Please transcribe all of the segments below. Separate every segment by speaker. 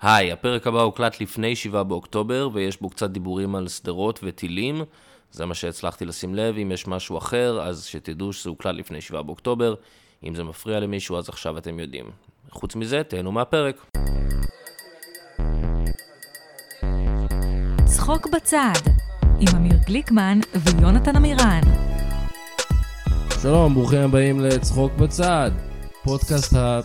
Speaker 1: היי, הפרק הבא הוקלט לפני 7 באוקטובר, ויש בו קצת דיבורים על סדרות וטילים. זה מה שהצלחתי לשים לב, אם יש משהו אחר, אז שתדעו שזה הוקלט לפני 7 באוקטובר. אם זה מפריע למישהו, אז עכשיו אתם יודעים. חוץ מזה, תהנו מהפרק.
Speaker 2: צחוק בצד, עם אמיר גליקמן ויונתן עמירן.
Speaker 3: שלום, ברוכים הבאים לצחוק בצד, פודקאסט ה...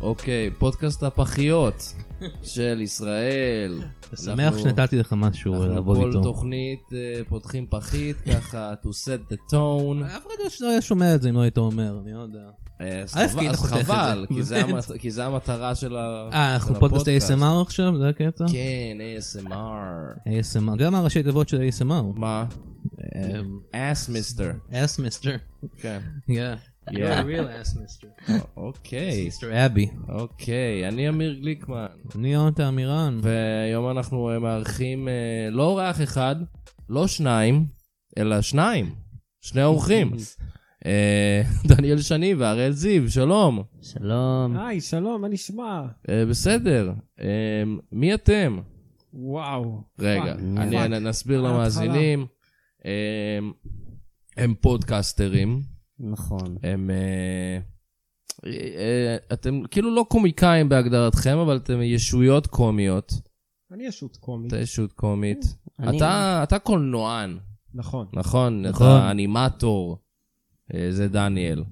Speaker 3: אוקיי, פודקאסט הפחיות של ישראל.
Speaker 4: שמח שנתתי לך משהו לעבוד
Speaker 3: אנחנו כל
Speaker 4: איתו.
Speaker 3: תוכנית אה, פותחים פחית, ככה to set the tone.
Speaker 4: אף אחד לא היה שומע את זה אם לא היית אומר, אני לא יודע.
Speaker 3: אה, אז
Speaker 4: א', כי
Speaker 3: חבל-
Speaker 4: אתה
Speaker 3: אז
Speaker 4: חותך את זה.
Speaker 3: חבל, כי זה המת- כי זה המטרה של ה-
Speaker 4: אה, אנחנו
Speaker 3: של
Speaker 4: פודקאסט
Speaker 3: הפודקאסט.
Speaker 4: ASMR עכשיו? זה הקטע?
Speaker 3: כן, ASMR.
Speaker 4: ASMR. אתה יודע מה הראשי תיבות של ASMR?
Speaker 3: מה?
Speaker 4: אמ,
Speaker 3: אס מיסטר.
Speaker 4: ass mister.
Speaker 3: כן.
Speaker 4: Yeah.
Speaker 3: Yeah.
Speaker 4: You're a real ass mister.
Speaker 3: אוקיי,
Speaker 4: Mr. אבי.
Speaker 3: אוקיי, אני אמיר גליקמן.
Speaker 4: אני יונתן עמירן.
Speaker 3: והיום אנחנו אה, מארחים אה, לא אורח אחד, לא שניים, אלא שניים, שני אורחים. אה, דניאל שני והראל זיו, שלום.
Speaker 4: שלום.
Speaker 5: היי, שלום, מה נשמע?
Speaker 3: אה, בסדר, אה, מי אתם?
Speaker 5: וואו.
Speaker 3: רגע,
Speaker 5: פאק,
Speaker 3: אני
Speaker 5: פאק.
Speaker 3: נ- נסביר
Speaker 5: ההתחלה.
Speaker 3: למאזינים. אה, הם פודקסטרים,
Speaker 6: נכון.
Speaker 3: הם... אה, אה, אתם כאילו לא קומיקאים בהגדרתכם, אבל אתם ישויות קומיות.
Speaker 5: אני ישות קומית.
Speaker 3: אתה ישות קומית.
Speaker 6: אני-
Speaker 3: אתה- אתה קולנוען.
Speaker 5: נכון.
Speaker 3: נכון,
Speaker 4: נכון.
Speaker 3: אתה אנימטור, אה, זה דניאל.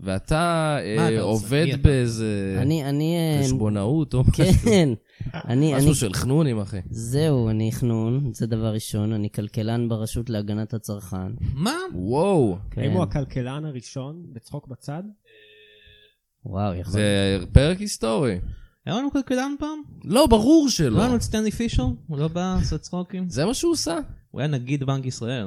Speaker 3: ואתה
Speaker 4: מה
Speaker 3: אה,
Speaker 4: אתה עושה?
Speaker 3: עובד
Speaker 4: מי אתה?
Speaker 3: באיזה
Speaker 6: אני, אני... אה,
Speaker 3: חשבונאות או משהו,
Speaker 6: כן. אני, אני...
Speaker 3: משהו של חנונים, אחי.
Speaker 6: זהו, אני חנון, זה דבר ראשון. אני כלכלן ברשות להגנת הצרכן.
Speaker 4: מה?
Speaker 3: וואו,
Speaker 6: כן.
Speaker 5: האם הוא הכלכלן הראשון בצחוק בצד?
Speaker 6: וואו, יכול.
Speaker 3: זה פרק היסטורי.
Speaker 4: היה לנו כלכלן פעם?
Speaker 3: לא, ברור שלא.
Speaker 4: לא היה לנו את סטנלי פישר? הוא לא בא לעשות צחוקים?
Speaker 3: זה מה שהוא עושה?
Speaker 4: הוא היה נגיד בנק ישראל.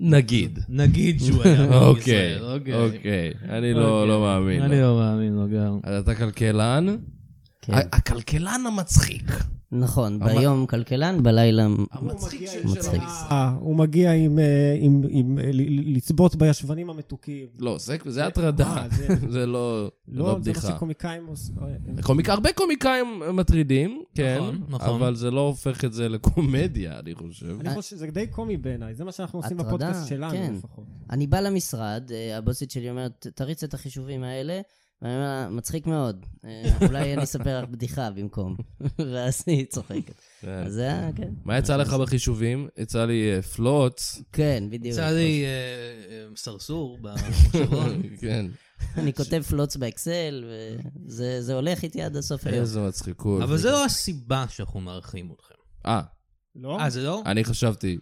Speaker 3: נגיד.
Speaker 4: נגיד שהוא היה בנק
Speaker 3: אוקיי,
Speaker 4: ישראל. אוקיי.
Speaker 3: אוקיי. אני לא
Speaker 4: אוקיי.
Speaker 3: לא מאמין.
Speaker 4: אני
Speaker 3: לו.
Speaker 4: לא מאמין לו גם.
Speaker 3: אז אתה כלכלן?
Speaker 6: כן.
Speaker 3: ה- הכלכלן המצחיק.
Speaker 6: נכון, ביום כלכלן, בלילה...
Speaker 3: המצחיק של
Speaker 6: מצחיק.
Speaker 3: המשרד.
Speaker 5: אה, הוא מגיע עם, אה, עם- עם, אה, ל- ל- לצבות בישבנים המתוקים.
Speaker 3: לא, זה- זה הטרדה.
Speaker 5: אה, זה-
Speaker 3: זה לא לא
Speaker 5: לא, זה מה
Speaker 3: בדיחה.
Speaker 5: שקומיקאים אה, עושים.
Speaker 3: קומיק, הרבה קומיקאים מטרידים, כן,
Speaker 4: נכון, נכון.
Speaker 3: אבל זה לא הופך את זה לקומדיה, אני חושב.
Speaker 5: אני חושב שזה די קומי בעיניי, זה מה שאנחנו עושים
Speaker 6: הטרדה,
Speaker 5: בפודקאסט
Speaker 6: כן.
Speaker 5: שלנו לפחות.
Speaker 6: אני בא למשרד, אה, הבוסית שלי אומרת, תריץ את החישובים האלה, ואני אומר לה, מצחיק מאוד. אה, אולי אני אספר לך בדיחה במקום. ואז היא צוחקת.
Speaker 3: כן.
Speaker 6: אז זה היה, כן.
Speaker 3: מה יצא לך בחישובים? יצא לי אה, פלוץ.
Speaker 6: כן, בדיוק.
Speaker 4: יצא לי אה, אה, סרסור בשבון.
Speaker 3: כן,
Speaker 6: אני כותב פלוץ באקסל, וזה זה הולך איתי עד הסוף היום.
Speaker 3: איזה מצחיקות.
Speaker 4: אבל זה לא הסיבה שאנחנו מארחים אתכם.
Speaker 3: אה,
Speaker 5: לא?
Speaker 4: אה, זה לא? אה,
Speaker 3: אני חשבתי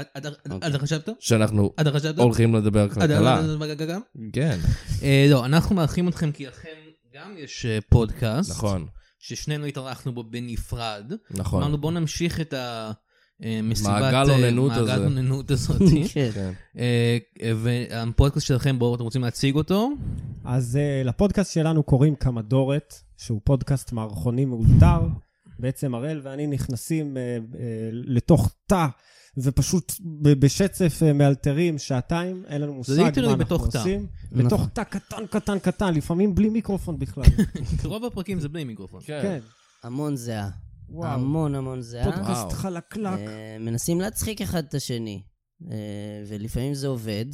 Speaker 4: אתה- אתה-
Speaker 6: אוקיי.
Speaker 4: אתה חשבת?
Speaker 3: שאנחנו
Speaker 4: אתה חשבת? אה,
Speaker 3: הולכים לדבר על
Speaker 4: אתה-
Speaker 3: כלכלה.
Speaker 4: אתה- אתה- גם?
Speaker 3: כן,
Speaker 4: אה, לא, אנחנו מארחים אתכם כי לכם גם יש אה, פודקאסט.
Speaker 3: נכון,
Speaker 4: ששנינו התארחנו בו בנפרד.
Speaker 3: נכון.
Speaker 4: אמרנו בואו נמשיך את המסיבת...
Speaker 3: מעגל אוננות
Speaker 4: אה, מעגל
Speaker 3: הזה.
Speaker 4: אוננות הזאת.
Speaker 6: כן.
Speaker 3: כן.
Speaker 4: אה, אה, והפודקאסט שלכם, בואו, אתם רוצים להציג אותו?
Speaker 5: אז אה, לפודקאסט שלנו קוראים קמדורת, שהוא פודקאסט מערכוני מאולתר. בעצם הראל ואני נכנסים אה, אה, לתוך תא, ופשוט ב- בשצף אה, מאלתרים שעתיים, אין לנו מושג מה
Speaker 4: ליטרלי
Speaker 5: אנחנו
Speaker 4: בתוך תא.
Speaker 5: עושים.
Speaker 6: נכון.
Speaker 5: בתוך תא קטן, קטן, קטן, לפעמים בלי מיקרופון בכלל.
Speaker 4: רוב הפרקים זה בלי מיקרופון.
Speaker 3: כן.
Speaker 5: כן,
Speaker 6: המון זהה.
Speaker 5: וואו.
Speaker 6: המון המון זהה.
Speaker 5: פודקאסט
Speaker 3: אה, וואו.
Speaker 5: חלקלק.
Speaker 6: אה, מנסים להצחיק אחד את השני, אה, ולפעמים זה עובד,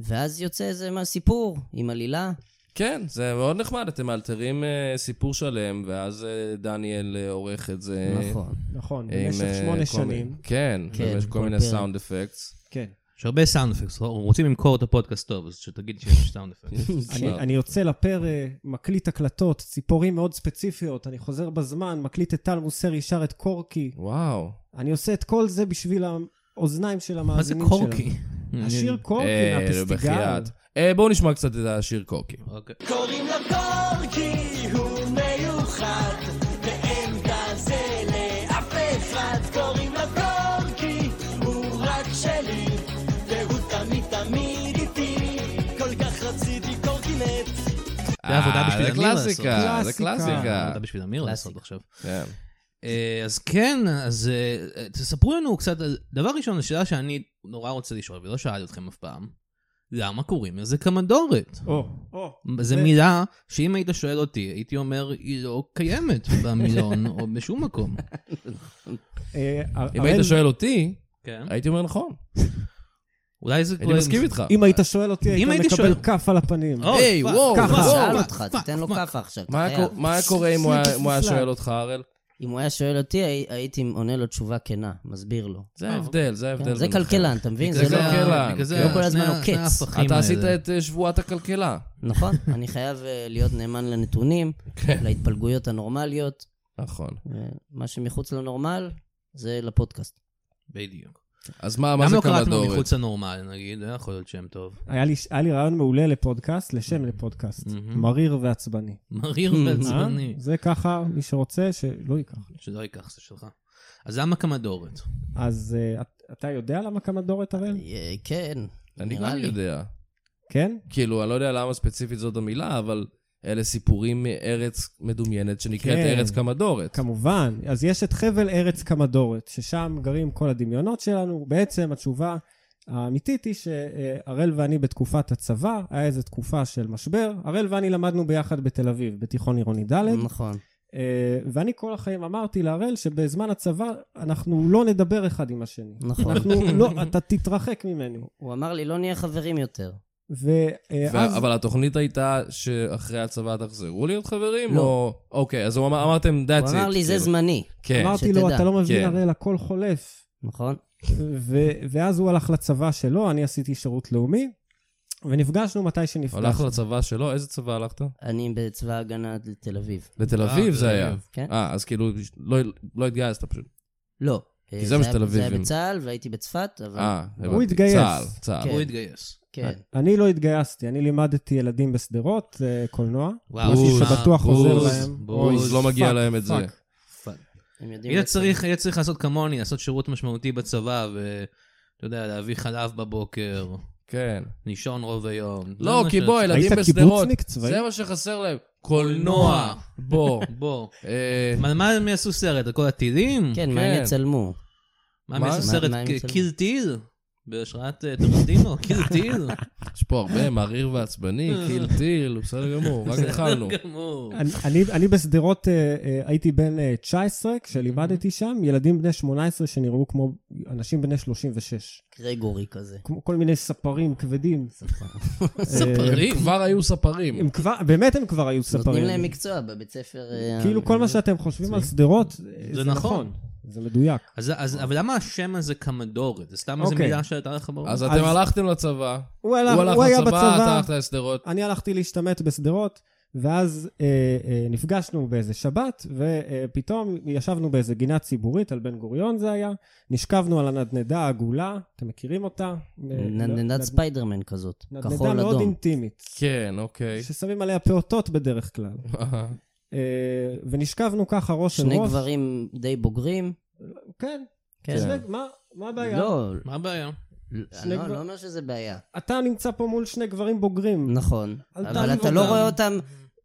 Speaker 6: ואז יוצא איזה מה, סיפור עם עלילה.
Speaker 3: כן, זה מאוד נחמד, אתם מאלתרים אה, סיפור שלם, ואז אה, דניאל אה, עורך את זה.
Speaker 6: נכון.
Speaker 5: נכון,
Speaker 3: עם,
Speaker 5: במשך
Speaker 3: אה,
Speaker 5: שמונה
Speaker 3: כל מיני-
Speaker 5: שנים.
Speaker 3: כן,
Speaker 6: כן,
Speaker 3: יש כל
Speaker 6: כל
Speaker 3: מיני
Speaker 6: פרק.
Speaker 3: סאונד אפקטס.
Speaker 5: כן.
Speaker 4: יש הרבה סאונד אפקס, רוצים למכור את הפודקאסט טוב, אז שתגיד שיש סאונד אפקס.
Speaker 5: אני, אני יוצא לפרא, מקליט הקלטות, ציפורים מאוד ספציפיות, אני חוזר בזמן, מקליט את טל מוסר ישר את קורקי.
Speaker 3: וואו.
Speaker 5: אני עושה את כל זה בשביל האוזניים של
Speaker 4: מה זה
Speaker 5: המאזינים שלנו.
Speaker 4: קורקי?
Speaker 5: השיר קורקי
Speaker 3: אה,
Speaker 5: מהפסטיגל.
Speaker 3: בחייאת. אה, בואו נשמע קצת את השיר קוקי.
Speaker 4: אוקיי. זה עבודה בשביל
Speaker 3: אה, זה
Speaker 4: אמיר לעשות.
Speaker 3: קלאסיקה, זה
Speaker 5: קלאסיקה.
Speaker 3: קלאסיקה.
Speaker 4: אתה בשביל אמיר לעשות עכשיו.
Speaker 3: כן.
Speaker 4: אה, אז כן, אז אה, אה, תספרו לנו קצת על... דבר ראשון, זו שאלה שאני נורא רוצה לשאול, ולא שאלתי אתכם אף פעם. למה קוראים לזה קמדורת?
Speaker 5: או, או.
Speaker 4: זו
Speaker 5: זה-
Speaker 4: מילה שאם היית שואל אותי, הייתי אומר, היא לא קיימת במילון או בשום מקום.
Speaker 5: אה,
Speaker 3: אם
Speaker 5: הראל,
Speaker 3: היית שואל אותי,
Speaker 4: כן.
Speaker 3: הייתי אומר נכון.
Speaker 4: אולי זה...
Speaker 3: הייתי מסכים איתך.
Speaker 5: אם היית שואל אותי, היית
Speaker 4: אם הייתי
Speaker 5: מקבל
Speaker 4: שואל-
Speaker 5: כף על הפנים.
Speaker 4: או,
Speaker 3: היי,
Speaker 4: פאק,
Speaker 3: וואו,
Speaker 5: ככה.
Speaker 6: הוא
Speaker 3: וואו.
Speaker 6: שאל אותך, תיתן לו כאפה עכשיו, אתה
Speaker 3: אה, מה היה
Speaker 4: אה,
Speaker 6: חייב.
Speaker 3: קו- מה היה קורה אם הוא היה- אם הוא היה
Speaker 5: נפלא.
Speaker 3: שואל אותך, הראל?
Speaker 6: אם הוא היה שואל אותי, הי- הייתי עונה לו תשובה כנה, מסביר לו.
Speaker 3: זה ההבדל, זה ההבדל.
Speaker 6: כן, זה
Speaker 3: ביניכם.
Speaker 6: כלכלן, אתה מבין?
Speaker 3: זה
Speaker 6: זה לא...
Speaker 3: כלכלן.
Speaker 4: בגלל זה
Speaker 3: כן.
Speaker 6: לא כל הזמן
Speaker 4: שני-
Speaker 6: עוקץ.
Speaker 4: שני ההפכים
Speaker 3: אתה עשית
Speaker 4: האלה.
Speaker 3: את אה, שבועת הכלכלה.
Speaker 6: נכון, אני חייב אה, להיות נאמן לנתונים,
Speaker 3: כן.
Speaker 6: להתפלגויות הנורמליות.
Speaker 3: נכון.
Speaker 6: אה, מה שמחוץ לנורמל, זה לפודקאסט.
Speaker 4: בדיוק.
Speaker 3: אז מה, מה
Speaker 4: למה
Speaker 3: זה
Speaker 4: לא
Speaker 3: כמה
Speaker 4: קראתם לו
Speaker 3: דורת?
Speaker 4: מחוץ לנורמל, נגיד? היה יכול להיות שם טוב.
Speaker 5: היה לי- היה לי רעיון מעולה לפודקאסט, לשם לפודקאסט. מריר ועצבני.
Speaker 4: מריר ועצבני.
Speaker 5: אה? זה ככה, מי שרוצה, שלא ייקח.
Speaker 4: שלא לא ייקח, זה שלך. אז למה קמדורת?
Speaker 6: כן.
Speaker 5: אז אה, את- אתה יודע למה קמדורת, הראל?
Speaker 6: אה, כן,
Speaker 3: אני
Speaker 6: נראה
Speaker 3: גם
Speaker 6: לי.
Speaker 3: יודע.
Speaker 5: כן?
Speaker 3: כאילו, אני לא יודע למה ספציפית זאת המילה, אבל אלה סיפורים מארץ מדומיינת שנקראת
Speaker 5: כן.
Speaker 3: ארץ קמדורת.
Speaker 5: כמובן. אז יש את חבל ארץ קמדורת, ששם גרים כל הדמיונות שלנו. בעצם התשובה האמיתית היא שהראל ואני בתקופת הצבא, היה איזו תקופה של משבר. הראל ואני למדנו ביחד בתל אביב, בתיכון עירוני ד',
Speaker 6: נכון.
Speaker 5: אה, ואני כל החיים אמרתי להראל שבזמן הצבא אנחנו לא נדבר אחד עם השני.
Speaker 6: נכון.
Speaker 5: אנחנו, לא, אתה תתרחק ממנו.
Speaker 6: הוא אמר לי, לא נהיה חברים יותר.
Speaker 5: ואז...
Speaker 3: ו- אבל התוכנית הייתה שאחרי הצבא תחזרו להיות חברים?
Speaker 6: לא.
Speaker 3: או... אוקיי, אז הוא אמר- אמרתם, that's it.
Speaker 6: הוא אמר לי, זה
Speaker 3: כאילו.
Speaker 6: זמני,
Speaker 3: כן.
Speaker 5: אמרתי
Speaker 6: שתדע.
Speaker 5: לו, אתה לא מבין,
Speaker 3: כן.
Speaker 5: הראל, הכל חולף.
Speaker 6: נכון?
Speaker 5: ו- ואז הוא הלך לצבא שלו, אני עשיתי שירות לאומי, ונפגשנו מתי
Speaker 3: הלך
Speaker 5: שנפגשנו.
Speaker 3: לצבא שלו? איזה צבא הלכת?
Speaker 6: אני בצבא ההגנה עד לתל אביב.
Speaker 3: לתל
Speaker 4: אה,
Speaker 3: אביב
Speaker 4: תל
Speaker 3: זה היה.
Speaker 4: אביב.
Speaker 6: כן?
Speaker 3: אה, אז כאילו, לא- לא התגייסת פשוט.
Speaker 6: לא. אה,
Speaker 3: זה
Speaker 6: זה
Speaker 3: מה
Speaker 6: היה-
Speaker 3: שתל
Speaker 6: זה היה
Speaker 3: אביבים.
Speaker 6: בצה"ל והייתי בצפת, אבל
Speaker 3: אה, הבנתי.
Speaker 5: הוא התגייס.
Speaker 3: צה"ל, צה"ל.
Speaker 6: כן.
Speaker 4: הוא התגייס.
Speaker 6: כן.
Speaker 5: אני לא התגייסתי, אני לימדתי ילדים בשדרות, אה, קולנוע.
Speaker 4: וואו,
Speaker 5: משהו
Speaker 4: שמע,
Speaker 5: שבטוח
Speaker 3: בוז,
Speaker 5: עוזר להם.
Speaker 4: בוז,
Speaker 5: אוי,
Speaker 3: לא מגיע
Speaker 5: פאק,
Speaker 3: להם את זה.
Speaker 5: פאק.
Speaker 4: פאק.
Speaker 6: הם יודעים...
Speaker 4: היה
Speaker 6: לצאת.
Speaker 4: צריך, היה צריך לעשות כמוני, לעשות שירות משמעותי בצבא, ואתה יודע, להביא חלב בבוקר,
Speaker 3: כן.
Speaker 4: לישון רוב היום. זה
Speaker 3: לא,
Speaker 4: מה
Speaker 3: כי
Speaker 4: ש-
Speaker 3: בוא, ילדים
Speaker 5: היית
Speaker 3: בשדרות,
Speaker 5: קיבוצניק צבאי?
Speaker 3: זה מה שחסר להם. קולנוע. בוא.
Speaker 4: בוא.
Speaker 3: אה,
Speaker 4: מה- מה הם יעשו סרט? על כל הטילים?
Speaker 6: כן, מה
Speaker 3: כן.
Speaker 6: הם יצלמו?
Speaker 4: מה הם
Speaker 3: מה-
Speaker 4: יעשו
Speaker 6: מה-
Speaker 4: סרט?
Speaker 6: מה הם
Speaker 4: ק-
Speaker 6: יצלמו?
Speaker 4: קיל טיל? בהשראת אה, טרנטינו? קיל טיל?
Speaker 3: יש פה הרבה מריר ועצבני, קיל טיל, בסדר גמור, רק התחלנו.
Speaker 4: גמור.
Speaker 5: אני- אני- אני בשדרות אה, אה, הייתי בן אה, 19
Speaker 3: Mhm.
Speaker 5: כשלימדתי שם, ילדים בני 18 שנראו כמו אנשים בני 36.
Speaker 6: גרגורי כזה.
Speaker 5: כמו כל מיני ספרים כבדים. אה,
Speaker 3: ספרים? כבר היו ספרים.
Speaker 5: הם כבר, באמת הם כבר היו ספרים.
Speaker 6: נותנים להם מקצוע בבית ספר... אה,
Speaker 5: כאילו כל מה שאתם חושבים על שדרות, אה,
Speaker 4: זה
Speaker 5: זה
Speaker 4: נכון.
Speaker 5: נכון. זה מדויק.
Speaker 4: אז- אז- אבל למה השם הזה קמדורת? זה סתם איזו
Speaker 5: אוקיי.
Speaker 4: מילה שהייתה לך ברור?
Speaker 3: אז אתם
Speaker 5: אז-
Speaker 3: הלכתם לצבא,
Speaker 5: הוא
Speaker 3: הוא
Speaker 5: הלך,
Speaker 3: הלך
Speaker 5: הוא היה
Speaker 3: לצבא, אתה
Speaker 5: בצבא,
Speaker 3: הלכת לשדרות.
Speaker 5: אני הלכתי להשתמט בשדרות, ואז אה, אה, נפגשנו באיזה שבת, ופתאום ישבנו באיזה גינה ציבורית, על בן גוריון זה היה, נשכבנו על הנדנדה העגולה, אתם מכירים אותה?
Speaker 6: נדנדת ספיידרמן כזאת,
Speaker 5: נדנדה
Speaker 6: כחול
Speaker 5: מאוד
Speaker 6: אדום.
Speaker 5: אינטימית,
Speaker 3: כן, אוקיי.
Speaker 5: ששמים עליה פעוטות בדרך כלל. אה, ונשכבנו ככה ראש אל
Speaker 6: שני
Speaker 5: ראש.
Speaker 6: גברים די בוגרים.
Speaker 5: כן,
Speaker 6: כן.
Speaker 5: שני- מה- מה הבעיה?
Speaker 6: לא,
Speaker 4: מה הבעיה?
Speaker 6: אני לא
Speaker 5: גבר-
Speaker 6: לא אומר שזה בעיה.
Speaker 5: אתה נמצא פה מול שני גברים בוגרים.
Speaker 6: נכון.
Speaker 5: אל
Speaker 6: אבל
Speaker 5: תעליב
Speaker 6: אתה לא
Speaker 5: אותם.
Speaker 6: רואה אותם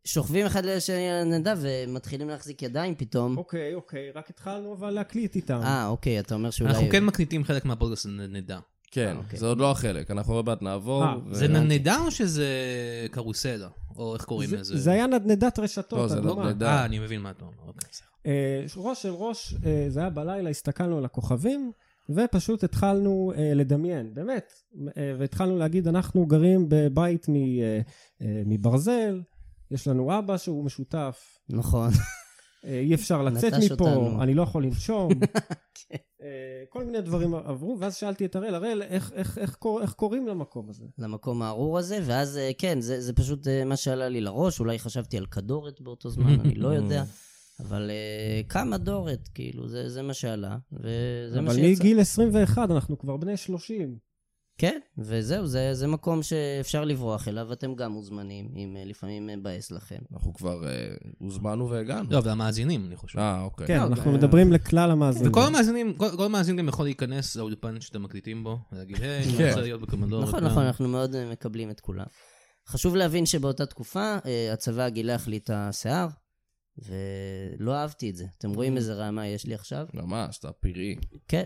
Speaker 6: שוכבים אחד לשני על הנדנדה ומתחילים להחזיק ידיים פתאום.
Speaker 5: אוקיי, אוקיי, רק התחלנו אבל להקליט איתם.
Speaker 6: אה, אוקיי, אתה אומר שאולי...
Speaker 4: אנחנו כן מקליטים חלק מהפודקאסט נדנדה.
Speaker 3: כן,
Speaker 6: אה, אוקיי.
Speaker 3: זה עוד לא החלק, אנחנו עוד מעט נעבור.
Speaker 5: אה,
Speaker 3: ו-
Speaker 4: זה נדנדה או שזה קרוסלה? או איך קוראים
Speaker 5: זה-
Speaker 4: לזה?
Speaker 5: זה היה נדנדת רשתות,
Speaker 3: לא, זה
Speaker 5: אדומה.
Speaker 3: נדנדה.
Speaker 4: אה, אני מבין מה אתה אומר. אוקיי, בסדר.
Speaker 5: אה, ראש אל ראש, אה, זה היה בלילה, הסתכלנו על הכוכבים, ופשוט התחלנו אה, לדמיין, באמת. אה, והתחלנו להגיד, אנחנו גרים בבית מ- אה, אה, מברזל, יש לנו אבא שהוא משותף,
Speaker 6: נכון.
Speaker 5: אה, אי אפשר לצאת
Speaker 6: נטש
Speaker 5: מפה,
Speaker 6: אותנו.
Speaker 5: אני לא יכול לנשום. אה, כל מיני דברים עברו, ואז שאלתי את הראל, הראל, איך- איך- איך קור- איך קוראים למקום הזה?
Speaker 6: למקום הארור הזה, ואז אה, כן, זה, זה פשוט אה, מה שעלה לי לראש, אולי חשבתי על כדורת באותו זמן, אני לא יודע, אבל אה, כמה דורת, כאילו, זה, זה מה שעלה, וזה מה
Speaker 5: אבל
Speaker 6: שיצא.
Speaker 5: מגיל 21 אנחנו כבר בני 30.
Speaker 6: כן, וזהו, זה, זה מקום שאפשר לברוח אליו, אתם גם מוזמנים, אם אה, לפעמים מבאס לכם.
Speaker 3: אנחנו כבר אה, הוזמנו
Speaker 5: אה.
Speaker 3: והגענו.
Speaker 4: לא, אבל המאזינים, אני חושב.
Speaker 3: אה, אוקיי.
Speaker 5: כן, אנחנו מדברים לכלל המאזינים.
Speaker 4: וכל המאזינים, כל- כל מאזין גם יכול להיכנס לאולפן שאתם מקליטים בו, ולהגיד, היי,
Speaker 3: כן.
Speaker 4: אני רוצה להיות בקומדור.
Speaker 6: נכון, נכון, אנחנו מאוד אה, מקבלים את כולם. חשוב להבין שבאותה תקופה אה, הצבא גילח לי את השיער, ולא אהבתי את זה. אתם
Speaker 4: Mm.
Speaker 6: רואים איזה רעמה יש לי עכשיו?
Speaker 3: ממש, אתה פראי.
Speaker 6: כן,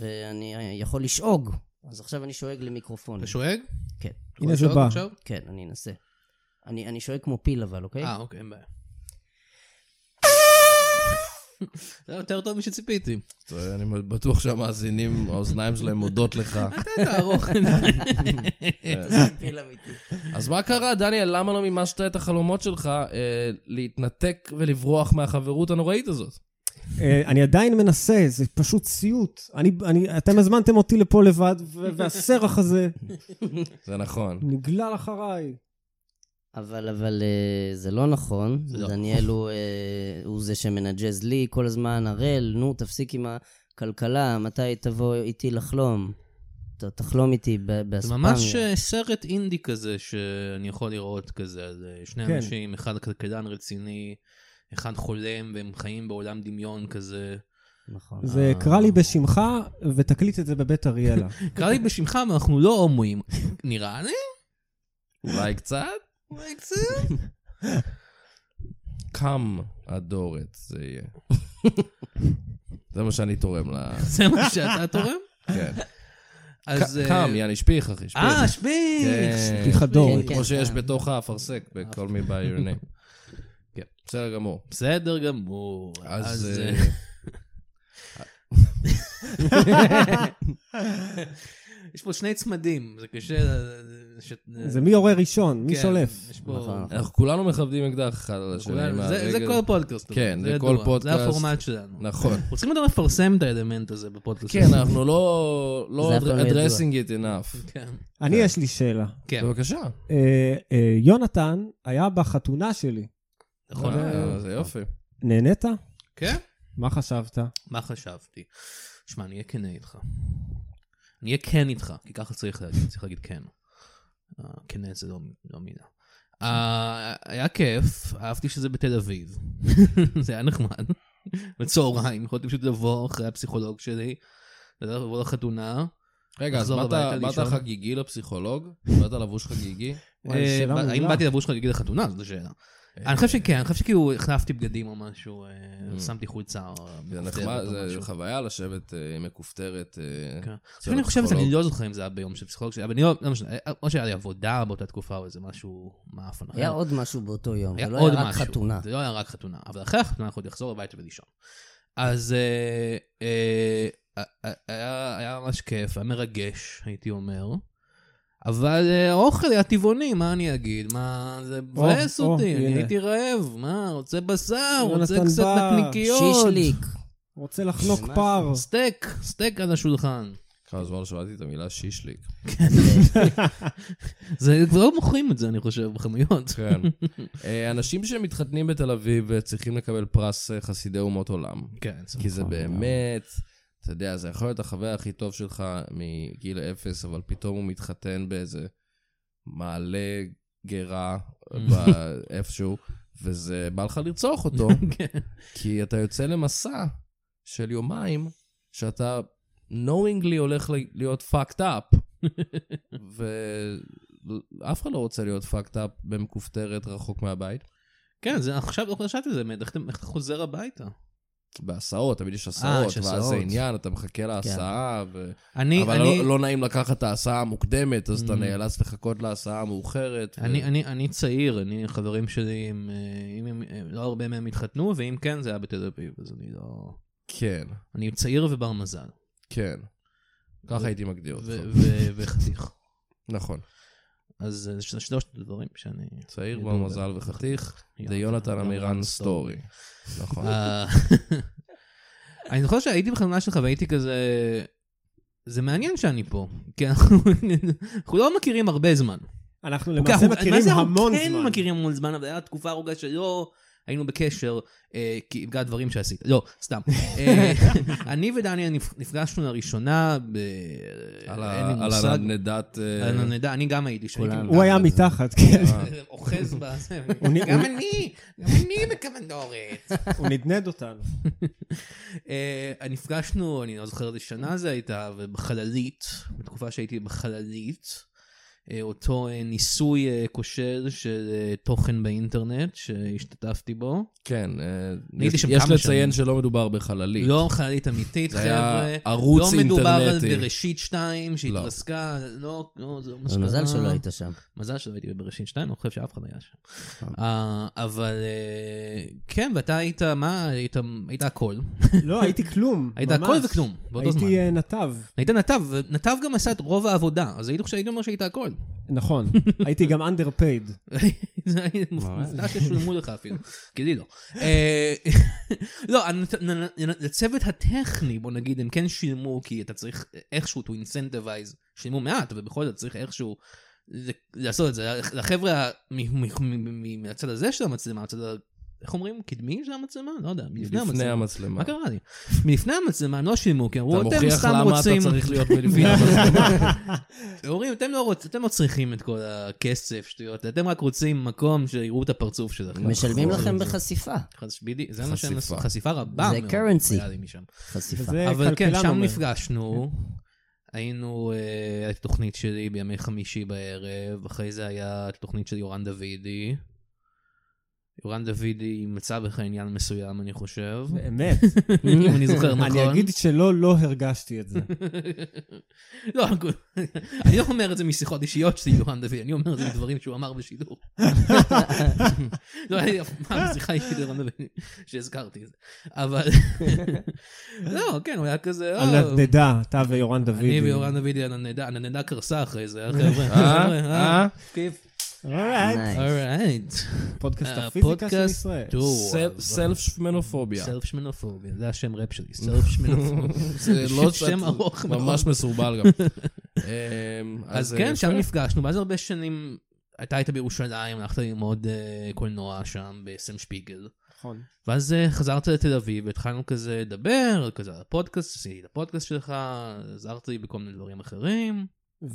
Speaker 6: ואני אה, יכול לשאוג, אז עכשיו אני שואג למיקרופון.
Speaker 4: אתה שואג?
Speaker 6: כן.
Speaker 4: אתה יכול
Speaker 5: הנה זה
Speaker 4: לשאול
Speaker 5: בא.
Speaker 4: עכשיו?
Speaker 6: כן, אני אנסה. אני, אני שואל כמו פיל אבל, אוקיי?
Speaker 4: אה, אוקיי, אין בעיה. זה היה יותר טוב משציפיתי.
Speaker 3: אני בטוח שהמאזינים, האוזניים שלהם מודות לך.
Speaker 4: אתה ארוך. אוקיי.
Speaker 6: פיל אמיתי.
Speaker 3: אז מה קרה, דניאל? למה לא מימשת את החלומות שלך אה, להתנתק ולברוח מהחברות הנוראית הזאת?
Speaker 5: אה, אני עדיין מנסה, זה פשוט סיוט. אני, אני, אתם הזמנתם אותי לפה לבד, ו- והסרח הזה
Speaker 3: זה נכון.
Speaker 5: נגלל אחריי.
Speaker 6: אבל, אבל אה, זה לא נכון.
Speaker 4: לא
Speaker 6: דניאל הוא, אה, הוא זה שמנג'ז לי כל הזמן, הראל, נו, תפסיק עם הכלכלה, מתי תבוא איתי לחלום? ת, תחלום איתי ב-
Speaker 4: זה
Speaker 6: באספמיה.
Speaker 4: ממש אה, סרט אינדי כזה שאני יכול לראות כזה, על אה, שני
Speaker 5: כן.
Speaker 4: אנשים, אחד כלכלן רציני, אחד חולם, והם חיים בעולם דמיון כזה.
Speaker 6: נכון.
Speaker 5: זה
Speaker 4: אה. כן.
Speaker 5: קרא לי בשמך, ותקליט את זה בבית אריאלה.
Speaker 4: קרא לי בשמך, אבל אנחנו לא הומואים. נראה לי?
Speaker 3: אולי קצת?
Speaker 4: אולי קצת?
Speaker 3: קם הדורת, זה יהיה. זה מה שאני תורם ל...
Speaker 4: זה מה שאתה תורם?
Speaker 3: כן.
Speaker 4: אז... אה,
Speaker 3: קם, יעני שפיך, אחי, שפיך.
Speaker 4: אה, שפיץ!
Speaker 3: כן.
Speaker 5: שפיך הדור.
Speaker 6: כן,
Speaker 3: כמו שיש
Speaker 6: אה.
Speaker 3: בתוך האפרסק, ב-call
Speaker 4: אוקיי.
Speaker 3: me by your name. כן, בסדר גמור.
Speaker 4: בסדר גמור.
Speaker 3: אז...
Speaker 4: אז...
Speaker 3: אה,
Speaker 4: אה, אה, יש פה שני צמדים, זה קשה... אה, ש-
Speaker 5: זה מי יורה ראשון, מי
Speaker 4: כן,
Speaker 5: שולף.
Speaker 4: יש פה...
Speaker 6: נכון.
Speaker 3: אנחנו כולנו מכבדים אקדח אחד על השני. עם
Speaker 4: זה זה
Speaker 3: הרגל.
Speaker 4: כל פודקאסט. אבל,
Speaker 3: כן, זה
Speaker 4: ידוע,
Speaker 3: כל פודקאסט.
Speaker 4: זה הפורמט שלנו.
Speaker 3: נכון.
Speaker 4: אנחנו צריכים גם לפרסם את האלמנט הזה בפודקאסט.
Speaker 3: כן, אנחנו לא... לא
Speaker 6: זה אף פעם לא ידוע.
Speaker 3: addressing it enough.
Speaker 4: כן.
Speaker 5: אני, יש לי שאלה.
Speaker 4: כן,
Speaker 3: בבקשה.
Speaker 5: אה, אה, יונתן היה בחתונה שלי.
Speaker 4: נכון.
Speaker 3: אה, זה יופי.
Speaker 5: נהנית?
Speaker 4: כן?
Speaker 5: מה חשבת?
Speaker 4: מה חשבתי? שמע, אני אהיה כן איתך. אני אהיה כן איתך, כי ככה צריך להגיד, צריך להגיד כן. אה, כן זה לא, לא מילה. אה, היה כיף, אהבתי שזה בתל אביב. זה היה נחמד. בצהריים, יכולתי פשוט לבוא אחרי הפסיכולוג שלי, לבוא לחתונה.
Speaker 3: רגע, אז
Speaker 4: לחזור
Speaker 3: באת-
Speaker 4: הביתה לישון.
Speaker 3: באת חגיגי לפסיכולוג? באת לבוש חגיגי?
Speaker 5: וואי,
Speaker 4: אה,
Speaker 5: שאלה
Speaker 4: בא- האם
Speaker 5: מעולה.
Speaker 4: באתי לבוש חגיגי לחתונה? זו שאלה.
Speaker 3: אה,
Speaker 4: אני חושב שכן, אני חושב שכאילו החלפתי בגדים או משהו, אה, שמתי חולצה או
Speaker 3: זה
Speaker 4: מכופתרת
Speaker 3: נחמד,
Speaker 4: או
Speaker 3: זה
Speaker 4: משהו.
Speaker 3: חוויה לשבת אה, עם מכופתרת. אה,
Speaker 4: כן.
Speaker 3: אצל
Speaker 4: עכשיו אני חושב,
Speaker 3: הפסיכולוג.
Speaker 4: אני לא זוכר אם זה היה ביום של פסיכולוג שלי, אבל אני לא, לא משנה, אה, או שהיה לי עבודה באותה תקופה או איזה משהו מאפן אחר.
Speaker 6: היה עוד משהו באותו יום,
Speaker 4: היה
Speaker 6: זה לא
Speaker 4: עוד
Speaker 6: היה רק
Speaker 4: משהו.
Speaker 6: חתונה.
Speaker 4: זה לא היה רק חתונה, אבל אחרי החתונה יכולתי לחזור הביתה ולישון. אז אה, אה, אה, היה היה ממש כיף, היה מרגש, הייתי אומר. אבל אה, האוכל היה טבעוני, מה אני אגיד? מה, זה מבאס
Speaker 5: או,
Speaker 4: אותי, אני
Speaker 5: הנה.
Speaker 4: הייתי רעב, מה, רוצה בשר,
Speaker 5: יונתן
Speaker 4: רוצה קצת
Speaker 5: בא.
Speaker 4: נקניקיות.
Speaker 6: שישליק.
Speaker 5: רוצה לחנוק
Speaker 6: זה משהו.
Speaker 5: פר.
Speaker 4: סטייק, סטייק על השולחן.
Speaker 3: כמה זמן לא שמעתי את המילה שישליק.
Speaker 4: זה כבר לא מוכרים את זה, אני חושב, בחנויות.
Speaker 3: כן. אה, אנשים שמתחתנים בתל אביב אה, צריכים לקבל פרס אה, חסידי אומות עולם.
Speaker 4: כן,
Speaker 3: כי זה באמת, אתה יודע, זה יכול להיות החבר הכי טוב שלך מגיל אפס, אבל פתאום הוא מתחתן באיזה מעלה גרה ב- איפשהו, וזה בא לך לרצוח אותו,
Speaker 4: כן.
Speaker 3: כי אתה יוצא למסע של יומיים, שאתה knowingly הולך ל- להיות fucked up, ואף אחד לא רוצה להיות fucked up במכופתרת רחוק מהבית.
Speaker 4: כן, זה עכשיו לא חשבתי על זה, באמת, איך אתה- איך אתה חוזר הביתה?
Speaker 3: בהסעות, תמיד יש
Speaker 4: אה,
Speaker 3: הסעות,
Speaker 4: יש
Speaker 3: ואז
Speaker 4: הסעות. כן.
Speaker 3: זה עניין, אתה מחכה להסעה, ו...
Speaker 4: אני,
Speaker 3: אבל
Speaker 4: אני,
Speaker 3: לא, לא נעים לקחת את ההסעה המוקדמת, אז אתה
Speaker 4: Mm.
Speaker 3: נאלץ לחכות להסעה המאוחרת. ו-
Speaker 4: אני, אני, אני צעיר, אני, חברים שלי, הם, אה, אם הם, הם, לא הרבה מהם התחתנו, ואם כן, זה היה בתל אביב, אז אני לא...
Speaker 3: כן,
Speaker 4: אני צעיר ובר מזל.
Speaker 3: כן. ככה הייתי מגדיר
Speaker 4: ו-
Speaker 3: אותך.
Speaker 4: ו- וחתיך.
Speaker 3: נכון.
Speaker 4: אז אה, ש- שלושת הדברים שאני...
Speaker 3: צעיר,
Speaker 4: ידעו
Speaker 3: בר
Speaker 4: בה.
Speaker 3: מזל וחתיך, זה
Speaker 4: יונתן
Speaker 3: יונתן
Speaker 4: עמירן
Speaker 3: עמירן סטורי. נכון.
Speaker 4: אה, אני זוכר שהייתי בחתונה שלך והייתי כזה... זה מעניין שאני פה, כי אנחנו אנחנו לא מכירים הרבה זמן.
Speaker 5: אנחנו
Speaker 4: אוקיי,
Speaker 5: למעשה
Speaker 4: אנחנו- מה
Speaker 5: מכירים
Speaker 4: זה אנחנו
Speaker 5: המון
Speaker 4: כן
Speaker 5: זמן.
Speaker 4: מכירים המון זמן, אבל הייתה תקופה ארוגה שלא היינו בקשר, אה, כי בגלל הדברים שעשית. לא, סתם. אה, אני ודניאל נפ- נפגשנו לראשונה ב...
Speaker 3: על
Speaker 4: אין
Speaker 3: ה-
Speaker 4: לי
Speaker 3: על
Speaker 4: מושג.
Speaker 3: הנדדת... אה,
Speaker 4: על הנדע, אני גם הייתי שם.
Speaker 6: כולנו.
Speaker 4: הייתי-
Speaker 5: הוא היה מתחת, כן.
Speaker 4: אוחז בזה.
Speaker 5: נ-
Speaker 4: גם
Speaker 5: הוא-
Speaker 4: אני, גם אני לא, אוקיי. בקמנדורת.
Speaker 5: הוא נדנד אותנו.
Speaker 4: אה, נפגשנו, אני לא זוכר איזה שנה זה הייתה, ובחללית, בתקופה שהייתי בחללית, אה, אותו אה, ניסוי אה, כושל של אה, תוכן באינטרנט שהשתתפתי בו.
Speaker 3: כן, אה,
Speaker 4: הייתי
Speaker 3: יש
Speaker 4: שם
Speaker 3: יש
Speaker 4: כמה
Speaker 3: לציין
Speaker 4: שנים.
Speaker 3: שלא מדובר בחללית.
Speaker 4: לא חללית אמיתית,
Speaker 3: זה
Speaker 4: חבר'ה.
Speaker 3: היה ערוץ
Speaker 4: לא מדובר על
Speaker 3: אינטרנטי.
Speaker 4: בראשית 2 שהתרסקה, לא, לא, זה לא מה
Speaker 6: אז
Speaker 4: שקרה.
Speaker 6: מזל שלא היית שם. נכון.
Speaker 4: מזל שלא הייתי בבראשית 2, אני לא חושב שאף אחד היה שם. אה, אבל אה, כן, ואתה היית, מה, היית היית הכל.
Speaker 5: לא, הייתי כלום.
Speaker 4: היית
Speaker 5: ממש.
Speaker 4: הכל וכלום, באותו זמן.
Speaker 5: הייתי אה, נתב,
Speaker 4: היית נתב, ונתב גם עשה את רוב העבודה, אז הייתי חושב, הייתי אומר שהיית הכל.
Speaker 5: נכון. הייתי גם underpaid.
Speaker 4: זה היה מופתע ששולמו לך אפילו, כי לי לא. אה, לא, הנת- נ- נ- נ- לצוות הטכני, בוא נגיד, הם כן שילמו, כי אתה צריך איכשהו to incentivize, שילמו מעט, ובכל זאת צריך איכשהו ל- לעשות את זה. לחבר'ה מ- מ- מ- מ- מהצד הזה של המצלמה, הצד ה... איך אומרים? קדמי של המצלמה? לא יודע, מלפני
Speaker 3: לפני
Speaker 4: המצלמה.
Speaker 3: המצלמה.
Speaker 4: מה קרה לי? מלפני המצלמה הם לא שילמו, כי אמרו,
Speaker 3: אתה
Speaker 4: אתם סתם רוצים...
Speaker 3: מוכיח למה אתה צריך להיות מלפני המצלמה.
Speaker 4: אומרים, אתם לא, רוצ... אתם לא צריכים את כל הכסף, שטויות, אתם רק רוצים מקום שיראו את הפרצוף שלכם.
Speaker 6: משלמים לכם בחשיפה.
Speaker 4: חס- בדי- זה מה שהם עשו,
Speaker 3: נכון. חשיפה.
Speaker 4: חשיפה רבה
Speaker 6: זה
Speaker 4: מאוד.
Speaker 6: currency.
Speaker 4: היה לי משם.
Speaker 6: חשיפה.
Speaker 5: זה
Speaker 4: אבל כן,
Speaker 5: כלכלן
Speaker 4: שם
Speaker 5: אומר.
Speaker 4: נפגשנו, היינו, אה, הייתה תוכנית שלי בימי חמישי בערב, אחרי זה היה תוכנית של יורן דוידי. יורן דוידי מצא בך עניין מסוים, אני חושב,
Speaker 5: באמת.
Speaker 4: אם אני זוכר נכון.
Speaker 5: אני אגיד שלא, לא הרגשתי את זה.
Speaker 4: לא, אני לא אומר את זה משיחות אישיות שלי, יוהאן דוד, אני אומר את זה מדברים שהוא אמר בשידור. לא היה לי אף פעם שיחה אישית ליוהאן דוד שהזכרתי את זה. אבל, לא, כן, הוא היה כזה, "אה,
Speaker 5: הנדדה, אתה ויורן דודי.
Speaker 4: אני ויוהאן דוד, הנדנדה- הנדנדה קרסה אחרי זה, אה, חבר'ה,
Speaker 3: אה?
Speaker 4: חבר'ה,
Speaker 3: אה?
Speaker 4: כיף.
Speaker 5: אורייט.
Speaker 6: Nice.
Speaker 4: אורייט.
Speaker 6: אה,
Speaker 5: פודקאסט
Speaker 4: אה,
Speaker 5: הפיזיקה של
Speaker 4: הפודקאסט
Speaker 5: ישראל.
Speaker 3: סלף שמנופוביה.
Speaker 4: סלף שמנופוביה, זה השם ראפ שלי, סלף שמנופוביה.
Speaker 3: זה לא
Speaker 4: שם ארוך מאוד.
Speaker 3: ממש מסורבל גם. אמ,
Speaker 4: אז
Speaker 3: אה,
Speaker 4: כן, שם
Speaker 3: יפה.
Speaker 4: נפגשנו, ואז הרבה שנים, אתה היית בירושלים, הלכת ללמוד אה, קולנוע שם בסם שפיגל.
Speaker 5: נכון.
Speaker 4: ואז אה, חזרת לתל אביב, והתחלנו כזה לדבר, כזה על הפודקאסט, עשיתי את הפודקאסט שלך, עזרת לי בכל מיני דברים אחרים.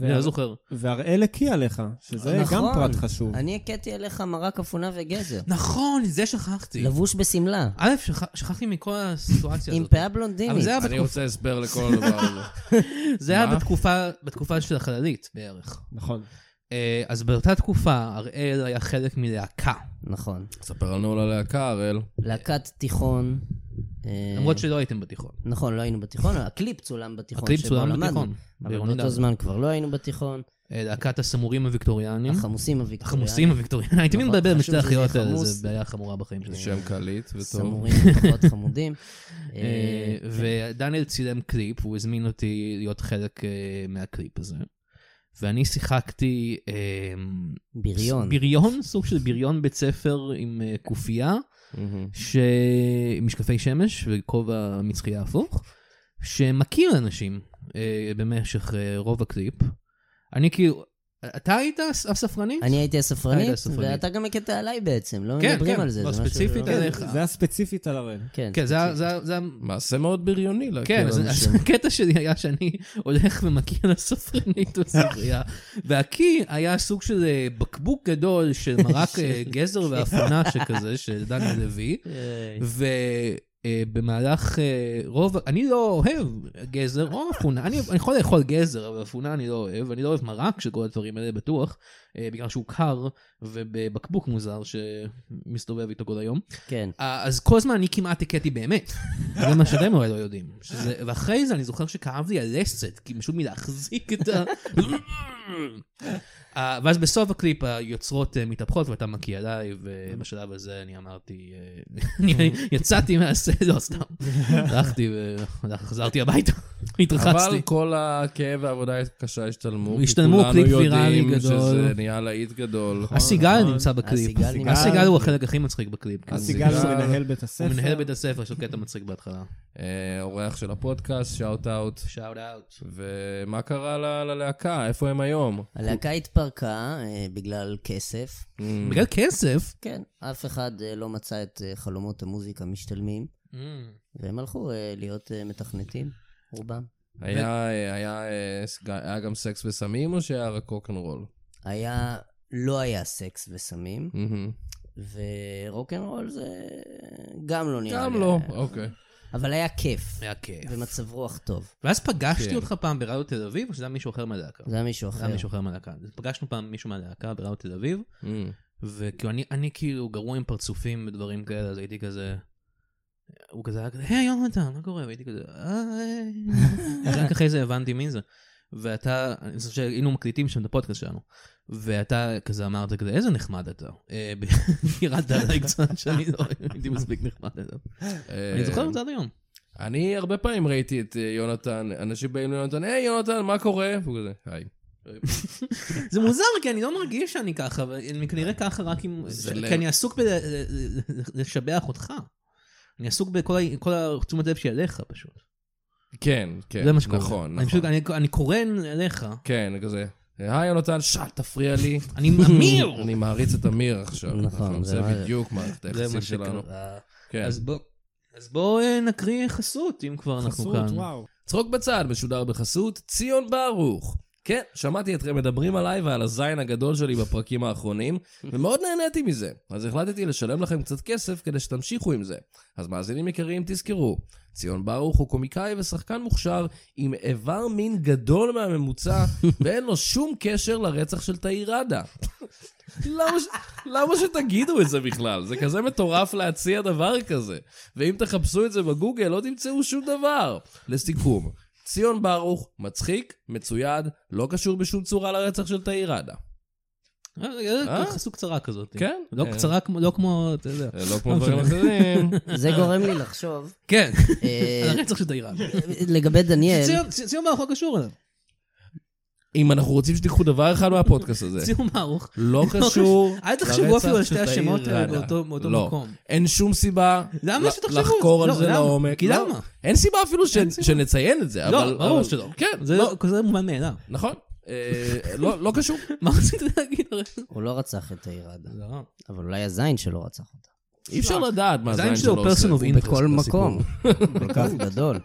Speaker 4: אני לא זוכר.
Speaker 5: והראל הקיא עליך, שזה גם
Speaker 6: נכון.
Speaker 5: פרט חשוב.
Speaker 4: אה,
Speaker 6: אני הכיתי אליך מרק אפונה וגזר.
Speaker 4: נכון, זה שכחתי.
Speaker 6: לבוש בשמלה.
Speaker 4: א', שכח- שכחתי מכל הסיטואציה
Speaker 6: עם
Speaker 4: הזאת.
Speaker 6: פאה
Speaker 4: אה, אבל
Speaker 6: בלונדינית.
Speaker 4: זה היה
Speaker 3: אני
Speaker 4: בתקופה-
Speaker 3: רוצה הסבר לכל הדבר הזה.
Speaker 4: זה היה
Speaker 3: מה?
Speaker 4: בתקופה- בתקופה של החללית בערך.
Speaker 5: נכון.
Speaker 4: אה, אז באותה תקופה, הראל היה חלק מלהקה.
Speaker 6: נכון.
Speaker 3: ספר לנו על הלהקה, הראל.
Speaker 6: להקת תיכון. אה,
Speaker 4: למרות שלא הייתם בתיכון.
Speaker 6: נכון, לא היינו בתיכון, אבל הקליפ צולם בתיכון.
Speaker 4: הקליפ
Speaker 6: שבו
Speaker 4: צולם
Speaker 6: למדנו.
Speaker 4: בתיכון.
Speaker 6: אבל
Speaker 4: בעירוני
Speaker 6: באותו
Speaker 4: דן.
Speaker 6: זמן כבר לא היינו בתיכון.
Speaker 4: אה, להקת הסמורים הוויקטוריאנים.
Speaker 6: החמוסים הוויקטוריאנים.
Speaker 4: החמוסים הוויקטוריאנים. הייתי
Speaker 6: נכון,
Speaker 4: מדבר עם
Speaker 6: חשוב
Speaker 4: שתי
Speaker 6: שזה
Speaker 4: החיות האלה,
Speaker 6: חמוס.
Speaker 4: זו אה, בעיה חמורה בחיים שלי.
Speaker 3: שם קליט וטוב.
Speaker 6: סמורים פחות חמודים.
Speaker 4: אה,
Speaker 6: אה,
Speaker 4: ודניאל צילם קליפ, הוא הזמין אותי להיות חלק אה, מהקליפ הזה. ואני שיחקתי אה,
Speaker 6: בריון.
Speaker 4: בריון, סוג של בריון בית ספר עם אה, קופייה,
Speaker 3: מהמם.
Speaker 6: Mm-hmm.
Speaker 4: ש... עם משקפי שמש וכובע מצחי הפוך, שמכיר אנשים אה, במשך אה, רוב הקליפ. אני כאילו, אתה היית הס- הספרנית?
Speaker 6: אני הייתי הספרנית,
Speaker 4: היית הספרנית.
Speaker 6: ואתה גם הכית עליי בעצם, לא
Speaker 4: כן,
Speaker 6: מדברים
Speaker 4: כן,
Speaker 6: על זה.
Speaker 4: לא,
Speaker 6: זה משהו-
Speaker 4: ספציפית
Speaker 6: כן,
Speaker 4: עליך.
Speaker 5: זה היה ספציפית על הראל.
Speaker 6: כן,
Speaker 4: כן, זה ה- זה ה- זה ה-
Speaker 3: מעשה מאוד בריוני להכיר
Speaker 4: כן, אז- אז
Speaker 3: אנשים.
Speaker 4: הקטע שלי היה שאני הולך ומכיר לספרנית בספרייה, והקי היה סוג של אה, בקבוק גדול של מרק אה, גזר ואפונה שכזה, שדן לוי,
Speaker 6: ספציפית.
Speaker 4: ובמהלך אה, רוב, אני לא אוהב גזר או אפונה, אני אני יכול לאכול גזר, אבל אפונה אני לא אוהב, אני לא אוהב מרק של כל הדברים האלה בטוח, אה, בגלל שהוא קר ובבקבוק מוזר שמסתובב איתו כל היום.
Speaker 6: כן.
Speaker 4: אה, אז כל הזמן אני כמעט הכיתי באמת. זה מה שאתם אולי לא יודעים. שזה, ואחרי זה אני זוכר שכאב לי הלסת, כי פשוט מלהחזיק את ה... אה, ואז בסוף הקליפ היוצרות אה, מתהפכות ואתה מקיא עליי, ובשלב הזה אני אמרתי, אה, אני יצאתי מהסדר, לא, סתם. הלכתי וחזרתי הביתה, התרחצתי.
Speaker 3: אבל כל הכאב והעבודה הקשה השתלמו.
Speaker 4: השתלמו,
Speaker 3: כי
Speaker 4: קליפ
Speaker 3: כולנו
Speaker 4: ויראלי
Speaker 3: יודעים
Speaker 4: גדול. נכון.
Speaker 3: שזה נהיה להיט גדול.
Speaker 4: הסיגל נמצא בקליפ.
Speaker 6: הסיגל נמצא.
Speaker 4: הסיגל הוא החלק הכי מצחיק בקליפ. כן.
Speaker 5: הסיגל הוא
Speaker 3: הסיגל.
Speaker 5: מנהל בית הספר.
Speaker 4: הוא מנהל בית הספר, יש לו קטע מצחיק בהתחלה.
Speaker 3: אה, אורח של הפודקאסט, שאוט אאוט.
Speaker 4: שאוט אאוט.
Speaker 3: ומה קרה ל- ללהקה? איפה הם היום?
Speaker 6: הלהקה התפרקה אה, בגלל כסף.
Speaker 4: בגלל כסף.
Speaker 6: כן, אף אחד אה, לא מצא את אה, חלומות המוזיקה משתלמים,
Speaker 5: Mm.
Speaker 6: והם הלכו אה, להיות אה, מתכנתים, רובם.
Speaker 3: היה, היה, אה, ס- היה גם סקס וסמים או שהיה רק קוקנרול?
Speaker 6: היה, לא היה סקס וסמים,
Speaker 3: Mm-hmm.
Speaker 6: ורוקנרול זה גם לא נראה לי. אה.
Speaker 3: גם לא, אוקיי.
Speaker 6: אבל היה כיף.
Speaker 4: היה כיף.
Speaker 6: ומצב רוח טוב.
Speaker 4: ואז פגשתי
Speaker 3: כן.
Speaker 4: אותך פעם ברדיו תל אביב, או שזה היה מישהו אחר מהלהקה?
Speaker 6: זה היה מישהו
Speaker 4: זה
Speaker 6: אחר.
Speaker 4: היה מישהו אחר מהלהקה. אז פגשנו פעם מישהו מהלהקה ברדיו תל אביב,
Speaker 3: אמ,
Speaker 4: וכאילו אני, אני כאילו גרוע עם פרצופים ודברים כאלה, אז הייתי כזה... הוא כזה היה כזה, היי יונתן, מה קורה? והייתי כזה, היי. רק אחרי זה הבנתי מי זה. ואתה, אני חושב שהיינו מקליטים שם את הפודקאסט שלנו. ואתה כזה אמרת כזה, איזה נחמד אתה. אה, ב- ירדת עליי קצת שאני לא הייתי מספיק נחמד אליו.
Speaker 3: אה,
Speaker 4: אני זוכר את זה עד היום.
Speaker 3: אני הרבה פעמים ראיתי את אה, יונתן, אנשים באים ליונתן, היי יונתן, מה קורה? והוא כזה, היי.
Speaker 4: זה מוזר, כי אני לא מרגיש שאני ככה, אבל אני כנראה ככה רק אם...
Speaker 3: זה
Speaker 4: ש-
Speaker 3: לב.
Speaker 4: כי אני עסוק בלשבח אותך. אני עסוק בכל ה- כל התשומת לב שלי עליך פשוט.
Speaker 3: כן, כן.
Speaker 4: זה מה שקורה.
Speaker 3: נכון,
Speaker 4: אני
Speaker 3: נכון.
Speaker 4: פשוט, אני- אני קורן אליך.
Speaker 3: כן, כזה. היי יונתן, שאל תפריע לי.
Speaker 4: אני אמיר!
Speaker 3: אני מעריץ את אמיר עכשיו.
Speaker 6: נכון,
Speaker 3: נכון,
Speaker 6: זה
Speaker 3: זה
Speaker 6: מה-
Speaker 3: בדיוק מערכת היחסים שלנו. כן.
Speaker 4: אז בוא... אז בואו אה, נקריא חסות, אם כבר אנחנו
Speaker 5: חסות,
Speaker 4: כאן.
Speaker 5: וואו.
Speaker 3: צחוק בצד משודר בחסות ציון ברוך. כן, שמעתי אתכם מדברים עליי ועל הזין הגדול שלי בפרקים האחרונים, ומאוד נהניתי מזה. אז החלטתי לשלם לכם קצת כסף כדי שתמשיכו עם זה. אז מאזינים יקרים, תזכרו, ציון ברוך הוא קומיקאי ושחקן מוכשר עם איבר מין גדול מהממוצע, ואין לו שום קשר לרצח של תאיר ראדה. למה, ש... למה שתגידו את זה בכלל? זה כזה מטורף להציע דבר כזה. ואם תחפשו את זה בגוגל, לא תמצאו שום דבר. לסיכום, ציון ברוך, מצחיק, מצויד, לא קשור בשום צורה לרצח של תאיר ראדה.
Speaker 4: אה,
Speaker 3: אה?
Speaker 4: חסות קצרה כזאת.
Speaker 3: כן.
Speaker 4: לא
Speaker 3: אה.
Speaker 4: קצרה כמו, לא כמו, אתה יודע.
Speaker 3: אה, לא כמו דברים אחרים.
Speaker 6: זה גורם לי לחשוב,
Speaker 4: כן,
Speaker 6: אה,
Speaker 4: על הרצח של דיירן.
Speaker 3: כן.
Speaker 6: לגבי דניאל,
Speaker 4: ציון ברוך לא קשור אליו.
Speaker 3: אם אנחנו רוצים שתיקחו דבר אחד מהפודקאסט הזה,
Speaker 4: ציון ברוך.
Speaker 3: לא קשור
Speaker 4: אל
Speaker 3: לרצח
Speaker 4: תחשבו אפילו על
Speaker 3: של
Speaker 4: שתי
Speaker 3: תאיר
Speaker 4: השמות האלה
Speaker 3: ראדה.
Speaker 4: באותו- באותו
Speaker 3: לא.
Speaker 4: מקום.
Speaker 3: אין שום סיבה
Speaker 4: למה
Speaker 3: ל-
Speaker 4: שתחשבו?
Speaker 3: לחקור על
Speaker 4: לא,
Speaker 3: זה
Speaker 4: למה?
Speaker 3: לעומק.
Speaker 4: כי
Speaker 3: לא.
Speaker 4: למה?
Speaker 3: אין סיבה אפילו ש- שנציין את זה. אבל-
Speaker 4: לא, ברור
Speaker 3: אבל-
Speaker 4: שלא.
Speaker 3: כן,
Speaker 4: זה
Speaker 3: לא,
Speaker 4: כזה מובן מאליו.
Speaker 3: נכון. אה, לא לא קשור.
Speaker 4: מה רצית להגיד הרי?
Speaker 6: הוא לא רצח את תאיר ראדה,
Speaker 4: לא.
Speaker 6: אבל אולי הזין שלו רצח אותה.
Speaker 3: אי אפשר לדעת מה
Speaker 4: הזין
Speaker 3: הזין
Speaker 4: לא. שלו
Speaker 3: שלו
Speaker 4: הוא person
Speaker 3: עושה.
Speaker 4: of
Speaker 3: הוא
Speaker 4: interest
Speaker 3: בכל
Speaker 6: כל
Speaker 3: מקום.
Speaker 6: מקום, כל כך גדול.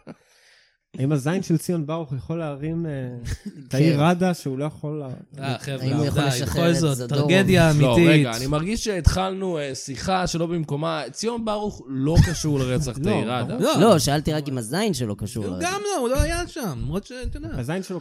Speaker 5: האם הזין של ציון ברוך יכול להרים אה,
Speaker 4: כן.
Speaker 5: תאיר
Speaker 6: כן.
Speaker 5: ראדה שהוא לא יכול... לה-
Speaker 4: אה,
Speaker 6: האם
Speaker 4: חבר'ה,
Speaker 6: הוא יכול
Speaker 4: די,
Speaker 6: לשחרר
Speaker 4: בכל
Speaker 6: את
Speaker 4: זאת,
Speaker 6: זדורוב?
Speaker 4: טרגדיה
Speaker 3: לא,
Speaker 4: אמיתית.
Speaker 3: רגע, אני מרגיש שהתחלנו אה, שיחה שלא במקומה. ציון ברוך לא קשור לרצח
Speaker 5: לא,
Speaker 3: תאיר ראדה.
Speaker 4: לא,
Speaker 6: לא, שאלתי רק אם הזין שלו קשור.
Speaker 4: הוא
Speaker 6: לרצח.
Speaker 4: גם לא, הוא לא היה שם, למרות שאתה יודע.
Speaker 5: הזין שלו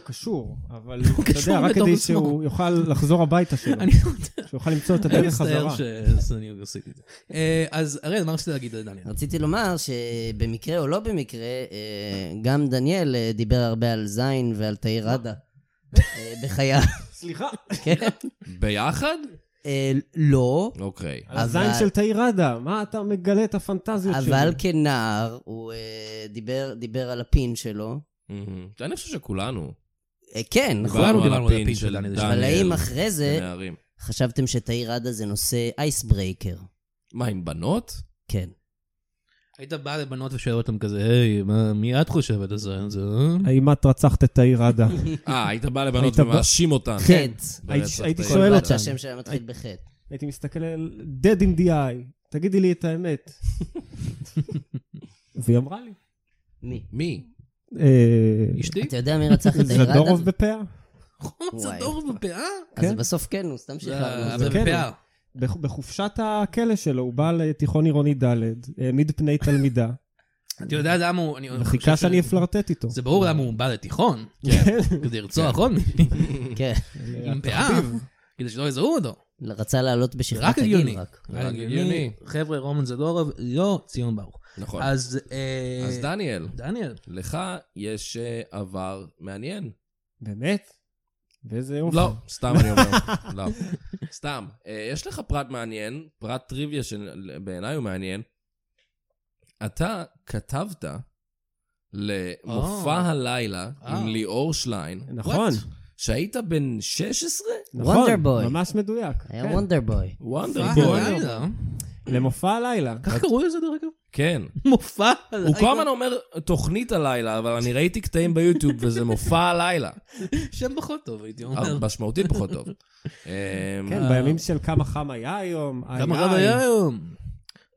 Speaker 5: קשור, אבל אתה
Speaker 4: קשור
Speaker 5: יודע, רק
Speaker 4: בתור
Speaker 5: כדי
Speaker 4: עצמו.
Speaker 5: שהוא יוכל לחזור הביתה שלו,
Speaker 4: אני לא
Speaker 5: שהוא יוכל למצוא את
Speaker 4: אני
Speaker 5: הדרך
Speaker 4: מצטער
Speaker 5: חזרה.
Speaker 4: שאני עשיתי את זה. אה, אז אראל, מה רצית להגיד לדניאל?
Speaker 6: רציתי לומר שבמקרה או לא במקרה, אה, גם דניאל אה, דיבר הרבה על זין ועל תאיר ראדה אה, בחייו.
Speaker 5: סליחה.
Speaker 6: כן?
Speaker 3: ביחד?
Speaker 6: אה, לא,
Speaker 3: אוקיי.
Speaker 5: הזין
Speaker 6: אבל-
Speaker 5: של תאיר ראדה, מה אתה מגלה את הפנטזיות שלו?
Speaker 6: אבל כנער הוא אה, דיבר- דיבר על הפין שלו.
Speaker 3: מהמם. אני חושב שכולנו.
Speaker 6: אה, כן, נכון.
Speaker 3: דיברנו
Speaker 4: דיברנו על
Speaker 3: הפין
Speaker 4: הפין של
Speaker 3: של
Speaker 4: דניאל.
Speaker 6: אבל
Speaker 3: דניאל. כן.
Speaker 6: האם אחרי זה
Speaker 3: ונערים.
Speaker 6: חשבתם שתאיר ראדה זה נושא אייסברייקר?
Speaker 3: מה, עם בנות?
Speaker 6: כן.
Speaker 4: היית בא לבנות ושואל אותם כזה, היי, מה- מי את חושבת על זה? זה, אה?
Speaker 5: האם את רצחת את תאיר ראדה?
Speaker 3: אה, היית בא לבנות
Speaker 5: היית בא-
Speaker 3: ומאשים אותן.
Speaker 6: חטא.
Speaker 3: ברצח
Speaker 5: הייתי- הייתי
Speaker 3: תאיר.
Speaker 5: אוקיי. שואל
Speaker 6: כל בת
Speaker 5: אותם.
Speaker 6: שהשם שלה מתחיל בחטא.
Speaker 5: הייתי מסתכל על dead in the eye, תגידי לי את האמת. והיא אמרה לי.
Speaker 6: מי?
Speaker 3: מי?
Speaker 5: אה,
Speaker 4: אשתי?
Speaker 6: אתה יודע מי רצח את תאיר ראדה?
Speaker 5: זדורוב בפאה?
Speaker 4: נכון, זה
Speaker 6: וואי.
Speaker 4: דור בפאה?
Speaker 6: אז
Speaker 5: כן.
Speaker 6: בסוף כן, הוא סתם שחררנו.
Speaker 4: זה
Speaker 6: אותו.
Speaker 4: אה, אבל
Speaker 5: כן.
Speaker 4: בפאה.
Speaker 5: בח- בחופשת הכלא שלו, הוא בא לתיכון עירוני ד', העמיד פני תלמידה,
Speaker 4: אתה יודע למה הוא... אני חושב
Speaker 5: וחיכה
Speaker 4: ש-
Speaker 5: שאני אפלרטט איתו.
Speaker 4: זה ברור למה הוא בא לתיכון,
Speaker 5: כן.
Speaker 4: כדי לרצוח עוד מישהו,
Speaker 6: כן.
Speaker 4: עם פאה, כדי שלא יזהו אותו.
Speaker 6: רצה לעלות
Speaker 4: רק
Speaker 6: בשכבת
Speaker 4: הגיוני.
Speaker 6: הגיל רק.
Speaker 4: רק
Speaker 3: הגיוני.
Speaker 4: הגיוני. חבר'ה, רומן זדורוב, לא ציון ברוך.
Speaker 3: נכון.
Speaker 4: אז... אה,
Speaker 3: אז דניאל,
Speaker 4: דניאל.
Speaker 3: לך יש אה, עבר מעניין.
Speaker 5: באמת? באיזה יופי.
Speaker 3: לא, סתם אני אומר, לא. סתם. אה, יש לך פרט מעניין, פרט טריוויה שבעיניי הוא מעניין. אתה כתבת למופע
Speaker 4: אה.
Speaker 3: הלילה עם
Speaker 4: אה.
Speaker 3: ליאור שליין,
Speaker 5: נכון,
Speaker 3: שהית בן 16?
Speaker 5: נכון,
Speaker 6: Wonder Boy.
Speaker 5: ממש מדויק.
Speaker 6: היה
Speaker 5: כן.
Speaker 6: וונדר בוי.
Speaker 3: וונדר
Speaker 4: מופע
Speaker 3: בוי.
Speaker 4: הלילה.
Speaker 5: למופע הלילה.
Speaker 4: ככה קראו לזה דרך אגב?
Speaker 3: כן.
Speaker 4: מופע הלילה.
Speaker 3: הוא כל הזמן אומר תוכנית הלילה, אבל אני ראיתי קטעים ביוטיוב וזה מופע הלילה.
Speaker 4: שם פחות טוב, הייתי אומר.
Speaker 3: אבל משמעותית פחות טוב. אמ,
Speaker 5: כן, בימים של כמה חם היה היום. איי,
Speaker 4: אה. כמה רב
Speaker 5: איי.
Speaker 4: היה היום?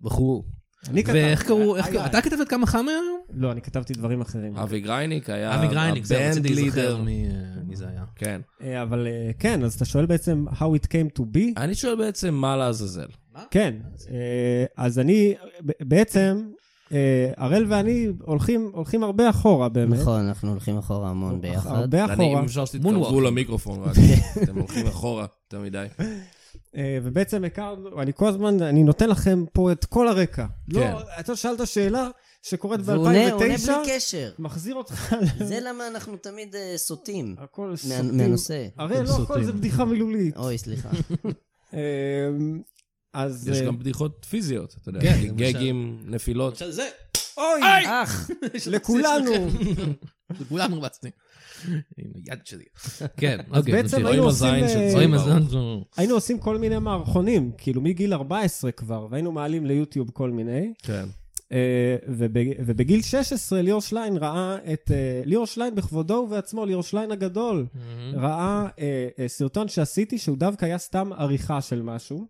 Speaker 4: בחור.
Speaker 5: אני כתבתי.
Speaker 4: ואיך קראו, איך
Speaker 5: איי,
Speaker 4: קראו,
Speaker 5: איי.
Speaker 4: אתה כתבת כמה חם היה היום?
Speaker 5: לא, אני כתבתי דברים אחרים.
Speaker 4: אה.
Speaker 3: אבי גרייניק היה
Speaker 4: אבי גרייניק, זה
Speaker 3: הבנד
Speaker 4: רציתי
Speaker 3: לידר.
Speaker 4: להיזכר מי אה, מי זה היה.
Speaker 3: כן.
Speaker 5: אה, אבל אה, כן, אז אתה שואל בעצם how it came to be?
Speaker 3: אני שואל בעצם מה לעזאזל.
Speaker 5: כן, אה, אז אני, ב- בעצם, אה, הראל ואני הולכים, הולכים הרבה אחורה באמת.
Speaker 6: נכון, אנחנו הולכים אחורה המון נכון, ביחד.
Speaker 5: הרבה
Speaker 3: אני,
Speaker 5: אחורה.
Speaker 3: אם אפשר שתתקרבו
Speaker 4: מונוואק.
Speaker 3: למיקרופון רק, אתם הולכים אחורה יותר מדי.
Speaker 5: אה, ובעצם הכרנו, אני כל הזמן, אני נותן לכם פה את כל הרקע. לא,
Speaker 3: כן.
Speaker 5: אתה שאלת שאלה שקורית ב-2009.
Speaker 6: והוא עונה עונה בלי קשר.
Speaker 5: מחזיר אותך
Speaker 6: זה למה אנחנו תמיד אה, סוטים
Speaker 5: הכל
Speaker 6: מה-
Speaker 5: סוטים.
Speaker 6: מהנושא. אוקיי.
Speaker 5: הרי לא, הכל
Speaker 4: סוטים.
Speaker 5: זה בדיחה מילולית.
Speaker 6: אוי, סליחה.
Speaker 5: אמ, אז...
Speaker 3: יש
Speaker 5: אה,
Speaker 3: גם בדיחות פיזיות, אתה יודע,
Speaker 4: כן, למשל.
Speaker 3: גגים, נפילות.
Speaker 4: עכשיו זה,
Speaker 5: אוי,
Speaker 6: אח!
Speaker 5: לכולנו.
Speaker 4: לכולם הרבצתי. עם היד שלי. כן,
Speaker 5: אז
Speaker 4: אוקיי, נמשיך.
Speaker 5: בעצם היו
Speaker 3: רואים
Speaker 5: עושים...
Speaker 3: הזין של
Speaker 5: אה,
Speaker 3: צבע.
Speaker 4: רואים, אז אנחנו-
Speaker 5: היינו עושים כל מיני מערכונים, כאילו מגיל 14 כבר, והיינו מעלים ליוטיוב כל מיני.
Speaker 3: כן.
Speaker 5: אה, ובג- ובגיל 16 ליאור שליין ראה את... אה, ליאור שליין בכבודו ובעצמו, ליאור שליין הגדול, ראה אה, אה, סרטון שעשיתי שהוא דווקא היה סתם עריכה של משהו,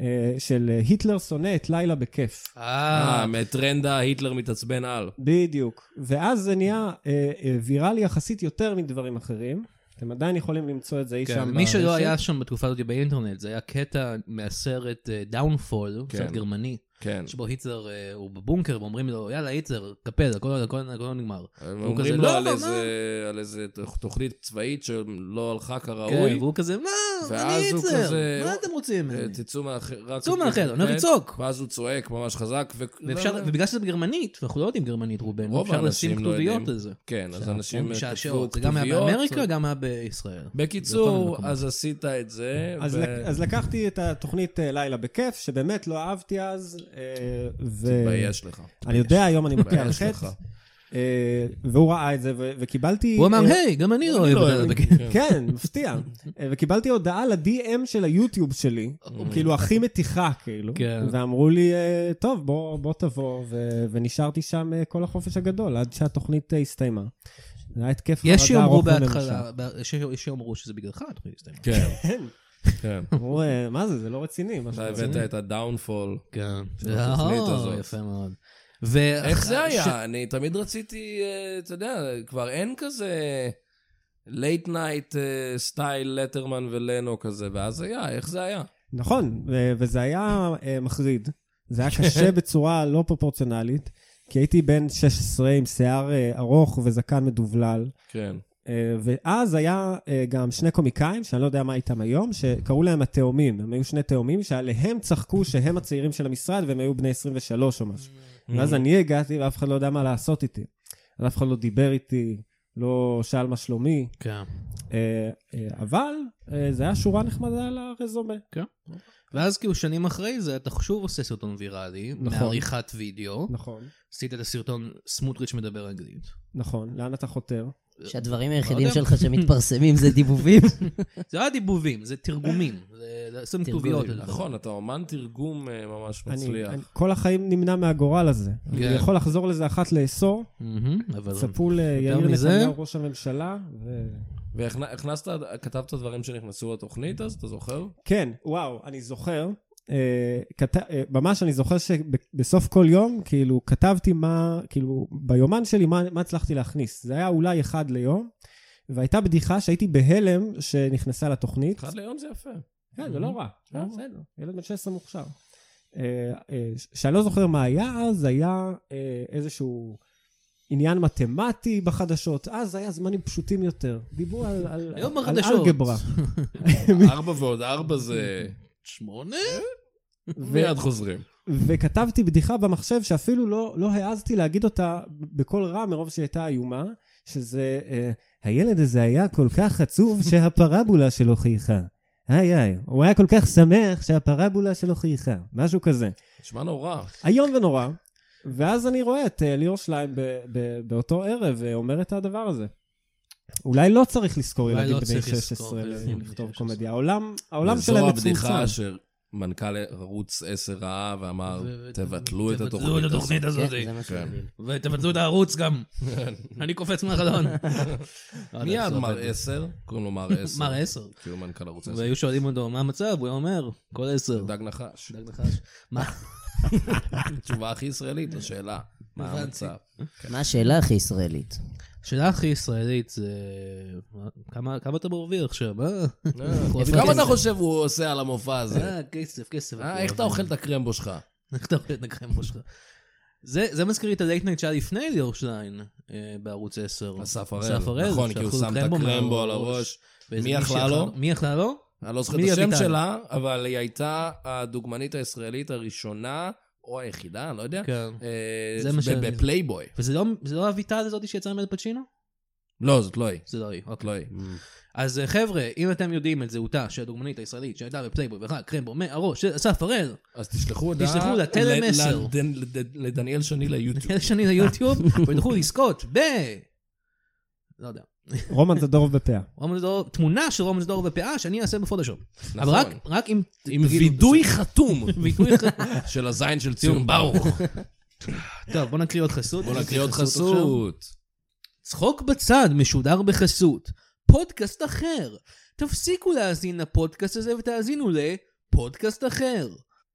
Speaker 5: אה, של אה, היטלר שונא את לילה בכיף.
Speaker 4: אה,
Speaker 3: אה, מטרנדה, היטלר מתעצבן על.
Speaker 5: בדיוק. ואז זה נהיה אה, אה, ויראלי יחסית יותר מדברים אחרים. אתם עדיין יכולים למצוא את זה אי
Speaker 4: כן,
Speaker 3: לא
Speaker 5: שם
Speaker 4: מי שלא
Speaker 5: ברשת.
Speaker 4: היה שם בתקופה הזאת באינטרנט, זה היה קטע מהסרט דאונפול,
Speaker 3: כן.
Speaker 4: סרט גרמני,
Speaker 3: כן.
Speaker 4: שבו היטלר אה, הוא בבונקר ואומרים לו, יאללה היטלר, קפל, הכל הכל- הכל נגמר.
Speaker 3: הם
Speaker 4: והוא
Speaker 3: אומרים
Speaker 4: כזה,
Speaker 3: לו
Speaker 4: "לא,
Speaker 3: על
Speaker 4: אבל
Speaker 3: איזה- על איזה תוכנית צבאית שלא הלכה
Speaker 4: כן,
Speaker 3: כראוי.
Speaker 4: והוא כזה, מה, אני
Speaker 3: ואז הוא
Speaker 4: היטלר,
Speaker 3: כזה-
Speaker 4: מה אתם רוצים?
Speaker 3: אה,
Speaker 4: ממני?"
Speaker 3: תצאו מהחדר.
Speaker 4: תצאו מהחדר, אני הולך לצעוק.
Speaker 3: ואז הוא צועק ממש חזק. ו-
Speaker 4: ואפשר- ובגלל שזה בגרמנית, ואנחנו לא יודעים גרמנית רובנו,
Speaker 3: לא, רוב
Speaker 4: אפשר
Speaker 3: האנשים
Speaker 4: לשים
Speaker 3: לא יודעים.
Speaker 4: כתוביות על זה.
Speaker 3: כן, אז אנשים כתבו
Speaker 4: משעשעות, זה גם היה
Speaker 3: כתוביות.
Speaker 4: באמריקה, גם היה בישראל. בכל מיני
Speaker 3: בקיצור,
Speaker 4: מקומות.
Speaker 3: אז עשית את זה.
Speaker 5: אז,
Speaker 3: ו-
Speaker 5: לק... אז לקחתי את התוכנית אה, לילה בכיף, שבאמת לא אהבתי אז, אה, ו...
Speaker 3: תתבייש לך.
Speaker 5: אה, אני יודע, היום אני מכה על
Speaker 3: תתבייש
Speaker 5: חטא,
Speaker 3: לך.
Speaker 5: אה, והוא ראה את זה, ו... וקיבלתי...
Speaker 4: הוא אמר,
Speaker 5: אה,
Speaker 4: היי, גם אני לא אוהב
Speaker 3: לא
Speaker 4: את
Speaker 3: אוהב.
Speaker 4: זה.
Speaker 5: כן, מפתיע. אה, וקיבלתי הודעה ל-DM של היוטיוב שלי, כאילו הכי מתיחה, כאילו.
Speaker 4: כן.
Speaker 5: ואמרו לי, אה, טוב, בוא, בוא תבוא, ו- ונשארתי שם אה, כל החופש הגדול, עד שהתוכנית אה, הסתיימה. זה היה התקף
Speaker 4: יש
Speaker 5: חרדה
Speaker 4: שיאמרו
Speaker 5: ארוך וממושך.
Speaker 4: בהתחלה, ב- ש- יש שיאמרו שזה בגללך התוכנית הסתיימה.
Speaker 3: כן. כן.
Speaker 5: אמרו, "אה, מה זה, זה לא רציני. מה
Speaker 3: אתה
Speaker 5: שאתה
Speaker 3: הבאת את הדאונפול.
Speaker 4: כן.
Speaker 3: של התוכנית הזאת.
Speaker 4: יפה מאוד. ו-
Speaker 3: איך זה
Speaker 4: ש-
Speaker 3: היה? אני תמיד רציתי, אה, אתה יודע, כבר אין כזה לייט נייט סטייל לטרמן ולנו כזה, ואז היה, איך זה היה?
Speaker 5: נכון, ו- וזה היה אה, מחריד. זה היה קשה בצורה לא פרופורציונלית, כי הייתי בן 16 עם שיער אה, ארוך וזקן מדובלל.
Speaker 3: כן.
Speaker 5: אה, ואז היה אה, גם שני קומיקאים, שאני לא יודע מה איתם היום, שקראו להם התאומים. הם היו שני תאומים שעליהם צחקו שהם הצעירים של המשרד והם היו בני 23 או משהו. ואז אני הגעתי ואף אחד לא יודע מה לעשות איתי. אז אף אחד לא דיבר איתי, לא שאל מה שלומי,
Speaker 4: כן.
Speaker 5: אה, אה, אבל אה, זה היה שורה נחמדה על הרזומה.
Speaker 4: ואז כאילו שנים אחרי זה אתה שוב עושה סרטון ויראלי,
Speaker 5: נכון.
Speaker 4: מעריכת וידאו,
Speaker 5: נכון.
Speaker 4: עשית את הסרטון סמוטריץ' מדבר אנגלית.
Speaker 5: נכון, לאן אתה חותר?
Speaker 6: שהדברים
Speaker 4: לא
Speaker 6: היחידים
Speaker 4: יודע.
Speaker 6: שלך שמתפרסמים זה דיבובים.
Speaker 4: זה לא היה דיבובים, זה תרגומים, זה זה עושים
Speaker 6: תרגומים,
Speaker 4: כתוביות. על
Speaker 3: נכון, אתה אומן תרגום אה, ממש
Speaker 5: אני,
Speaker 3: מצליח.
Speaker 5: אני כל החיים נמנע מהגורל הזה. אני
Speaker 4: כן.
Speaker 5: יכול לחזור לזה אחת לעשור,
Speaker 4: זה. מהמם, אבל...
Speaker 5: צפו ליאיר
Speaker 4: מזה?
Speaker 5: נתניהו ראש הממשלה, ו...
Speaker 3: והכנסת, כתבת דברים שנכנסו לתוכנית אז, אתה זוכר?
Speaker 5: כן, וואו, אני זוכר. אה, כת... אה, ממש אני זוכר שבסוף כל יום, כאילו, כתבתי מה, כאילו, ביומן שלי, מה, מה הצלחתי להכניס. זה היה אולי אחד ליום, והייתה בדיחה שהייתי בהלם שנכנסה לתוכנית.
Speaker 3: אחד ליום זה יפה.
Speaker 5: כן, זה לא רע.
Speaker 3: אה,
Speaker 5: בסדר. ילד בן 16 מוכשר. אה, אה, ש- שאני לא זוכר מה היה אז, היה אה, איזשהו עניין מתמטי בחדשות. אז היה זמנים פשוטים יותר. דיברו על- על
Speaker 4: היום
Speaker 5: על
Speaker 4: בחדשות.
Speaker 5: אלגברה.
Speaker 3: ארבע ועוד ארבע זה...
Speaker 4: שמונה?
Speaker 5: ו-
Speaker 3: מיד חוזרים.
Speaker 5: וכתבתי בדיחה במחשב שאפילו לא, לא העזתי להגיד אותה בקול רם מרוב שהיא הייתה איומה, שזה, אה, הילד הזה היה כל כך עצוב שהפרבולה שלו חייכה. היי היי, הוא היה כל כך שמח שהפרבולה שלו חייכה, משהו כזה.
Speaker 3: נשמע נורא.
Speaker 5: איום ונורא. ואז אני רואה את אה, ליאור שליים ב- ב- באותו ערב אה, אומר את הדבר הזה. אולי לא צריך לזכור
Speaker 4: אולי
Speaker 5: ילדים
Speaker 4: לא
Speaker 5: בני
Speaker 4: צריך
Speaker 5: 16
Speaker 4: לזכור ילדים בני
Speaker 5: לכתוב
Speaker 4: 16.
Speaker 5: קומדיה. העולם העולם שלהם
Speaker 3: וזו
Speaker 5: מצומצם.
Speaker 3: הבדיחה שמנכ"ל ערוץ 10 ראה ואמר,
Speaker 4: ו- ו-
Speaker 3: תבטלו את
Speaker 4: תבטלו
Speaker 3: התוכנית
Speaker 4: את
Speaker 3: הזאת.
Speaker 4: התוכנית הזאת.
Speaker 6: כן, זה מה שמדהים.
Speaker 4: ותבטלו את הערוץ גם.
Speaker 3: כן.
Speaker 4: אני קופץ מהחלון.
Speaker 3: מיד מר 10, קוראים לו מר 10.
Speaker 4: מר עשר.
Speaker 3: כי הוא מנכ"ל ערוץ 10.
Speaker 4: והיו שואלים אותו, מה המצב? הוא היה אומר, כל עשר.
Speaker 3: דג נחש.
Speaker 4: דג נחש. מה?
Speaker 3: התשובה הכי ישראלית לשאלה, מה
Speaker 4: הבנתי.
Speaker 3: המצב?
Speaker 6: מה השאלה הכי ישראלית?
Speaker 4: השאלה הכי ישראלית זה... מה- כמה כמה אתה מרוויח עכשיו, אה? אנחנו אוהבים
Speaker 3: כמה
Speaker 4: כסף.
Speaker 3: אתה חושב הוא עושה על המופע הזה?
Speaker 4: אה, כסף, כסף.
Speaker 3: אה, איך אתה אוכל את הקרמבו שלך?
Speaker 4: איך אתה אוכל את הקרמבו שלך? זה, זה מזכיר לי את הדייט נייט שהיה לפני ליאור שטיין אה, בערוץ 10.
Speaker 3: אסף הראל, נכון, כי הוא
Speaker 4: שאכלו
Speaker 3: שם את הקרמבו על הראש.
Speaker 4: ואיזה
Speaker 3: מי
Speaker 4: מישהי
Speaker 3: אכלה
Speaker 4: אכלה-
Speaker 3: לו?
Speaker 4: מי אכלה לו?
Speaker 3: אני לא זוכר
Speaker 4: מי
Speaker 3: את השם
Speaker 4: אביטל?
Speaker 3: שלה, אבל היא הייתה הדוגמנית הישראלית הראשונה, או היחידה, אני לא יודע,
Speaker 4: כן.
Speaker 3: אה,
Speaker 4: זה מה
Speaker 3: ב-
Speaker 4: שאני-
Speaker 3: בפלייבוי.
Speaker 4: וזה לא, זה לא אביטל הזאת שיצאה עם אל פצ'ינו?
Speaker 3: לא, זאת לא היא.
Speaker 4: זה לא היא,
Speaker 3: זאת
Speaker 4: אוקיי.
Speaker 3: לא היא.
Speaker 4: אז אה, חבר'ה, אם אתם יודעים את זהותה של הדוגמנית הישראלית שהייתה בפלייבוי ואכלה קרמבו מהראש של אסף הראל,
Speaker 3: אז תשלחו הודעה...
Speaker 4: תשלחו לה, תן
Speaker 3: ל-
Speaker 4: לה מסר.
Speaker 3: לדן- לד- לדניאל שני ליוטיוב.
Speaker 4: אלה שנים ליוטיוב, ותוכלו לזכות ב... לא יודע.
Speaker 5: רומן זדורוב בפאה.
Speaker 4: רומן זדור, תמונה של רומן זדור בפאה שאני אעשה בפוטושופ. אבל
Speaker 3: נכון.
Speaker 4: רק, רק אם...
Speaker 3: עם
Speaker 4: תגידו-
Speaker 3: וידוי חתום
Speaker 4: וידוי ח-
Speaker 3: של הזין של ציון ברוך.
Speaker 4: טוב, בוא נקריא עוד חסות.
Speaker 3: בוא נקריא עוד
Speaker 4: עכשיו.
Speaker 3: חסות.
Speaker 4: צחוק בצד משודר בחסות. פודקאסט אחר. תפסיקו להאזין לפודקאסט הזה ותאזינו לפודקאסט אחר.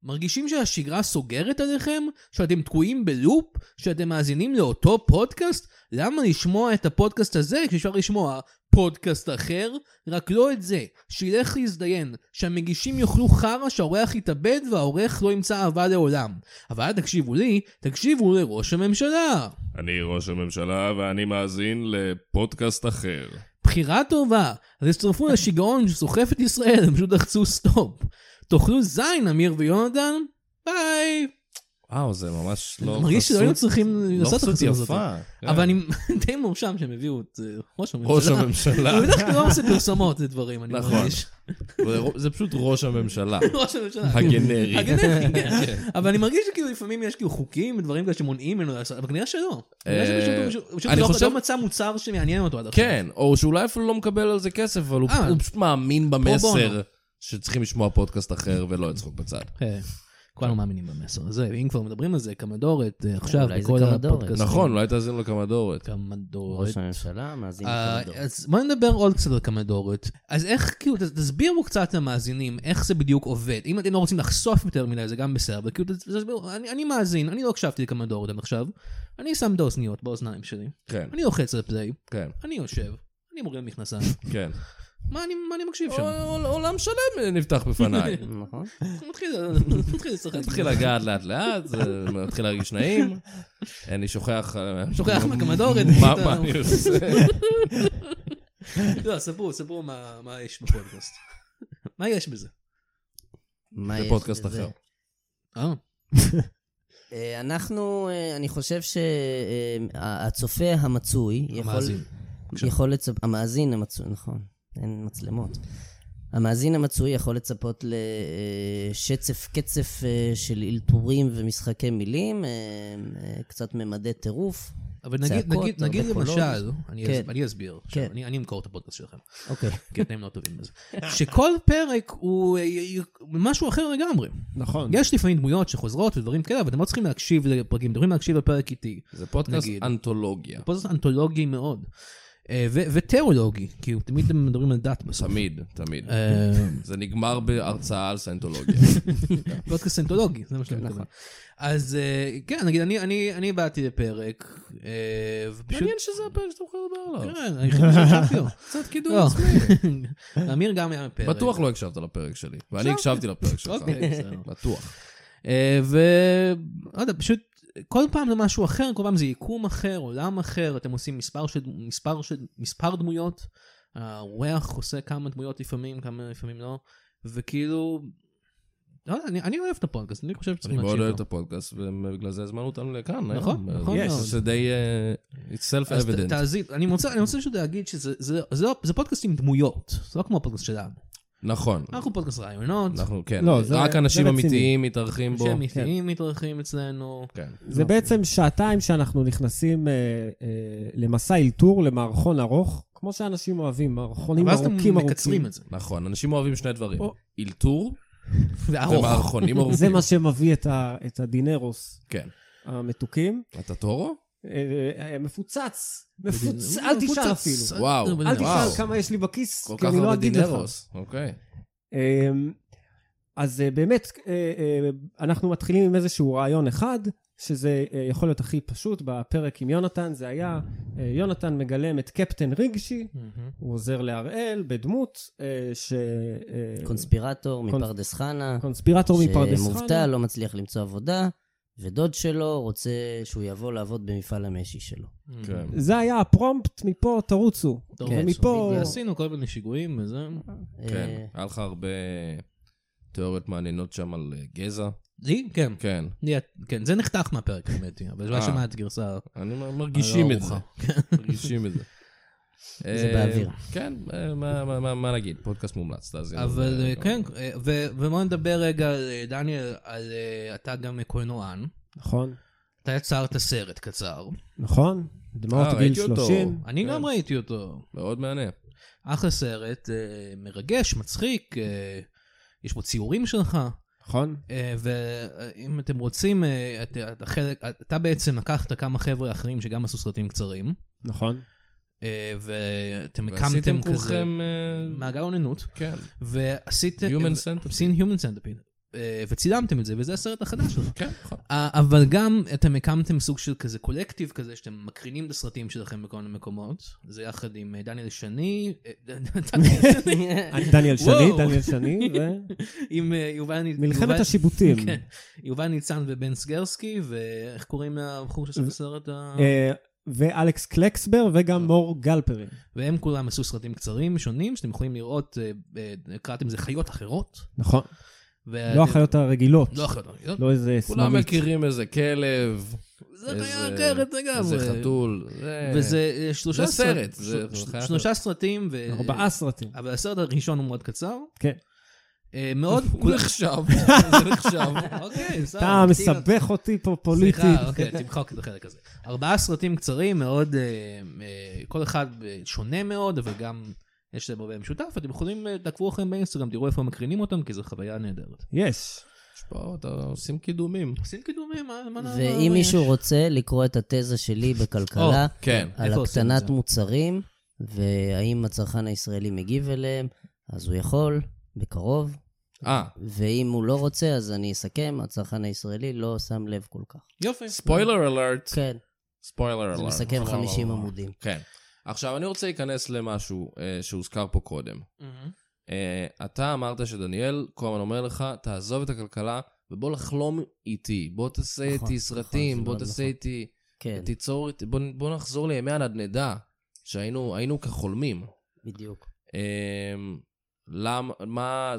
Speaker 4: מרגישים שהשגרה סוגרת עליכם? שאתם תקועים בלופ? שאתם מאזינים לאותו פודקאסט? למה לשמוע את הפודקאסט הזה כשאפשר לשמוע פודקאסט אחר? רק לא את זה. שילך להזדיין. שהמגישים יאכלו חרא, שהאורח יתאבד והעורך לא ימצא אהבה לעולם. אבל אל תקשיבו לי, תקשיבו לראש הממשלה.
Speaker 3: אני ראש הממשלה ואני מאזין לפודקאסט אחר.
Speaker 4: בחירה טובה, אז הצטרפו לשיגעון שסוחף את ישראל, הם פשוט לחצו סטופ. תאכלו זין, אמיר ויונתן, ביי.
Speaker 3: וואו, זה ממש לא
Speaker 4: אני
Speaker 3: חסות.
Speaker 4: מרגיש שלא היינו צריכים לעשות את
Speaker 3: לא חסות
Speaker 4: החסות הזאת.
Speaker 3: יפה. כן.
Speaker 4: אבל אני די מורשם שהם הביאו את אה, ראש הממשלה.
Speaker 3: ראש הממשלה.
Speaker 4: הוא בדרך כלל לא עושה פרסומות לדברים, אני
Speaker 3: נכון.
Speaker 4: מרגיש.
Speaker 3: זה פשוט ראש הממשלה.
Speaker 4: ראש הממשלה.
Speaker 3: הגנרי.
Speaker 4: הגנרי, כן. אבל אני מרגיש שכאילו לפעמים יש כאילו חוקים ודברים כאלה שמונעים ממנו לעשות, אבל כנראה שלא. כנראה
Speaker 3: אה,
Speaker 4: שפשוט הוא פשוט
Speaker 3: אני
Speaker 4: לא-
Speaker 3: חושב-
Speaker 4: לא מצא מוצר שמעניין אותו עד עכשיו.
Speaker 3: כן, או שאולי אפילו לא מקבל על זה כסף, אבל הוא
Speaker 4: אה.
Speaker 3: הוא פשוט מאמין במסר
Speaker 4: בונו.
Speaker 3: שצריכים לשמוע פודקאסט אחר ולא לצחוק בצד.
Speaker 4: כן. כולנו מאמינים במסר הזה, אם כבר מדברים על זה, קמדורת, אה, עכשיו,
Speaker 6: אולי זה
Speaker 4: בכל
Speaker 6: קמדורת.
Speaker 4: הפודקאסטים.
Speaker 3: נכון, אולי תאזין לו כמה דורות.
Speaker 4: קמדורת.
Speaker 6: ראש הממשלה, מאזין
Speaker 4: אה,
Speaker 6: לקמדורת.
Speaker 4: אז בוא נדבר עוד קצת על קמדורת. אז איך, כאילו, ת- תסבירו קצת למאזינים איך זה בדיוק עובד. אם אתם לא רוצים לחשוף יותר מדי, זה גם בסדר, אבל כאילו, ת- תסבירו, אני- אני מאזין, אני לא הקשבתי לקמדורת עד עכשיו, אני שם את האוזניות באוזניים שלי,
Speaker 3: כן,
Speaker 4: אני לוחץ על פליי,
Speaker 3: כן,
Speaker 4: אני יושב, אני מוריד מכנסיים,
Speaker 3: כן.
Speaker 4: מה אני- מה אני מקשיב שם?
Speaker 3: עול- עולם שלם נפתח בפניי.
Speaker 6: נכון.
Speaker 4: מתחיל מתחיל לשחק.
Speaker 3: מתחיל לגעת לאט לאט, זה מתחיל להרגיש נעים. אני שוכח... אה,
Speaker 4: שוכח מהקמדורת.
Speaker 3: מה
Speaker 4: פתאום.
Speaker 3: מה אני עושה?
Speaker 4: לא, ספרו, ספרו מה מה יש בפודקאסט. מה יש בזה?
Speaker 6: מה
Speaker 3: זה
Speaker 6: יש
Speaker 3: פודקאסט
Speaker 6: בזה?
Speaker 3: אחר.
Speaker 4: אה,
Speaker 6: אה, אנחנו, אה, אני חושב שהצופה המצוי יכול...
Speaker 4: המאזין. בבקשה.
Speaker 6: יכול לצפות, המאזין המצוי, נכון, אין מצלמות. המאזין המצוי יכול לצפות לשצף קצף אה, של אלתורים ומשחקי מילים, אה, אה, קצת ממדי טירוף.
Speaker 4: אבל נגיד,
Speaker 6: צעקות,
Speaker 4: נגיד, נגיד
Speaker 6: הרבה
Speaker 4: למשל, לא, אני,
Speaker 6: כן.
Speaker 4: אס, אני אסביר, עכשיו,
Speaker 6: כן.
Speaker 4: אני, אני אמכור את הפודקאסט שלכם,
Speaker 6: אוקיי.
Speaker 4: כי אתם לא טובים בזה, שכל פרק הוא אה, י- י- משהו אחר לגמרי.
Speaker 5: נכון.
Speaker 4: יש לפעמים דמויות שחוזרות ודברים כאלה, אבל אתם לא צריכים להקשיב לפרקים, אתם יכולים להקשיב לפרק איתי.
Speaker 3: זה פודקאסט
Speaker 4: נגיד.
Speaker 3: אנתולוגיה.
Speaker 4: זה פודקאסט אנתולוגי מאוד, אה, ו- ותיאולוגי, כי תמיד אתם מדברים על דת בסוף.
Speaker 3: תמיד, תמיד.
Speaker 4: אה,
Speaker 3: זה נגמר בהרצאה על סיינטולוגיה.
Speaker 4: פודקאסט סנטולוגי, זה מה
Speaker 3: נכון.
Speaker 4: שאני מתכוון. אז אה, כן, נגיד, אני- אני אני באתי לפרק, אה, ופשוט...
Speaker 3: מעניין שזה הפרק שאתה יכול לדבר עליו.
Speaker 4: כן, אני חושב שישבתי לו.
Speaker 3: קצת
Speaker 4: לא.
Speaker 3: קידום עצמי.
Speaker 4: אמיר גם היה בפרק.
Speaker 3: בטוח לא הקשבת לפרק שלי, ואני הקשבתי לפרק שלך.
Speaker 4: אוקיי, בסדר.
Speaker 3: בטוח.
Speaker 4: אה, ו... לא יודע, פשוט כל פעם זה משהו אחר, כל פעם זה יקום אחר, עולם אחר, אתם עושים מספר של, מספר של, מספר דמויות, הרוח עושה כמה דמויות לפעמים, כמה לפעמים לא, וכאילו... לא יודע, אני, אני אוהב את הפודקאסט, אני חושב
Speaker 3: אני
Speaker 4: שצריך
Speaker 3: מאוד
Speaker 4: להקשיב
Speaker 3: אוהב
Speaker 4: לו.
Speaker 3: את הפודקאסט, ובגלל זה הזמנו אותנו לכאן.
Speaker 4: נכון,
Speaker 3: אה?
Speaker 4: נכון
Speaker 3: יש,
Speaker 4: מאוד.
Speaker 3: זה די... אה, It's
Speaker 4: אז ת-
Speaker 3: self-evident.
Speaker 4: תאזין, אני רוצה, אני רוצה פשוט להגיד שזה זה, זה, לא- זה פודקאסט עם דמויות, זה לא כמו הפודקאסט שלנו.
Speaker 3: נכון.
Speaker 4: אנחנו פודקאסט רעיונות,
Speaker 3: אנחנו, כן.
Speaker 5: לא, זה-
Speaker 3: רק
Speaker 5: זה
Speaker 3: אנשים
Speaker 5: רציני.
Speaker 3: אמיתיים מתארחים בו.
Speaker 4: אנשי
Speaker 5: כן.
Speaker 4: אמיתיים מתארחים אצלנו,
Speaker 3: כן.
Speaker 5: זה בעצם שעתיים שאנחנו נכנסים אה, אה, למסע אלתור, למערכון ארוך, כמו שאנשים אוהבים, מערכונים
Speaker 4: ואז אתם
Speaker 5: ארוכים ארוכים.
Speaker 4: מקצרים את זה.
Speaker 3: נכון, אנשים אוהבים שני דברים.
Speaker 5: או.
Speaker 3: אלתור
Speaker 4: וארוך.
Speaker 3: ומערכונים ארוכים.
Speaker 5: זה מה שמביא את, ה, את הדינרוס
Speaker 3: כן.
Speaker 5: המתוקים.
Speaker 3: אתה טורו?
Speaker 5: אה, אה, מפוצץ, מפוצץ, אל תשאל
Speaker 4: מפוצץ. אה,
Speaker 5: אפילו.
Speaker 3: וואו.
Speaker 5: אל
Speaker 3: וואו.
Speaker 5: תשאל כמה יש לי בכיס,
Speaker 3: כל
Speaker 5: כי
Speaker 3: כך
Speaker 5: אני לא
Speaker 3: הרבה
Speaker 5: אגיד לך.
Speaker 3: דינרוס. אוקיי.
Speaker 5: אמ, אז אה, באמת, אה, אה, אנחנו מתחילים עם איזשהו רעיון אחד, שזה אה, יכול להיות הכי פשוט בפרק עם יונתן, זה היה, אה, יונתן מגלם את קפטן רגשי,
Speaker 4: מהמם.
Speaker 5: הוא עוזר להראל בדמות אה, ש... אה,
Speaker 6: קונספירטור
Speaker 5: קונס-
Speaker 6: מפרדס חנה,
Speaker 5: קונספירטור מפרדס חנה.
Speaker 6: שמובטל, לא מצליח למצוא עבודה, ודוד שלו רוצה שהוא יבוא לעבוד במפעל המשי שלו.
Speaker 3: כן.
Speaker 5: זה היה הפרומפט, מפה תרוצו.
Speaker 4: טוב,
Speaker 6: כן,
Speaker 5: ומפה...
Speaker 6: בדיוק.
Speaker 4: עשינו כל מיני שיגועים וזה.
Speaker 6: אה,
Speaker 3: כן. היה לך הרבה תיאוריות מעניינות שם על אה, גזע.
Speaker 4: לי? כן.
Speaker 3: כן.
Speaker 4: לי- כן, זה נחתך מהפרק, האמת היא, אבל לא
Speaker 3: אה.
Speaker 4: שמעת גרסה.
Speaker 3: אני מ- מרגישים את זה. מרגישים את זה.
Speaker 6: זה
Speaker 3: אה,
Speaker 6: באוויר.
Speaker 3: כן, אה, מה- מה- מה- מה נגיד? פודקאסט מומלץ, תאזינו.
Speaker 4: אבל
Speaker 3: אה,
Speaker 4: אה, כן, אה, ו- ובואו נדבר רגע, אה, דניאל, על אה, אתה גם קולנוען.
Speaker 5: נכון,
Speaker 4: אתה יצרת סרט קצר.
Speaker 5: נכון. דמעות
Speaker 3: אה,
Speaker 5: גיל
Speaker 3: ראיתי אותו.
Speaker 5: 30.
Speaker 4: אני
Speaker 3: כן.
Speaker 4: גם ראיתי אותו.
Speaker 3: מאוד מהנה.
Speaker 4: אחלה סרט, אה, מרגש, מצחיק, אה, יש בו ציורים שלך.
Speaker 5: נכון.
Speaker 4: אה, ואם אתם רוצים, אה, את- את החלק- אתה בעצם לקחת כמה חבר'ה אחרים שגם עשו סרטים קצרים,
Speaker 5: נכון.
Speaker 4: אה, ואתם
Speaker 3: ועשיתם
Speaker 4: הקמתם כזה
Speaker 3: כולכם... אה,
Speaker 4: מעגל אוננות,
Speaker 3: כן.
Speaker 4: ועשיתם...
Speaker 3: Human
Speaker 4: אתם
Speaker 3: Centipede.
Speaker 4: עושים Human Centipede, אה, וצילמתם את זה, וזה הסרט החדש שלך.
Speaker 3: כן, נכון.
Speaker 4: אה, אבל גם אתם הקמתם סוג של כזה קולקטיב כזה, שאתם מקרינים את הסרטים שלכם בכל מיני מקומות, זה יחד עם אה, דניאל שני, אה, דניאל שני,
Speaker 5: דניאל שני,
Speaker 4: וואו.
Speaker 5: דניאל שני, ו...
Speaker 4: עם אה, יובל ניצן.
Speaker 5: מלחמת השיבוטים.
Speaker 4: כן. יובל ניצן ובן סגרסקי, ואיך קוראים לבחור שעשה את הסרט ה...
Speaker 5: אה, ואלכס קלקסבר
Speaker 4: אה.
Speaker 5: וגם מור גלפרין.
Speaker 4: והם כולם עשו סרטים קצרים שונים, שאתם יכולים לראות, אה, אה, קראתם לזה חיות אחרות.
Speaker 5: נכון.
Speaker 4: ואתם-
Speaker 5: לא החיות הרגילות.
Speaker 4: אה, לא החיות הרגילות.
Speaker 5: לא איזה
Speaker 3: כולם
Speaker 5: סממית.
Speaker 3: מכירים איזה כלב,
Speaker 4: זה חיה
Speaker 3: איזה-
Speaker 4: אחרת לגמרי.
Speaker 3: איזה חתול. זה-
Speaker 4: אה, וזה אה, שלושה
Speaker 3: זה סרט,
Speaker 4: סרט-
Speaker 3: זה
Speaker 4: של-
Speaker 3: חיה
Speaker 4: שלושה סרטים. ו-
Speaker 5: ארבעה סרטים.
Speaker 4: אבל הסרט הראשון הוא מאוד קצר.
Speaker 5: כן.
Speaker 4: אה, מאוד...
Speaker 3: הוא נחשב, זה נחשב.
Speaker 4: אוקיי, בסדר.
Speaker 5: אתה
Speaker 4: תקטין אותו.
Speaker 5: מסבך אותי פה פוליטית.
Speaker 4: סליחה, אוקיי, תמחוק את החלק הזה. ארבעה סרטים קצרים, מאוד, אה, אה, כל אחד אה, שונה מאוד, אבל גם יש להם הרבה משותף, אתם יכולים, אה, תעקבו אחריהם באינסטגרם, תראו איפה מקרינים אותם, כי זו חוויה נהדרת.
Speaker 5: יש.
Speaker 3: יש פה, אתה- עושים קידומים.
Speaker 4: עושים קידומים, מה אה, מה- מה-
Speaker 6: ואם
Speaker 4: מה
Speaker 6: מישהו
Speaker 4: יש?
Speaker 6: רוצה לקרוא את התזה שלי בכלכלה,
Speaker 3: כן.
Speaker 6: על
Speaker 4: אה, איפה עושים את
Speaker 6: הקטנת
Speaker 4: זה?
Speaker 6: מוצרים, והאם הצרכן הישראלי מגיב אליהם, אז הוא יכול, בקרוב,
Speaker 3: אה,
Speaker 6: ואם הוא לא רוצה, אז אני אסכם, הצרכן הישראלי לא שם לב כל כך.
Speaker 4: יופי.
Speaker 3: ספוילר אלרט.
Speaker 6: כן,
Speaker 3: ספוילר
Speaker 6: זה
Speaker 3: אלרט.
Speaker 6: מסכם
Speaker 3: וואו,
Speaker 6: 50
Speaker 3: וואו, וואו.
Speaker 6: עמודים.
Speaker 3: כן. עכשיו, אני רוצה להיכנס למשהו אה, שהוזכר פה קודם.
Speaker 4: מהמם.
Speaker 3: אה, אתה אמרת שדניאל כל הזמן אומר לך, תעזוב את הכלכלה ובוא לחלום איתי. בוא תעשה
Speaker 6: נכון,
Speaker 3: איתי
Speaker 6: נכון,
Speaker 3: סרטים,
Speaker 6: זה
Speaker 3: בוא
Speaker 6: מאוד
Speaker 3: תעשה
Speaker 6: נכון.
Speaker 3: איתי...
Speaker 6: כן,
Speaker 3: תיצור איתי... בוא- בוא נחזור לימי הנדנדה, שהיינו היינו כחולמים.
Speaker 6: בדיוק.
Speaker 3: אמ, למה, מה,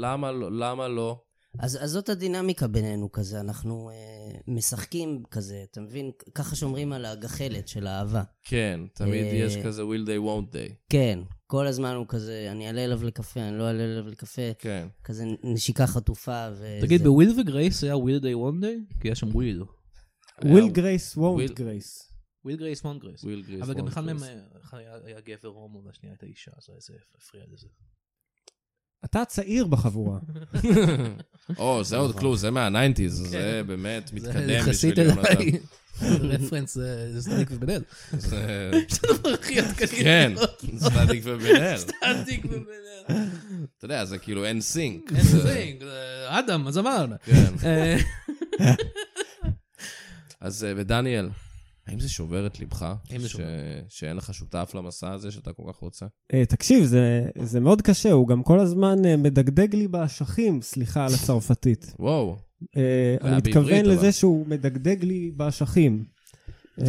Speaker 3: למה, לא- למה לא?
Speaker 6: אז, אז זאת הדינמיקה בינינו כזה, אנחנו אה, משחקים כזה, אתה מבין? ככה שומרים על הגחלת של האהבה.
Speaker 3: כן, תמיד
Speaker 6: אה,
Speaker 3: יש כזה will they won't they.
Speaker 6: כן, כל הזמן הוא כזה, אני אעלה אליו לקפה, אני לא אעלה אליו לקפה,
Speaker 3: כן.
Speaker 6: כזה נשיקה חטופה ו...
Speaker 4: תגיד,
Speaker 6: זה-
Speaker 4: בוויל וגרייס היה וויל דיי וון דיי? כי יש שם וויל. אה,
Speaker 5: וויל גרייס וונט
Speaker 3: וויל-
Speaker 5: גרייס.
Speaker 4: וויל גרייס, מון גרייס.
Speaker 3: will grace
Speaker 4: אבל גם
Speaker 3: won't
Speaker 4: אחד מהם
Speaker 3: grace.
Speaker 4: אה, אחד היה היה גבר הומו והשנייה הייתה אישה, אז זה הפריע לזה.
Speaker 5: אתה הצעיר בחבורה.
Speaker 3: או, זה עוד כלום, זה מהניינטיז, זה באמת מתקדם
Speaker 4: יחסית
Speaker 3: בשביל יונתן.
Speaker 4: אליי. רפרנס אה, זה סטטיק ובן-אל.
Speaker 3: זה-
Speaker 4: זה הדבר הכי עדכני.
Speaker 3: כן, צדיק ובן-אל.
Speaker 4: כן. סטטיק ובן-אל.
Speaker 3: אתה יודע, זה כאילו אין סינק.
Speaker 4: אין זינג, אה, אדם, הזמר.
Speaker 3: כן.
Speaker 4: אה,
Speaker 3: אז אה, ודניאל, האם זה שובר את ליבך?
Speaker 4: האם זה
Speaker 3: ש-
Speaker 4: שובר?
Speaker 3: שאין לך שותף למסע הזה שאתה כל כך רוצה?
Speaker 5: אה, תקשיב, זה- זה מאוד קשה, הוא גם כל הזמן אה, מדגדג לי באשכים, סליחה על הצרפתית.
Speaker 3: וואו.
Speaker 5: אה,
Speaker 3: היה
Speaker 5: אני
Speaker 3: בעברית,
Speaker 5: מתכוון
Speaker 3: אבל.
Speaker 5: לזה שהוא מדגדג לי באשכים. כן.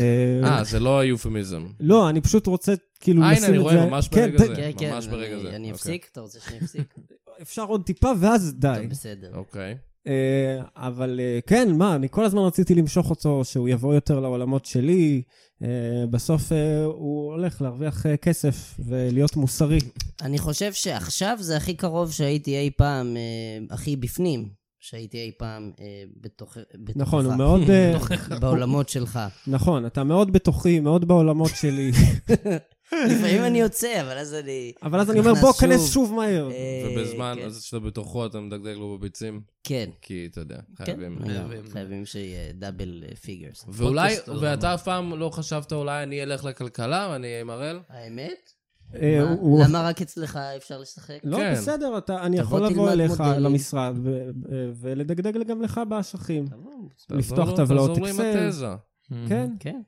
Speaker 3: אה, זה לא היופמיזם.
Speaker 5: לא, אני פשוט רוצה כאילו
Speaker 3: אה,
Speaker 5: לשים את
Speaker 3: הנה,
Speaker 5: זה...
Speaker 3: אני רואה ממש
Speaker 5: כן,
Speaker 3: ברגע
Speaker 5: ת-
Speaker 3: זה.
Speaker 6: כן, כן,
Speaker 3: ממש ברגע
Speaker 6: אני-
Speaker 3: זה. אוקיי.
Speaker 6: אני אפסיק? אתה רוצה שאני אפסיק?
Speaker 5: אפשר עוד טיפה ואז
Speaker 6: טוב,
Speaker 5: די.
Speaker 6: בסדר.
Speaker 3: אוקיי.
Speaker 5: אה, אבל אה, כן, מה, אני כל הזמן רציתי למשוך אותו, שהוא יבוא יותר לעולמות שלי. אה, בסוף אה, הוא הולך להרוויח אה, כסף ולהיות מוסרי.
Speaker 6: אני חושב שעכשיו זה הכי קרוב שהייתי אי פעם, אה, הכי בפנים, שהייתי אי פעם אה, בתוך... בתוכך.
Speaker 5: נכון, הוא מאוד... אה,
Speaker 6: בעולמות שלך.
Speaker 5: נכון, אתה מאוד בתוכי, מאוד בעולמות שלי.
Speaker 6: לפעמים אני יוצא, אבל אז אני...
Speaker 5: אבל אז אני אומר,
Speaker 6: נכנס
Speaker 5: בוא, כנס שוב מהר.
Speaker 6: אה,
Speaker 3: ובזמן,
Speaker 6: כן.
Speaker 3: אז שאתה בתוכו, אתה מדגדג לו בביצים?
Speaker 6: כן.
Speaker 3: כי אתה יודע,
Speaker 6: כן,
Speaker 3: חייבים.
Speaker 4: חייבים.
Speaker 6: חייבים. חייבים שיהיה אה, דאבל פיגרס.
Speaker 3: ואולי,
Speaker 4: פודקאסט או-
Speaker 3: ואתה אף פעם לא חשבת, אולי אני אלך לכלכלה ואני עם הראל?
Speaker 6: האמת?
Speaker 5: אה,
Speaker 6: מה?
Speaker 5: הוא-
Speaker 6: למה רק אצלך אפשר לשחק?
Speaker 5: לא,
Speaker 3: כן.
Speaker 5: בסדר, אתה, אני
Speaker 6: תבוא
Speaker 5: יכול לבוא
Speaker 6: תלמד
Speaker 5: אליך
Speaker 6: מודלים.
Speaker 5: למשרד ו- ו- ולדגדג גם לך באשכים.
Speaker 6: תבוא,
Speaker 5: לפתוח
Speaker 3: תעזור לו-
Speaker 5: טבלאות
Speaker 3: תעזור לי עם
Speaker 5: אקסל.
Speaker 3: התזה.
Speaker 5: כן.
Speaker 6: כן.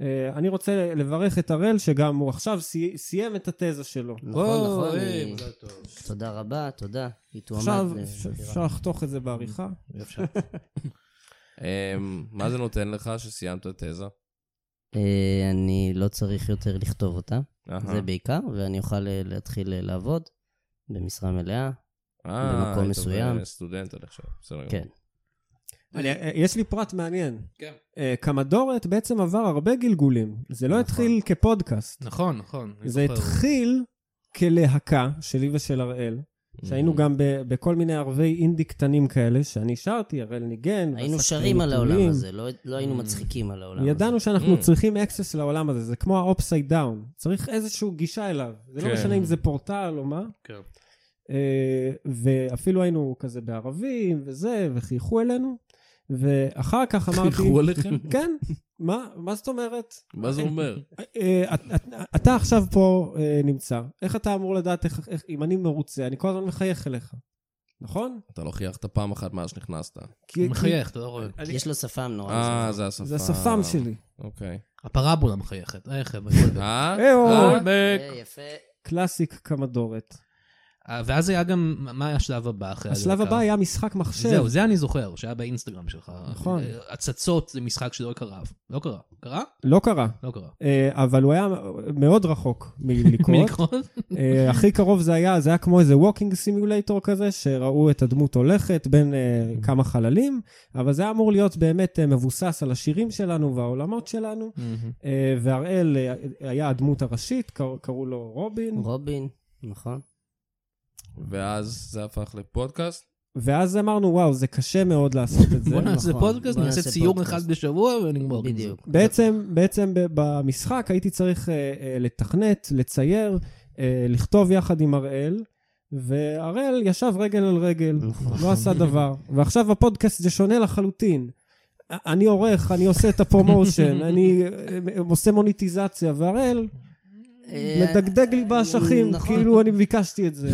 Speaker 5: אה, אני רוצה לברך את הראל, שגם הוא עכשיו סי- סיים את התזה שלו.
Speaker 6: נכון,
Speaker 4: וואו,
Speaker 6: נכון.
Speaker 4: אה,
Speaker 6: אני-
Speaker 4: מזל טוב.
Speaker 6: תודה רבה, תודה. היא תועמד אה,
Speaker 5: עכשיו
Speaker 6: ל-
Speaker 5: אפשר-
Speaker 6: לדירה.
Speaker 5: אפשר לחתוך את זה בעריכה.
Speaker 4: אפשר.
Speaker 3: אמ, מה זה נותן לך שסיימת תזה?
Speaker 6: אה, אני לא צריך יותר לכתוב אותה,
Speaker 3: אהה.
Speaker 6: זה בעיקר, ואני אוכל אה, להתחיל אה, לעבוד במשרה מלאה.
Speaker 3: אה,
Speaker 6: במקום
Speaker 3: היית
Speaker 6: מסוים.
Speaker 3: ב- סטודנט עד עכשיו, בסדר. גמור.
Speaker 6: כן.
Speaker 5: אני, אה, יש לי פרט מעניין.
Speaker 4: כן.
Speaker 5: אה, קמדורת בעצם עבר הרבה גלגולים. זה לא
Speaker 4: נכון.
Speaker 5: התחיל כפודקאסט.
Speaker 4: נכון, נכון. אני
Speaker 5: זה
Speaker 4: זוכר.
Speaker 5: התחיל כלהקה שלי ושל הראל,
Speaker 6: Mm-hmm.
Speaker 5: שהיינו גם ב- בכל מיני ערבי אינדי קטנים כאלה, שאני שרתי, הראל
Speaker 3: לא
Speaker 5: ניגן.
Speaker 6: היינו
Speaker 5: ועסקתי
Speaker 6: שרים על העולם
Speaker 5: בניגונים.
Speaker 6: הזה, לא- לא היינו
Speaker 3: אה,
Speaker 4: Mm.
Speaker 6: מצחיקים על העולם הזה.
Speaker 5: ידענו שאנחנו
Speaker 1: Mm.
Speaker 5: צריכים access לעולם הזה, זה כמו ה-upside down. צריך איזושהי גישה אליו. זה
Speaker 3: כן.
Speaker 5: לא משנה אם זה פורטל או מה.
Speaker 4: כן.
Speaker 5: אה, ואפילו היינו כזה בערבים וזה, וחייכו אלינו. ואחר כך אמרתי...
Speaker 3: חייכו עליכם?
Speaker 5: כן, מה, מה זאת אומרת?
Speaker 3: מה זה אומר?
Speaker 5: אה, את- את- אתה עכשיו פה אה, נמצא, איך אתה אמור לדעת איך- איך- אם אני מרוצה? אני כל הזמן מחייך אליך, נכון?
Speaker 3: אתה לא חייכת פעם אחת מאז שנכנסת.
Speaker 5: כי-
Speaker 4: הוא
Speaker 5: כי-
Speaker 4: מחייך, אתה לא רואה.
Speaker 5: אני-
Speaker 6: יש לו שפם נורא
Speaker 3: אה,
Speaker 6: מזמן.
Speaker 3: זה השפה.
Speaker 5: זה השפם שלי.
Speaker 3: אוקיי.
Speaker 4: הפרבולה מחייכת. אה, חבר'ה, כל זה.
Speaker 3: אה?
Speaker 5: אהו.
Speaker 3: אה?
Speaker 6: אה, יפה.
Speaker 5: קלאסיק קמדורת.
Speaker 4: אה, ואז היה גם, מה היה השלב הבא אחרי
Speaker 5: השלב
Speaker 4: הדלקה?
Speaker 5: הבא היה משחק מחשב.
Speaker 4: זהו, זה אני זוכר, שהיה באינסטגרם שלך.
Speaker 5: נכון.
Speaker 4: אה, הצצות זה משחק שלא קרה. לא קרה. קרה?
Speaker 5: לא קרה,
Speaker 4: לא קרה.
Speaker 5: אה, אבל הוא היה מאוד רחוק מלקרות.
Speaker 4: מלקרות?
Speaker 5: אה, הכי קרוב זה היה, זה היה כמו איזה ווקינג סימולטור כזה, שראו את הדמות הולכת בין אה,
Speaker 4: Mm.
Speaker 5: כמה חללים, אבל זה היה אמור להיות באמת אה, מבוסס על השירים שלנו והעולמות שלנו. אה, והראל אה, היה הדמות הראשית, קר- קראו לו רובין,
Speaker 6: רובין, נכון.
Speaker 3: ואז זה הפך לפודקאסט?
Speaker 5: ואז אמרנו, וואו, זה קשה מאוד לעשות את זה.
Speaker 4: בוא נעשה
Speaker 6: נכון.
Speaker 4: פודקאסט,
Speaker 6: בוא
Speaker 4: נעשה
Speaker 6: נעשה
Speaker 4: ציור
Speaker 6: פודקאסט.
Speaker 4: אחד בשבוע ונגמור. עם זה.
Speaker 6: בדיוק.
Speaker 5: בעצם, בעצם ב- במשחק הייתי צריך אה, אה, לתכנת, לצייר, אה, לכתוב יחד עם הראל, והראל ישב רגל על רגל,
Speaker 4: נכון.
Speaker 5: לא עשה דבר. ועכשיו הפודקאסט זה שונה לחלוטין. א- אני עורך, אני עושה את הפרומושן, אני אה, עושה מוניטיזציה, והראל
Speaker 6: אה,
Speaker 5: מדגדג לי באשכים,
Speaker 6: נכון.
Speaker 5: כאילו אני ביקשתי את זה.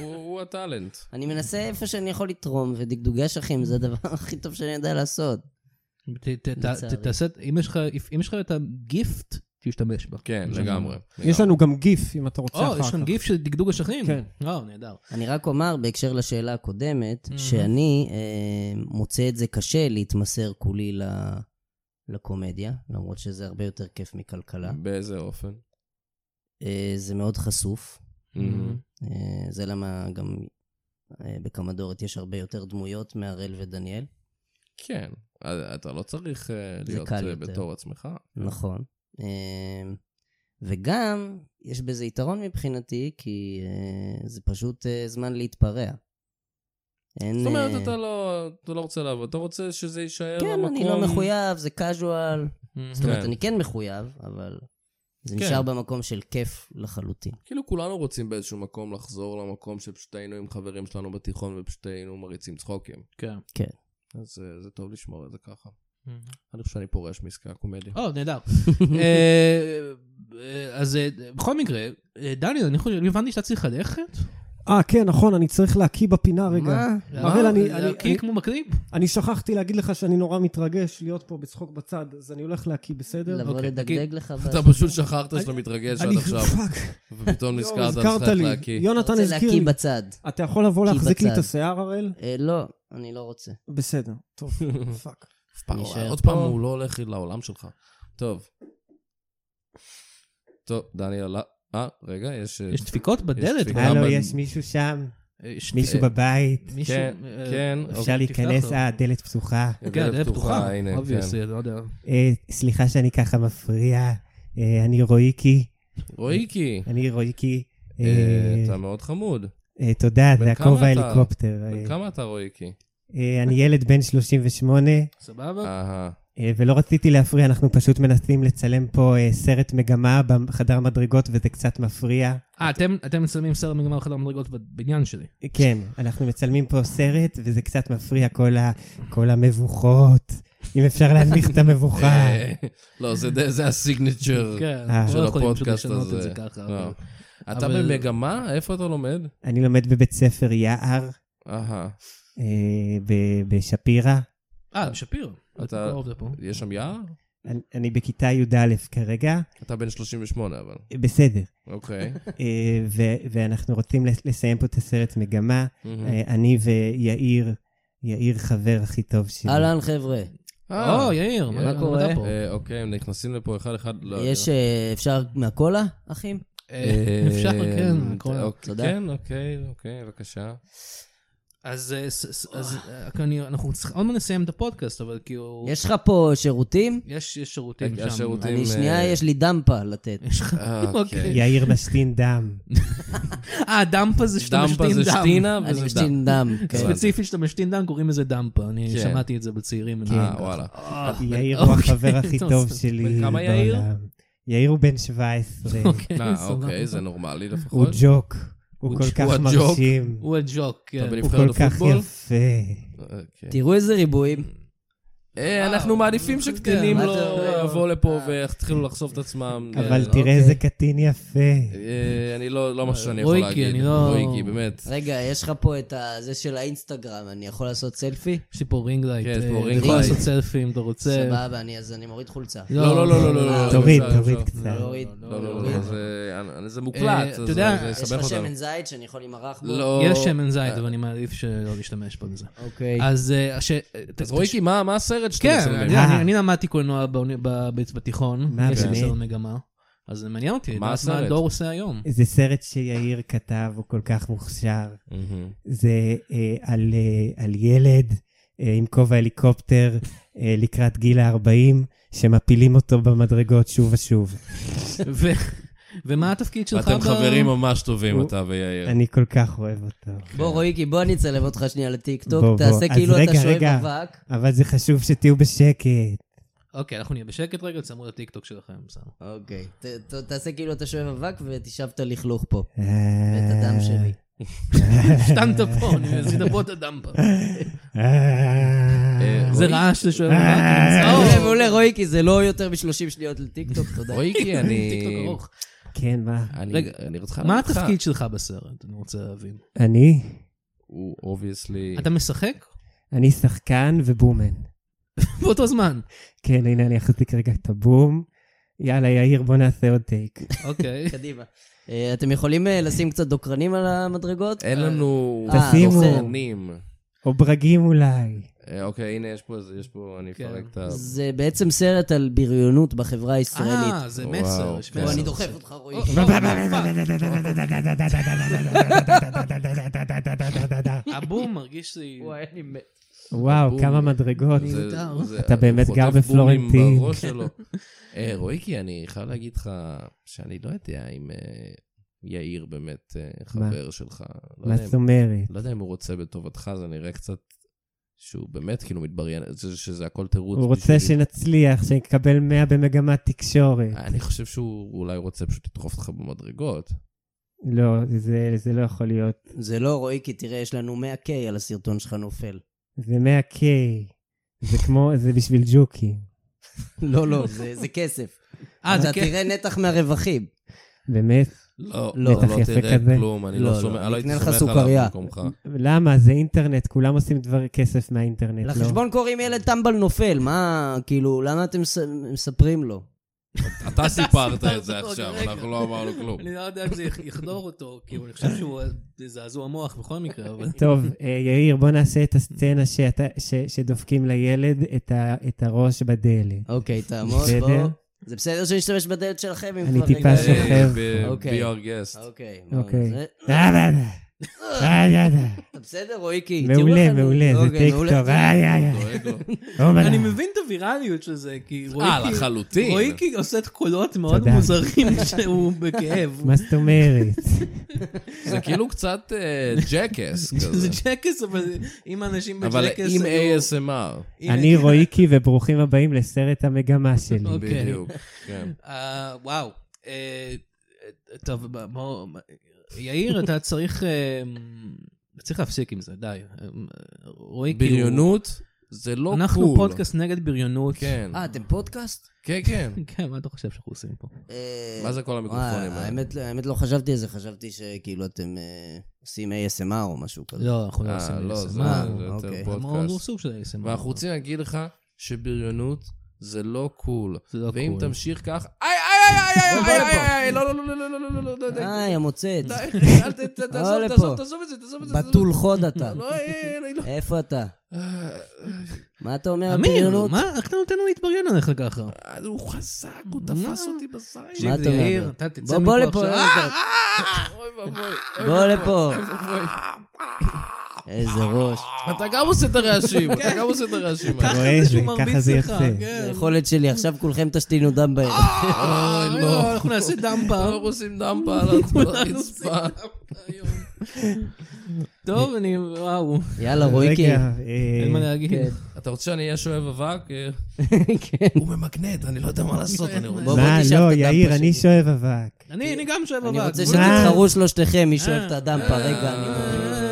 Speaker 3: הוא הוא הטאלנט.
Speaker 6: אני מנסה איפה שאני יכול לתרום, ודגדוגי אשכים זה הדבר הכי טוב שאני יודע לעשות.
Speaker 4: ת- ת- ת-
Speaker 6: לצערי.
Speaker 4: תעשה, אם יש לך- אם יש לך את הגיפט, תשתמש בה.
Speaker 3: כן, לגמרי.
Speaker 5: יש לנו גם גיף, אם אתה רוצה אחר
Speaker 4: או,
Speaker 5: כך.
Speaker 4: יש כאן גיף של דגדוג אשכים?
Speaker 5: כן.
Speaker 4: וואו, נהדר.
Speaker 6: אני רק אומר, בהקשר לשאלה הקודמת,
Speaker 3: Mm-hmm.
Speaker 6: שאני אה, מוצא את זה קשה להתמסר כולי ל- לקומדיה, למרות שזה הרבה יותר כיף מכלכלה.
Speaker 3: באיזה אופן? Mm-hmm.
Speaker 6: אה, זה מאוד חשוף.
Speaker 3: מהמם.
Speaker 6: אה, זה למה גם אה, בקמדורת יש הרבה יותר דמויות מהראל ודניאל.
Speaker 3: כן. אה, אתה לא צריך אה,
Speaker 6: זה
Speaker 3: להיות
Speaker 6: קל
Speaker 3: אה,
Speaker 6: יותר.
Speaker 3: בתור עצמך.
Speaker 6: נכון. אה, וגם, יש בזה יתרון מבחינתי, כי אה, זה פשוט אה, זמן להתפרע. אין...
Speaker 3: זאת אומרת,
Speaker 6: אה,
Speaker 3: אתה לא אתה לא רוצה לעבוד, אתה רוצה שזה יישאר
Speaker 6: כן,
Speaker 3: במקום...
Speaker 6: אני לא מחויב, זה casual. זאת אומרת,
Speaker 3: כן.
Speaker 6: אני כן מחויב, אבל זה
Speaker 3: כן.
Speaker 6: נשאר במקום של כיף לחלוטין.
Speaker 3: כאילו כולנו רוצים באיזשהו מקום לחזור למקום שפשוט היינו עם חברים שלנו בתיכון ופשוט היינו מריצים צחוקים.
Speaker 4: כן.
Speaker 3: אז אה, זה טוב לשמור את זה ככה. אני חושב שאני פורש מעסקי הקומדיה.
Speaker 4: או, נהדר. אה, אה, אז אה, בכל מקרה, אה, דניאל, אני חושב, הבנתי שאתה צריך ללכת.
Speaker 5: אה, כן, נכון, אני צריך להקיא בפינה רגע.
Speaker 6: מה?
Speaker 5: אבל אני-
Speaker 4: אה,
Speaker 5: אני-
Speaker 4: להקיא
Speaker 5: אני-
Speaker 4: כמו מקליפ?
Speaker 5: אני שכחתי להגיד לך שאני נורא מתרגש להיות פה בצחוק בצד, אז אני הולך להקיא, בסדר?
Speaker 6: לבוא
Speaker 4: אוקיי,
Speaker 6: לדגדג לך?
Speaker 3: אתה
Speaker 6: בש-
Speaker 3: פשוט שכחת שאתה מתרגש עד
Speaker 5: אני-
Speaker 3: עכשיו,
Speaker 5: פאק,
Speaker 3: ופתאום
Speaker 5: יואו,
Speaker 3: נזכרת
Speaker 5: הזכרת
Speaker 3: שצריך
Speaker 5: לי.
Speaker 3: להקיא.
Speaker 5: יונתן
Speaker 6: רוצה
Speaker 5: הזכיר לי.
Speaker 6: להקיא בצד.
Speaker 5: אתה יכול לבוא
Speaker 6: כי
Speaker 5: להחזיק לי
Speaker 6: בצד.
Speaker 5: את השיער, הראל?
Speaker 6: אה, לא, אני לא רוצה.
Speaker 5: בסדר, טוב, פאק.
Speaker 3: אף פעם,
Speaker 6: נשאר
Speaker 3: עוד
Speaker 6: פה.
Speaker 3: פעם הוא לא הולך לעולם שלך. טוב. טוב, דניאל, לא- אה, רגע, יש... אה,
Speaker 4: יש דפיקות בדלת.
Speaker 3: דפיקות. הלו, אבל- יש
Speaker 5: לא, מישהו שם?
Speaker 4: אה, יש- אה,
Speaker 5: בבית?
Speaker 4: מישהו-
Speaker 3: כן,
Speaker 4: אה,
Speaker 3: כן,
Speaker 4: אפשר תפתח לו.
Speaker 5: אה, הדלת פתוחה. אה,
Speaker 4: כן, הדלת פתוחה.
Speaker 3: הנה,
Speaker 4: Obviously,
Speaker 3: כן.
Speaker 4: אני לא יודע.
Speaker 5: סליחה שאני ככה מפריע, אה, אני רויקי,
Speaker 3: רויקי,
Speaker 5: אני רויקי.
Speaker 3: אה, אתה מאוד חמוד.
Speaker 5: תודה,
Speaker 3: בן זה כמה הכובע אתה? ההליקופטר.
Speaker 5: אה,
Speaker 3: בן כמה אתה רויקי?
Speaker 5: אה, אני ילד בן 38,
Speaker 4: סבבה?
Speaker 3: אהה.
Speaker 5: אה, ולא רציתי להפריע, אנחנו פשוט מנסים לצלם פה אה, סרט מגמה בחדר מדרגות, וזה קצת מפריע.
Speaker 4: אה, אתם- אתם מצלמים סרט מגמר חדר מדרגות בבניין שלי.
Speaker 5: אה, כן, אנחנו מצלמים פה סרט, וזה קצת מפריע, כל, ה, כל המבוכות. אם אפשר להנמיך את המבוכה.
Speaker 3: אה, לא, זה די- זה הסיגניצ'ר.
Speaker 4: כן,
Speaker 5: אה.
Speaker 4: אנחנו
Speaker 3: של
Speaker 4: לא יכולים פשוט
Speaker 3: הפודקאסט
Speaker 4: לשנות את
Speaker 3: הזה.
Speaker 4: זה ככה.
Speaker 3: לא.
Speaker 4: אבל-
Speaker 3: אתה
Speaker 4: אבל-
Speaker 3: במגמה? איפה אתה לומד?
Speaker 5: אני לומד בבית ספר יער
Speaker 3: אהה.
Speaker 5: אה, ב- בשפירא.
Speaker 4: אה, שפירו.
Speaker 3: אתה-
Speaker 4: אתה קרוב לפה.
Speaker 3: יש שם יער?
Speaker 5: אני, אני בכיתה י"א כרגע.
Speaker 3: אתה בן 38 אבל.
Speaker 5: אה, בסדר.
Speaker 3: אוקיי.
Speaker 5: אה,
Speaker 3: Mm.
Speaker 5: ו- ואנחנו רוצים לס- לסיים פה את הסרט מגמה.
Speaker 3: מהמם.
Speaker 5: אה, אני ויאיר
Speaker 7: אה, יאיר חבר הכי טוב שלי.
Speaker 6: אהלן, חבר'ה.
Speaker 4: או, יאיר,
Speaker 6: מה קורה?
Speaker 4: אתה פה?
Speaker 3: אה, אוקיי, הם נכנסים לפה אחד-אחד. לא,
Speaker 6: יש, אה, אפשר מהקולה, אחים?
Speaker 4: אה, אפשר,
Speaker 3: אה,
Speaker 4: כן, הכל.
Speaker 3: אוקיי,
Speaker 6: תודה.
Speaker 3: כן, אוקיי, אוקיי, בבקשה.
Speaker 4: אז אה, ס- ס- אז, אה, אני- אנחנו צריכים עוד מעט נסיים את הפודקאסט, אבל כאילו...
Speaker 6: יש לך פה שירותים?
Speaker 4: יש יש שירותים
Speaker 3: יש
Speaker 4: שם.
Speaker 3: שירותים.
Speaker 6: אני,
Speaker 3: אה,
Speaker 6: שנייה, יש לי דמפה לתת.
Speaker 4: יש לך... אוקיי.
Speaker 7: יאיר משתין דם.
Speaker 4: אה, דמפה זה שאתה משתין דם.
Speaker 3: דמפה זה שתינה
Speaker 6: אני
Speaker 3: וזה דם.
Speaker 6: משתין דם, כן.
Speaker 4: ספציפית שאתה משתין דם, קוראים לזה דמפה. אני
Speaker 3: כן.
Speaker 4: שמעתי את זה בצעירים.
Speaker 3: אה, וואלה.
Speaker 7: יאיר הוא
Speaker 4: אוקיי,
Speaker 7: החבר הכי
Speaker 4: טוב,
Speaker 7: טוב
Speaker 4: סבבה.
Speaker 7: שלי
Speaker 3: בן כמה יאיר?
Speaker 7: בעולם. יאיר הוא בן 17.
Speaker 3: אה, אוקיי, זה נורמלי
Speaker 7: הוא
Speaker 3: לפחות.
Speaker 7: ג'וק. הוא
Speaker 3: הוא
Speaker 7: כל
Speaker 3: ג'-
Speaker 7: כך
Speaker 3: הוא הג'וק.
Speaker 7: מרשים.
Speaker 4: הוא הג'וק, כן.
Speaker 3: אתה
Speaker 7: הוא
Speaker 3: בנבחרת
Speaker 7: כל כך
Speaker 3: הפוטבול?
Speaker 7: יפה.
Speaker 3: אוקיי.
Speaker 6: תראו איזה ריבועים.
Speaker 3: אה, אנחנו מעדיפים שקטינים
Speaker 6: כן, מה
Speaker 3: לא
Speaker 6: זה-
Speaker 3: יבואו לפה ויתחילו לחשוף את עצמם.
Speaker 7: אבל
Speaker 3: אה,
Speaker 7: תראה איזה קטין יפה.
Speaker 3: אה, אני לא, לא משהו שאני יכול
Speaker 4: רויקי,
Speaker 3: להגיד.
Speaker 4: אני לא-
Speaker 3: רויקי, באמת.
Speaker 6: רגע, יש לך פה את ה- זה של האינסטגרם, אני יכול לעשות סלפי?
Speaker 4: יש לי פה רינג לייט.
Speaker 3: כן, יש פה
Speaker 4: אה,
Speaker 3: רינג
Speaker 4: אתה יכול
Speaker 6: לייט.
Speaker 4: לעשות סלפי אם אתה רוצה.
Speaker 6: סבבה, אני- אז אני מוריד חולצה.
Speaker 3: לא, לא, לא, לא, לא, לא.
Speaker 7: תוריד,
Speaker 3: אפשר,
Speaker 7: תוריד
Speaker 3: אפשר.
Speaker 7: קצת.
Speaker 6: להוריד.
Speaker 3: לא, לא, לא, זה- אני- זה
Speaker 4: אה,
Speaker 3: מוקלט.
Speaker 4: אתה
Speaker 3: אז
Speaker 4: יודע,
Speaker 3: זה
Speaker 6: יש
Speaker 3: יסבך
Speaker 6: לך
Speaker 3: אותנו.
Speaker 6: שמן זית שאני יכול להימרח בו?
Speaker 3: לא.
Speaker 4: יש שמן זית, אבל אני מעדיף שלא להשתמש בו בזה.
Speaker 6: אוקיי.
Speaker 4: אז... אה, ש-
Speaker 3: אז רויקי, מה מה הסרט שאתה
Speaker 4: כן,
Speaker 3: מסמן?
Speaker 4: אני-
Speaker 7: אה.
Speaker 4: אני- אני למדתי קולנוע באוני- ב- ב- בתיכון.
Speaker 7: מה,
Speaker 4: יש לי
Speaker 7: באמת?
Speaker 4: כזאת מגמה. אז זה מעניין אותי,
Speaker 3: מה
Speaker 4: לדעת מה
Speaker 3: הסרט?
Speaker 4: הדור עושה היום.
Speaker 7: זה סרט שיאיר כתב, הוא כל כך מוכשר.
Speaker 3: מהמם.
Speaker 7: זה אה, על, אה, על ילד אה, עם כובע הליקופטר אה, לקראת גיל ה-40, שמפילים אותו במדרגות שוב ושוב.
Speaker 4: ו- ומה התפקיד שלך?
Speaker 3: אתם
Speaker 4: ב-
Speaker 3: חברים ממש טובים,
Speaker 7: הוא-
Speaker 3: אתה ויאיר.
Speaker 7: אני כל כך אוהב אותו.
Speaker 6: בוא, רויקי, בוא אני אצלב אותך שנייה לטיקטוק,
Speaker 7: בוא, בוא.
Speaker 6: תעשה
Speaker 7: אז
Speaker 6: כאילו אתה
Speaker 7: רגע,
Speaker 6: שואב
Speaker 7: רגע.
Speaker 6: אבק.
Speaker 7: אבל זה חשוב שתהיו בשקט.
Speaker 4: אוקיי, אנחנו נהיה בשקט רגע, תסמרו את הטיקטוק שלכם, בסדר.
Speaker 6: אוקיי. ת- ת- תעשה כאילו אתה שואב אבק ותשאב את הלכלוך פה,
Speaker 7: אה,
Speaker 6: ואת הדם שלי.
Speaker 4: השתנת פה, אני מזיד פה את הדם פה.
Speaker 7: אה,
Speaker 3: אה,
Speaker 4: זה
Speaker 3: רויקי-
Speaker 4: רעש ששואב אבק.
Speaker 6: אה, מעולה, מעולה, רויקי, זה לא יותר מ-30 שניות לטיקטוק, תודה.
Speaker 3: רויקי,
Speaker 4: טיקטוק
Speaker 3: אני...
Speaker 4: ארוך.
Speaker 7: כן, מה?
Speaker 3: אני-
Speaker 4: רגע,
Speaker 3: אני רוצה...
Speaker 4: מה התפקיד שלך בסרט? אני רוצה להבין.
Speaker 7: אני?
Speaker 3: הוא אובייסלי...
Speaker 4: אתה משחק?
Speaker 7: אני שחקן ובומן.
Speaker 4: באותו זמן.
Speaker 7: כן, הנה, אני אחזיק רגע את הבום. יאללה, יאיר, בוא נעשה עוד טייק.
Speaker 4: אוקיי.
Speaker 6: קדימה. אה, אתם יכולים אה, לשים קצת דוקרנים על המדרגות?
Speaker 3: אין לנו...
Speaker 6: אה,
Speaker 7: תשימו.
Speaker 3: דוקרנים.
Speaker 7: או ברגים אולי.
Speaker 3: אה, אוקיי, הנה, יש פה איזה, יש פה, אני
Speaker 4: כן.
Speaker 3: אפרק את ה...
Speaker 6: זה בעצם סרט על בריונות בחברה הישראלית.
Speaker 4: אה, זה
Speaker 3: וואו,
Speaker 4: מסר.
Speaker 3: כן.
Speaker 4: יש
Speaker 6: בוא,
Speaker 4: מסר.
Speaker 6: לא, אני דוחף אותך,
Speaker 4: או,
Speaker 6: רויקי.
Speaker 4: או, פאק. הבום מרגיש לי...
Speaker 6: וואי, אני מת.
Speaker 7: וואו,
Speaker 3: בום.
Speaker 7: כמה מדרגות.
Speaker 3: זה-
Speaker 4: מיותר.
Speaker 3: זה-
Speaker 7: אתה באמת
Speaker 3: הוא
Speaker 7: גר
Speaker 3: חוטף בומים
Speaker 7: בפלורנטין.
Speaker 3: בראש שלו. אה, רויקי, אני חייב להגיד לך שאני לא יודע אם אה, יאיר באמת אה, חבר שלך. לא
Speaker 7: מה
Speaker 3: יודע אם-
Speaker 7: זאת אומרת?
Speaker 3: לא יודע אם הוא רוצה בטובתך, זה נראה קצת שהוא באמת כאילו מתבריין, זה- שזה הכל תירוץ.
Speaker 7: הוא רוצה
Speaker 3: בשבילי.
Speaker 7: שנצליח, שנקבל 100 במגמת תקשורת.
Speaker 3: אני חושב שהוא אולי רוצה פשוט לדחוף אותך במדרגות.
Speaker 7: לא, זה- זה לא יכול להיות.
Speaker 6: זה לא, רויקי, תראה, יש לנו 100K על הסרטון שלך נופל.
Speaker 7: זה 100K. זה כמו, זה בשביל ג'וקי.
Speaker 6: לא,
Speaker 3: כאילו.
Speaker 6: לא, זה זה כסף.
Speaker 4: אה, זה
Speaker 6: אתה
Speaker 4: כן.
Speaker 6: תראה נתח מהרווחים.
Speaker 7: באמת?
Speaker 3: לא,
Speaker 6: לא,
Speaker 7: בטח
Speaker 3: לא
Speaker 7: יפה
Speaker 3: תראה
Speaker 7: כזה.
Speaker 3: כלום, אני לא
Speaker 6: לא, לא,
Speaker 3: סומך,
Speaker 6: אני
Speaker 3: לא הייתי
Speaker 6: אקנה לך
Speaker 3: סומך
Speaker 6: סוכריה.
Speaker 3: עליו במקומך.
Speaker 7: למה? זה אינטרנט, כולם עושים דבר כסף מהאינטרנט, לא?
Speaker 6: לחשבון קוראים ילד טמבל נופל, מה, כאילו, למה אתם מס- מספרים לו?
Speaker 3: אתה סיפרת את זה
Speaker 4: אותו,
Speaker 3: עכשיו,
Speaker 4: רגע.
Speaker 3: אנחנו לא אמרנו כלום.
Speaker 4: אני לא יודע אם זה יחדור אותו, כאילו, אני חושב שהוא זעזוע מוח בכל מקרה, אבל...
Speaker 7: טוב, אה, יאיר, בוא נעשה את הסצנה שאתה, ש, שדופקים לילד את, ה, את הראש בדלת.
Speaker 6: אוקיי, תעמוד,
Speaker 7: בסדר.
Speaker 6: בוא. זה בסדר שנשתמש בדלת שלכם? אם
Speaker 7: אני
Speaker 6: כבר-
Speaker 7: טיפה
Speaker 6: רגע,
Speaker 7: שוכח.
Speaker 6: רגע.
Speaker 3: אה, ב-
Speaker 6: אוקיי.
Speaker 3: be our guest.
Speaker 6: אוקיי.
Speaker 7: אוקיי.
Speaker 6: זה-
Speaker 7: אה, אה, אה, אה, אה.
Speaker 6: אתה בסדר, רואיקי? תראו
Speaker 7: מעולה,
Speaker 6: לכם-
Speaker 7: מעולה, זה אה,
Speaker 6: אוקיי, מעולה.
Speaker 7: טיקטוק. איי, איי, איי.
Speaker 3: דואג לו.
Speaker 7: אומלה.
Speaker 4: אני מבין את הווירליות של זה, כי
Speaker 3: אה,
Speaker 4: רויקי...
Speaker 3: לחלוטין.
Speaker 4: רויקי עושה את קולות מאוד
Speaker 7: תודה.
Speaker 4: מוזרים שהוא בכאב.
Speaker 7: מה זאת אומרת?
Speaker 3: זה כאילו קצת אה, ג'קס
Speaker 4: זה
Speaker 3: כזה.
Speaker 4: ג'קס, אבל אם אנשים בג'קס...
Speaker 3: אבל עם
Speaker 4: היו-
Speaker 3: ASMR.
Speaker 4: הנה,
Speaker 7: אני רויקי, וברוכים הבאים לסרט המגמה שלי.
Speaker 4: אוקיי.
Speaker 3: בדיוק, כן.
Speaker 4: אה, וואו. אה, אה, טוב, ב- בוא... יאיר, אתה צריך... אה, צריך להפסיק עם זה, די. אה, רויקי... הוא-
Speaker 3: בריונות זה לא קול.
Speaker 4: אנחנו פודקאסט נגד בריונות.
Speaker 3: כן,
Speaker 6: אה, אתם פודקאסט?
Speaker 3: כן, כן.
Speaker 4: כן, מה אתה חושב שאנחנו עושים פה?
Speaker 6: אה,
Speaker 3: מה זה כל המיקרופונים
Speaker 6: וואי,
Speaker 3: האלה?
Speaker 6: האמת, האמת לא חשבתי על זה, חשבתי שכאילו אתם אה, עושים ASMR או משהו כזה.
Speaker 4: לא, אנחנו לא
Speaker 3: אה,
Speaker 4: עושים
Speaker 3: לא, זה
Speaker 6: אה,
Speaker 4: ASMR.
Speaker 3: זה יותר
Speaker 6: אוקיי.
Speaker 4: אמרנו
Speaker 3: פודקאסט.
Speaker 4: סוג של ASMR.
Speaker 3: ואנחנו רוצים להגיד לך שבריונות זה לא קול.
Speaker 4: זה לא
Speaker 3: ואם
Speaker 4: קול.
Speaker 3: תמשיך כך, איי, איי,
Speaker 4: איי, לא, לא, לא, לא, לא, לא, לא, לא, לא, די.
Speaker 6: איי, המוצץ.
Speaker 4: די,
Speaker 3: לא
Speaker 4: אל ת- ת- תעזוב,
Speaker 6: לפה.
Speaker 4: תעזוב, תעזוב את זה, תעזוב את זה. תעזוב את
Speaker 6: בתול חוד
Speaker 4: זה.
Speaker 6: אתה.
Speaker 4: לא, אה, אה, אה, לא.
Speaker 6: איפה אתה? מה אתה אומר על
Speaker 4: אמיר,
Speaker 6: בריונות?
Speaker 4: מה, איך אתה נותן לו להתבריין עליך ככה?
Speaker 3: אז אה, הוא חזק, הוא תפס אותי בזין.
Speaker 6: מה אתה אומר?
Speaker 4: אתה תצא
Speaker 6: בוא-
Speaker 4: מפה
Speaker 6: בוא לפה,
Speaker 4: עכשיו.
Speaker 6: אה,
Speaker 3: אוי ואבוי.
Speaker 6: בוא לפה. איזה ראש.
Speaker 3: אתה גם עושה את הרעשים, אתה גם עושה את הרעשים.
Speaker 7: אתה רואה את זה,
Speaker 4: שהוא מרביץ
Speaker 7: ככה זה
Speaker 4: לך,
Speaker 7: יפה.
Speaker 4: כן.
Speaker 6: היכולת שלי, עכשיו כולכם תשתינו דם בערב.
Speaker 4: אה. אוי, לא, אנחנו נעשה דמפה.
Speaker 3: אנחנו עושים דמפה על הרצפה.
Speaker 4: טוב, אני, וואו,
Speaker 6: יאללה, כן. רויקי.
Speaker 7: רגע, אה,
Speaker 4: אין מה להגיד.
Speaker 3: אתה רוצה שאני אהיה שואב אבק? אה,
Speaker 6: כן.
Speaker 3: הוא ממגנט, אני לא יודע מה לעשות, אני רוצה...
Speaker 6: בוא, בוא
Speaker 7: מה,
Speaker 6: תשאב את
Speaker 7: לא,
Speaker 6: הדמפה
Speaker 7: יאיר, אני
Speaker 6: שלי.
Speaker 7: שואב אבק.
Speaker 4: אני אני גם שואב אבק.
Speaker 6: אני רוצה
Speaker 4: בוא נ-
Speaker 6: שתתחרו שלושתכם, מי שאוהב את
Speaker 4: אה.
Speaker 6: הדמפה. רגע, אני...
Speaker 7: אה.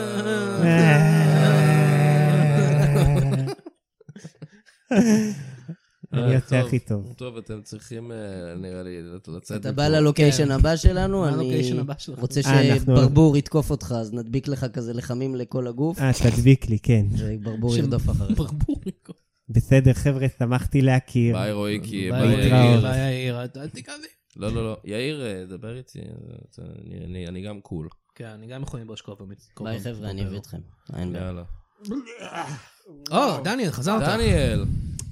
Speaker 7: אני יוצא
Speaker 3: אה, טוב.
Speaker 7: הכי טוב.
Speaker 3: טוב, אתם צריכים, אה, נראה לי, לצאת.
Speaker 6: אתה בא ללוקיישן הבא שלנו,
Speaker 4: כן. מה
Speaker 6: אני
Speaker 4: הלוקיישן הבא שלך?
Speaker 6: רוצה
Speaker 7: אה, אנחנו-
Speaker 6: שברבור יתקוף אותך, אז נדביק לך כזה לחמים לכל הגוף,
Speaker 7: אה, תדביק לי, כן.
Speaker 6: וברבור
Speaker 4: שם-
Speaker 6: ירדוף אחריך.
Speaker 4: ברבור.
Speaker 7: בסדר, חבר'ה, שמחתי להכיר.
Speaker 3: ביי רויקי,
Speaker 4: ביי,
Speaker 3: ביי
Speaker 4: יאיר,
Speaker 3: יאיר.
Speaker 4: ביי, יאיר, אתה- אל תיקח לי.
Speaker 3: לא, לא, לא. יאיר, אה, דבר איתי, אה, אתה- אני- אני- אני גם קול.
Speaker 4: כן, אני גם יכול ללבוש כובע. מצ- כובע-
Speaker 6: ביי חבר'ה, אני אביא אתכם. אין בעיה.
Speaker 3: יאללה.
Speaker 4: או, דניאל, חזרת.
Speaker 3: דניאל!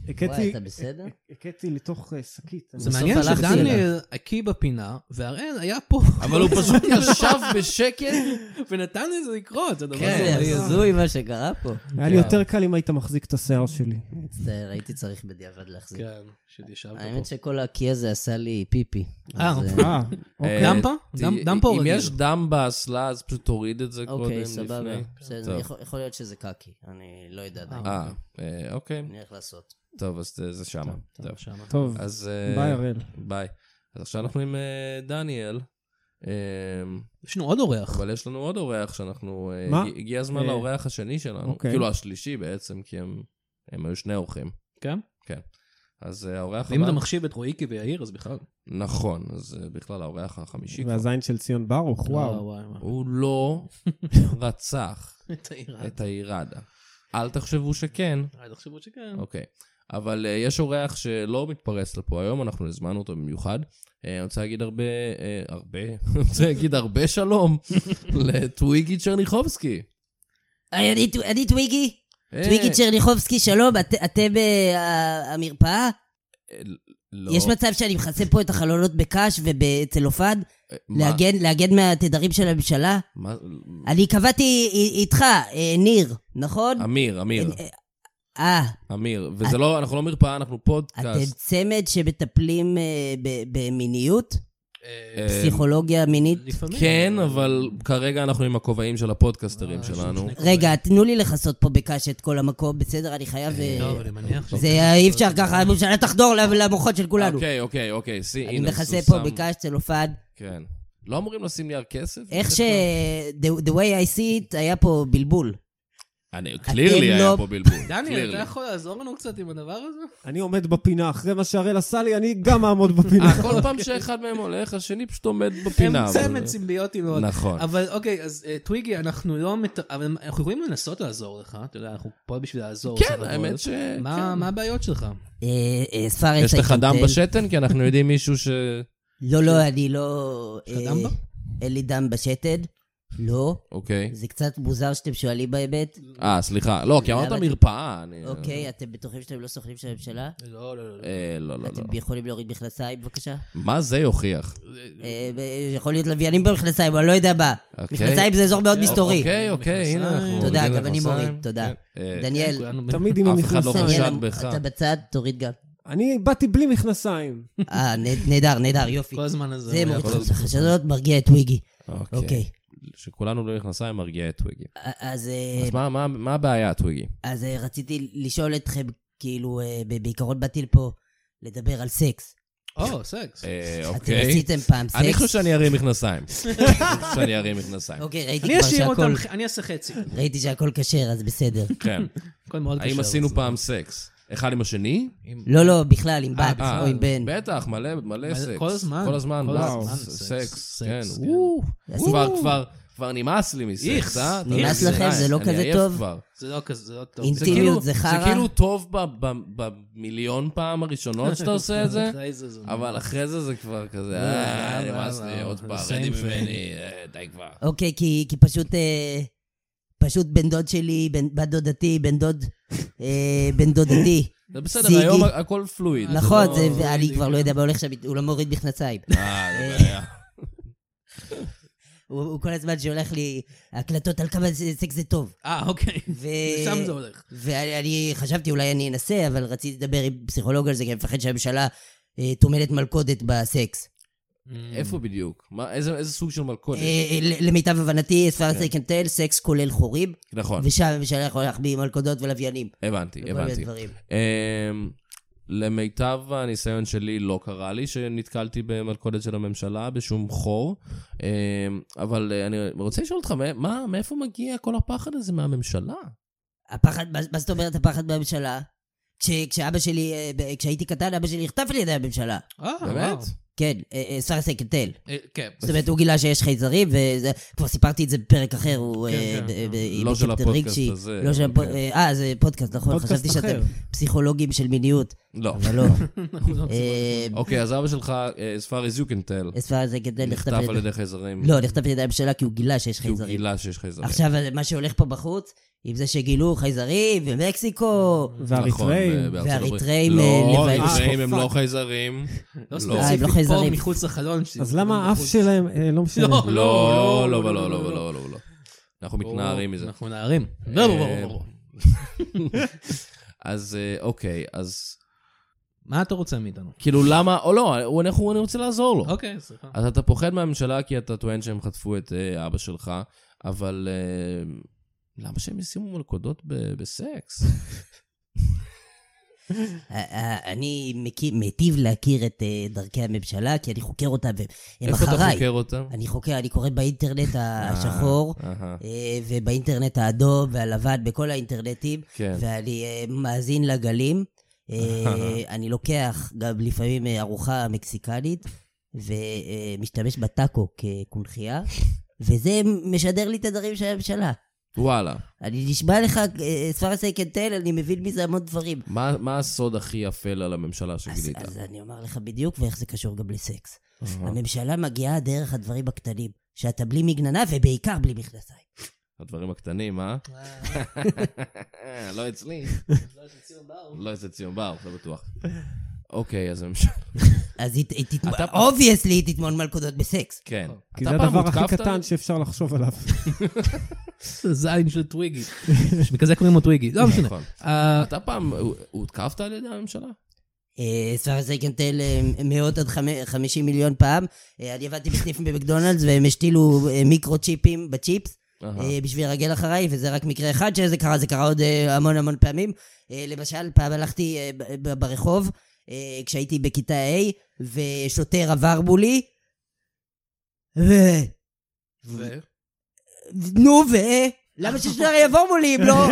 Speaker 5: הכיתי-
Speaker 6: וואי, אתה בסדר?
Speaker 5: הכיתי לתוך אה, שקית.
Speaker 4: זה
Speaker 6: בסוף
Speaker 4: מעניין
Speaker 6: הלכתי
Speaker 4: שדניאל הקיא בפינה, והראל היה פה.
Speaker 3: אבל הוא פשוט ישב בשקט.
Speaker 4: ונתן לזה לקרות, זה
Speaker 3: כן,
Speaker 4: דבר
Speaker 6: זה
Speaker 4: נוראי.
Speaker 6: הזוי מה שקרה פה.
Speaker 5: היה לי יותר קל אם היית מחזיק את השיער שלי.
Speaker 6: מצטער, הייתי צריך בדיעבד להחזיק.
Speaker 4: כן, שישבת פה.
Speaker 6: האמת שכל הקי הזה עשה לי פיפי.
Speaker 4: אה,
Speaker 6: אז,
Speaker 5: אה,
Speaker 3: אה,
Speaker 4: דמפה?
Speaker 3: ת-
Speaker 4: דם- דמפה
Speaker 3: אם
Speaker 4: רגיל.
Speaker 3: יש דם באסלה, אז פשוט תוריד את זה קודם, לפני.
Speaker 6: אוקיי, סבבה. בסדר,
Speaker 3: טוב.
Speaker 6: יכול- יכול להיות שזה קקי, אני לא יודע עדיין.
Speaker 3: אה, אה, אוקיי.
Speaker 6: אני הולך לעשות.
Speaker 3: טוב, אז זה- זה שמה. טוב.
Speaker 4: שמה.
Speaker 5: טוב,
Speaker 3: אז... אה,
Speaker 5: ביי הראל.
Speaker 3: ביי. אז עכשיו אנחנו עם אה, דניאל. אה,
Speaker 4: יש לנו עוד אורח.
Speaker 3: אבל יש לנו עוד אורח שאנחנו... אה,
Speaker 5: מה?
Speaker 3: הגיע- הגיע הזמן
Speaker 5: אה,
Speaker 3: לאורח השני שלנו.
Speaker 5: אוקיי.
Speaker 3: כאילו השלישי בעצם, כי הם הם היו שני אורחים.
Speaker 4: כן?
Speaker 3: אז אה, האורח
Speaker 4: ואם
Speaker 3: הבא...
Speaker 4: אתה מחשיב את רועיקי ויאיר, אז בכלל.
Speaker 3: נכון, אז אה, בכלל האורח החמישי כבר.
Speaker 5: והזין של ציון ברוך,
Speaker 4: אה,
Speaker 5: וואו.
Speaker 4: וואי, וואי.
Speaker 3: הוא לא רצח
Speaker 4: את העיר.
Speaker 3: את האיראדה. אל תחשבו שכן,
Speaker 4: אה, תחשבו שכן.
Speaker 3: אוקיי. אבל אה, יש אורח שלא מתפרץ לפה היום, אנחנו הזמנו אותו במיוחד. אה, אני רוצה להגיד הרבה, אה, הרבה, אני רוצה להגיד הרבה שלום לטוויגי צ'רניחובסקי.
Speaker 6: היי, אני טו- אני טוויגי?
Speaker 3: אה,
Speaker 6: טוויגי צ'רניחובסקי, שלום, את- אתם אה, המרפאה?
Speaker 3: אה, לא.
Speaker 6: יש מצב שאני מכסה פה את החלונות בקש ובצלופן?
Speaker 3: אה, מה-
Speaker 6: להגן, להגן מהתדרים של הממשלה?
Speaker 3: מה-
Speaker 6: אני קבעתי אי- איתך, אה, ניר, נכון?
Speaker 3: אמיר, אמיר,
Speaker 6: אה, אה,
Speaker 3: אמיר. וזה לא, אנחנו לא מרפאה, אנחנו
Speaker 6: אתם
Speaker 3: פודקאסט.
Speaker 6: צמד שמטפלים אה, ב- במיניות?
Speaker 3: אה,
Speaker 6: פסיכולוגיה מינית?
Speaker 4: לפעמים.
Speaker 3: כן, אבל כרגע אנחנו עם הכובעים של
Speaker 4: אה,
Speaker 3: הפודקאסטרים שלנו.
Speaker 6: רגע, תנו לי לכסות פה בקש את כל המקום, בסדר? אני חייב... אה,
Speaker 4: לא, אבל אני מניח ש...
Speaker 6: זה אה, אי אפשר ככה, הממשלה תחדור למוחות של כולנו.
Speaker 3: אוקיי, אוקיי, אוקיי, סי, הנה,
Speaker 6: אני מכסה
Speaker 3: הוא
Speaker 6: פה
Speaker 3: שם-
Speaker 6: בקש צלופן.
Speaker 3: כן. לא אמורים לשים נייר כסף?
Speaker 6: איך ש... The the way I see it, היה פה בלבול.
Speaker 3: אני, קלירלי היה
Speaker 6: לא-
Speaker 3: פה בלבול.
Speaker 4: דניאל,
Speaker 3: clearly.
Speaker 4: אתה יכול לעזור לנו קצת עם הדבר הזה?
Speaker 5: אני עומד בפינה, אחרי מה שהראל עשה לי, אני גם אעמוד בפינה.
Speaker 3: אה, כל פעם שאחד מהם הולך, השני פשוט עומד בפינה.
Speaker 4: הם
Speaker 3: אבל-
Speaker 4: צמד סימביוטי מאוד.
Speaker 3: נכון.
Speaker 4: אבל אוקיי, אז אה, טוויגי, אנחנו לא... מת- אבל אנחנו יכולים לנסות לעזור לך, אתה יודע, אנחנו פה בשביל לעזור.
Speaker 3: כן,
Speaker 4: בסך הכל.
Speaker 3: האמת ש...
Speaker 4: מה-
Speaker 3: כן.
Speaker 4: מה הבעיות שלך?
Speaker 6: אה, אה, ספארס...
Speaker 3: יש לך
Speaker 6: הייתי
Speaker 3: דם
Speaker 6: נותן.
Speaker 3: בשתן? כי אנחנו יודעים מישהו ש...
Speaker 6: לא, לא, אני לא...
Speaker 4: יש לך
Speaker 6: אה,
Speaker 4: דם בה?
Speaker 6: אין לי דם בשתן. לא.
Speaker 3: אוקיי.
Speaker 6: זה קצת מוזר שאתם שואלים בהיבט.
Speaker 3: אה, סליחה. לא, כי אמרת
Speaker 6: למה-
Speaker 3: מרפאה. אני-
Speaker 6: אוקיי, אתם בטוחים שאתם לא סוכנים של הממשלה?
Speaker 4: לא, לא, לא.
Speaker 3: אה, כן. לא, לא, אה, לא.
Speaker 6: אתם יכולים להוריד מכנסיים בבקשה?
Speaker 3: מה זה יוכיח?
Speaker 6: אה, ב- יכול להיות לוויינים במכנסיים, אני לא יודע מה.
Speaker 3: אוקיי.
Speaker 6: מכנסיים זה אזור מאוד מסתורי.
Speaker 3: אוקיי, אוקיי, הנה
Speaker 4: מכנסיים.
Speaker 3: אנחנו...
Speaker 6: תודה,
Speaker 3: מורידים
Speaker 6: גם אני
Speaker 3: מכנסיים.
Speaker 6: מוריד, תודה.
Speaker 3: כן. אה,
Speaker 6: דניאל,
Speaker 5: תמיד עם
Speaker 3: אף אחד לא
Speaker 5: המכנסיים.
Speaker 3: חשב.
Speaker 6: דניאל,
Speaker 3: עכשיו בך.
Speaker 6: אתה בצד, תוריד גם.
Speaker 5: אני באתי בלי מכנסיים.
Speaker 6: אה, נ- נהדר, נהדר, יופי.
Speaker 4: כל הזמן הזה.
Speaker 6: זה
Speaker 4: הוא
Speaker 6: מוריד
Speaker 4: יכול-
Speaker 6: לך את החשדות, מרגיע את וויגי.
Speaker 3: אוקיי.
Speaker 6: אוקיי.
Speaker 3: שכולנו לא בלי מכנסיים מרגיע את טוויגי.
Speaker 6: אז אה,
Speaker 3: אז מה- מה- מה הבעיה, טוויגי?
Speaker 6: אז אה, רציתי לשאול אתכם, כאילו, אה, ב- בעיקרון באתי לפה לדבר על סקס.
Speaker 4: או, סקס.
Speaker 3: אה,
Speaker 6: אתם
Speaker 3: אוקיי.
Speaker 6: עשיתם פעם סקס?
Speaker 3: אני חושב שאני ארים מכנסיים. אני חושב שאני ארים מכנסיים.
Speaker 6: אוקיי, ראיתי
Speaker 4: אני
Speaker 6: כבר
Speaker 4: אשאיר
Speaker 6: שהכל...
Speaker 4: אותם, אני אעשה חצי.
Speaker 6: ראיתי שהכל כשר, אז בסדר.
Speaker 3: כן.
Speaker 6: אוקיי,
Speaker 4: הכל מאוד קשה.
Speaker 3: האם עשינו פעם סקס? אחד עם השני?
Speaker 6: לא, לא, בכלל, עם בת
Speaker 3: אה,
Speaker 6: או עם בן.
Speaker 3: בטח, מלא מלא
Speaker 4: מלא-
Speaker 3: סקס.
Speaker 4: כל הזמן.
Speaker 3: כל הזמן,
Speaker 4: כל
Speaker 3: מה?
Speaker 4: הזמן,
Speaker 3: ס-
Speaker 4: סקס,
Speaker 3: סקס,
Speaker 4: סקס,
Speaker 3: כן.
Speaker 4: כן.
Speaker 3: וואו.
Speaker 6: עשינו-
Speaker 3: כבר, כבר, כבר נמאס לי מסקס,
Speaker 4: איכס,
Speaker 3: אה? אתה
Speaker 4: נמאס
Speaker 3: יודע,
Speaker 6: לכם? זה לא
Speaker 3: אני
Speaker 6: כזה
Speaker 3: עייף
Speaker 6: טוב?
Speaker 3: כבר.
Speaker 4: זה לא כזה, זה לא טוב.
Speaker 3: זה
Speaker 6: אינטימיות
Speaker 3: כאילו-
Speaker 6: זה חרא?
Speaker 3: זה כאילו טוב ב- ב- במיליון פעם הראשונות שאתה עושה את זה,
Speaker 4: אחרי זה זה-
Speaker 3: אבל אחרי זה זה כבר כזה,
Speaker 4: אה,
Speaker 3: אה, נמאס לי
Speaker 4: אה,
Speaker 3: עוד
Speaker 4: זה
Speaker 3: פעם,
Speaker 4: same
Speaker 3: רדי
Speaker 4: thing.
Speaker 3: ממני, אה, די כבר.
Speaker 6: אוקיי, כי, כי פשוט, אה, פשוט בן דוד שלי, בן, בת דודתי, בן דוד, אה, בן דודתי.
Speaker 3: זה בסדר,
Speaker 6: סיגי.
Speaker 3: היום הכל פלואיד.
Speaker 6: נכון,
Speaker 3: לא-
Speaker 6: זה, אני כבר לא יודע מה הולך שם, הוא לא מוריד מכנסיים.
Speaker 3: אה, זה בעיה.
Speaker 6: הוא, הוא כל הזמן שולח לי הקלטות על כמה זה- סקס זה טוב.
Speaker 4: אה, אוקיי.
Speaker 6: ו...
Speaker 4: שם זה הולך.
Speaker 6: ואני אני חשבתי אולי אני אנסה, אבל רציתי לדבר עם פסיכולוג על זה, כי אני מפחד שהממשלה אה, טומנת מלכודת בסקס.
Speaker 3: איפה בדיוק? מה- איזה איזה סוג של מלכודת?
Speaker 6: Mm. אה, אה, ל- למיטב הבנתי, as far
Speaker 3: כן.
Speaker 6: as I can tell, סקס כולל חורים,
Speaker 3: נכון,
Speaker 6: ושם הממשלה יכולה להחביא מלכודות ולוויינים.
Speaker 3: הבנתי,
Speaker 6: וכל מיני
Speaker 3: הבנתי.
Speaker 6: דברים.
Speaker 3: אמ, למיטב הניסיון שלי לא קרה לי שנתקלתי במלכודת של הממשלה בשום חור, אמ, אבל אה, אני רוצה לשאול אותך, מה- מה- מאיפה מגיע כל הפחד הזה מהממשלה?
Speaker 6: הפחד, מה מה זאת אומרת הפחד מהממשלה? כש, כשאבא שלי, אה, ב- כשהייתי קטן, אבא שלי נחטף על ידי הממשלה.
Speaker 4: אה,
Speaker 3: באמת?
Speaker 4: וואו.
Speaker 6: כן, אה, אה, שר הסקנטל.
Speaker 4: אה, כן.
Speaker 6: זאת אומרת, הוא גילה שיש חייזרים, וכבר סיפרתי את זה בפרק אחר, הוא...
Speaker 4: כן,
Speaker 6: אה,
Speaker 4: כן,
Speaker 6: ב-
Speaker 4: כן.
Speaker 6: ב-
Speaker 3: לא
Speaker 6: עם
Speaker 3: של
Speaker 6: קפטן
Speaker 3: הפודקאסט
Speaker 6: רגשי.
Speaker 3: הזה,
Speaker 6: לא של
Speaker 3: אבל
Speaker 6: הפודקאסט,
Speaker 3: כן.
Speaker 6: אה, זה פודקאסט, נכון,
Speaker 5: פודקאסט
Speaker 6: חשבתי שאתם
Speaker 5: אחר.
Speaker 6: פסיכולוגים של מיניות,
Speaker 3: לא.
Speaker 6: אבל לא. אה, כן,
Speaker 3: אוקיי, אז אבא שלך, אה, as far as you can tell,
Speaker 6: הספר הזה גדל
Speaker 3: נחטף על ידי חייזרים.
Speaker 6: לא, נחטף על ידי הממשלה כי הוא גילה שיש
Speaker 3: כי הוא
Speaker 6: חייזרים.
Speaker 3: גילה שיש חייזרים.
Speaker 6: עכשיו, מה שהולך פה בחוץ, עם זה שגילו חייזרים, ומקסיקו,
Speaker 5: ואריתראים.
Speaker 3: נכון, בארצות הברית.
Speaker 6: והאריתראים,
Speaker 3: לא,
Speaker 6: אה, לב-
Speaker 3: האריתראים הם
Speaker 5: אה,
Speaker 3: לא
Speaker 5: fuck.
Speaker 3: חייזרים.
Speaker 4: לא
Speaker 3: לא.
Speaker 6: אה, הם לא
Speaker 4: ספציפית פה
Speaker 6: חייזרים.
Speaker 4: מחוץ לחלון כאילו שלי.
Speaker 5: אז למה האף שלהם, אה, לא משנה.
Speaker 4: לא,
Speaker 3: לא, לא, לא, לא, לא, לא, לא, לא, לא. אנחנו מתנערים מזה.
Speaker 4: אנחנו מתנערים.
Speaker 3: אה,
Speaker 4: לא, ברור, ברור, ברור.
Speaker 3: אז אה, אוקיי, אז
Speaker 4: מה אתה רוצה מאיתנו?
Speaker 3: כאילו למה, או לא, הוא- אנחנו, אני רוצה לעזור לו.
Speaker 4: אוקיי, סליחה.
Speaker 3: אז אתה פוחד מהממשלה כי אתה טוען שהם חטפו את אה, אבא שלך, אבל אה, למה שהם ישימו מלכודות ב- בסקס? Mm-hmm.
Speaker 6: אה, אה, אני מכיר- מיטיב להכיר את אה, דרכי הממשלה, כי אני חוקר אותה, והם
Speaker 3: איפה אתה
Speaker 6: אחריי.
Speaker 3: חוקר אה, אותם?
Speaker 6: אני חוקר, אני קורא באינטרנט השחור,
Speaker 3: אהה,
Speaker 6: אה, ובאינטרנט האדום והלבן, בכל האינטרנטים,
Speaker 3: כן.
Speaker 6: ואני אה, מאזין לגלים. אה, אני לוקח גם לפעמים אה, ארוחה מקסיקנית, ומשתמש בטאקו כקונכייה, וזה משדר לי את הדברים של הממשלה.
Speaker 3: וואלה,
Speaker 6: אני נשבע לך, אה, as far as I can tell, אני מבין מזה המון דברים.
Speaker 3: מה מה הסוד הכי אפל על הממשלה
Speaker 6: אז,
Speaker 3: שגילית?
Speaker 6: אז אני אומר לך בדיוק, ואיך זה קשור גם לסקס.
Speaker 3: אהה.
Speaker 6: הממשלה מגיעה דרך הדברים הקטנים, שאתה בלי מגננה ובעיקר בלי מכנסיים.
Speaker 3: הדברים הקטנים, אה? לא אצלי. לא אצל ציון בר, לא בטוח. אוקיי, אז הממשלה...
Speaker 6: אז היא, היא תטמון,
Speaker 3: אתה-
Speaker 6: אובייסלי היא תטמון מלכודות בסקס.
Speaker 3: כן.
Speaker 5: כי
Speaker 3: אתה
Speaker 5: זה
Speaker 3: פעם
Speaker 5: הדבר הכי
Speaker 3: הותקפת?
Speaker 5: קטן שאפשר לחשוב עליו.
Speaker 4: זה זין של טוויגי. בגלל זה קוראים לו טוויגי. לא משנה.
Speaker 3: נכון.
Speaker 4: אה,
Speaker 3: אתה פעם אה, הותקפת על ידי הממשלה?
Speaker 6: אה, ספר סייקנטל אה, מאות עד חמ- 50 מיליון פעם. אה, אני עבדתי בסניף במקדונלדס והם השתילו אה, מיקרו-צ'יפים בצ'יפס
Speaker 3: אהה.
Speaker 6: אה, בשביל לרגל אחריי, וזה רק מקרה אחד שזה קרה, זה קרה עוד אה, המון המון פעמים. אה, למשל, פעם הלכתי אה, ב- ב- ברחוב, אה, כשהייתי בכיתה A, ושוטר עבר מולי, ו...
Speaker 4: ו-
Speaker 6: נו ו... למה ששוטר יבוא מולי אם לא,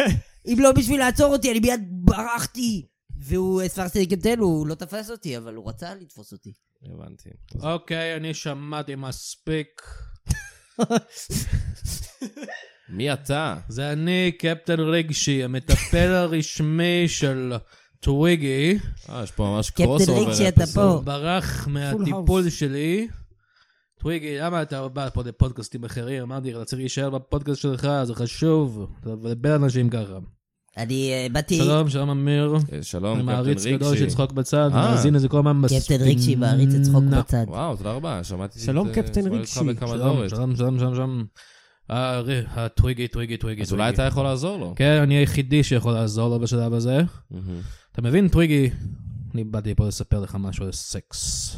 Speaker 6: אם לא בשביל לעצור אותי? אני מיד ברחתי. והוא, הספרתי לקנטל, הוא לא תפס אותי, אבל הוא רצה לתפוס אותי.
Speaker 3: הבנתי.
Speaker 4: אוקיי, אני שמעתי מספיק.
Speaker 3: מי אתה?
Speaker 4: זה אני, קפטן רגשי, המטפל הרשמי של טוויגי.
Speaker 3: אה, יש פה ממש
Speaker 6: קפטן
Speaker 3: קרוס אובר.
Speaker 6: ריק שאתה פה.
Speaker 4: ברח מהטיפול
Speaker 5: house.
Speaker 4: שלי. טוויגי, למה אתה בא פה לפודקאסטים אחרים? אמרתי לך, אתה צריך להישאר בפודקאסט שלך, זה חשוב. אתה מבלבל אנשים ככה.
Speaker 6: אני אה, באתי...
Speaker 4: שלום, שלום אמיר.
Speaker 3: אה, שלום,
Speaker 4: אני
Speaker 3: קפטן
Speaker 4: מעריץ
Speaker 3: ריקשי.
Speaker 4: גדול של צחוק בצד,
Speaker 3: אה.
Speaker 4: מאזין לזה כל הזמן בספינה.
Speaker 6: קפטן ריק שהיא מעריץ את צחוק
Speaker 4: נכון.
Speaker 6: בצד.
Speaker 3: וואו, תודה רבה, שמעתי
Speaker 5: שלום,
Speaker 3: אה,
Speaker 5: קפטן
Speaker 3: שמעתי
Speaker 5: ריקשי.
Speaker 3: אותך בכמה
Speaker 4: שלום,
Speaker 3: דורות.
Speaker 4: שלום, שלום, שלום, שלום. אה, ר- הטוויגי, טוויגי, טוויגי.
Speaker 3: אז אולי אתה יכול לעזור לו.
Speaker 4: כן, אני היחידי שיכול לעזור לו בשלב הזה.
Speaker 3: מהמם.
Speaker 4: אתה מבין, טוויגי? אני באתי פה לספר לך משהו על סקס.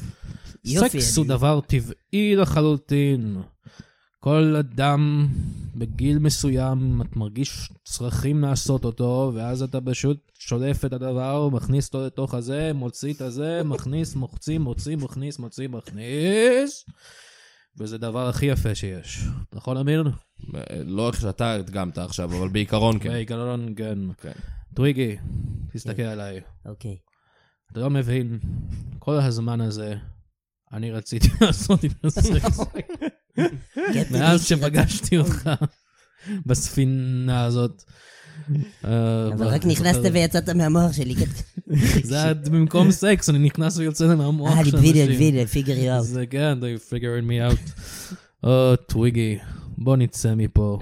Speaker 6: יופי,
Speaker 4: סקס
Speaker 6: אני-
Speaker 4: הוא דבר טבעי לחלוטין. כל אדם בגיל מסוים, את מרגיש צרכים לעשות אותו, ואז אתה פשוט שולף את הדבר, מכניס אותו לתוך הזה, מוציא את הזה, מכניס, מוחצי, מוציא, מכניס, מוציא, מכניס, וזה הדבר הכי יפה שיש. נכון, אמיר?
Speaker 3: אה, לא איך שאתה הדגמת עכשיו, אבל בעיקרון כן.
Speaker 4: בעיקרון, כן.
Speaker 3: כן.
Speaker 4: טוויגי, תסתכל עליי.
Speaker 6: אוקיי.
Speaker 4: אתה לא מבין, כל הזמן הזה, אני רציתי לעשות עם הסקס. מאז שפגשתי אותך בספינה הזאת. אה,
Speaker 6: אבל
Speaker 4: ב-
Speaker 6: רק נכנסת
Speaker 4: זוכר.
Speaker 6: ויצאת מהמוח שלי. כן.
Speaker 4: זה היה במקום סקס, אני נכנס ויוצא לי מהמוח
Speaker 6: אה,
Speaker 4: של אנשים.
Speaker 6: וידאו, וידאו, פיגר יואב.
Speaker 4: זה כן, they figured me out. או, טוויגי, בוא נצא מפה.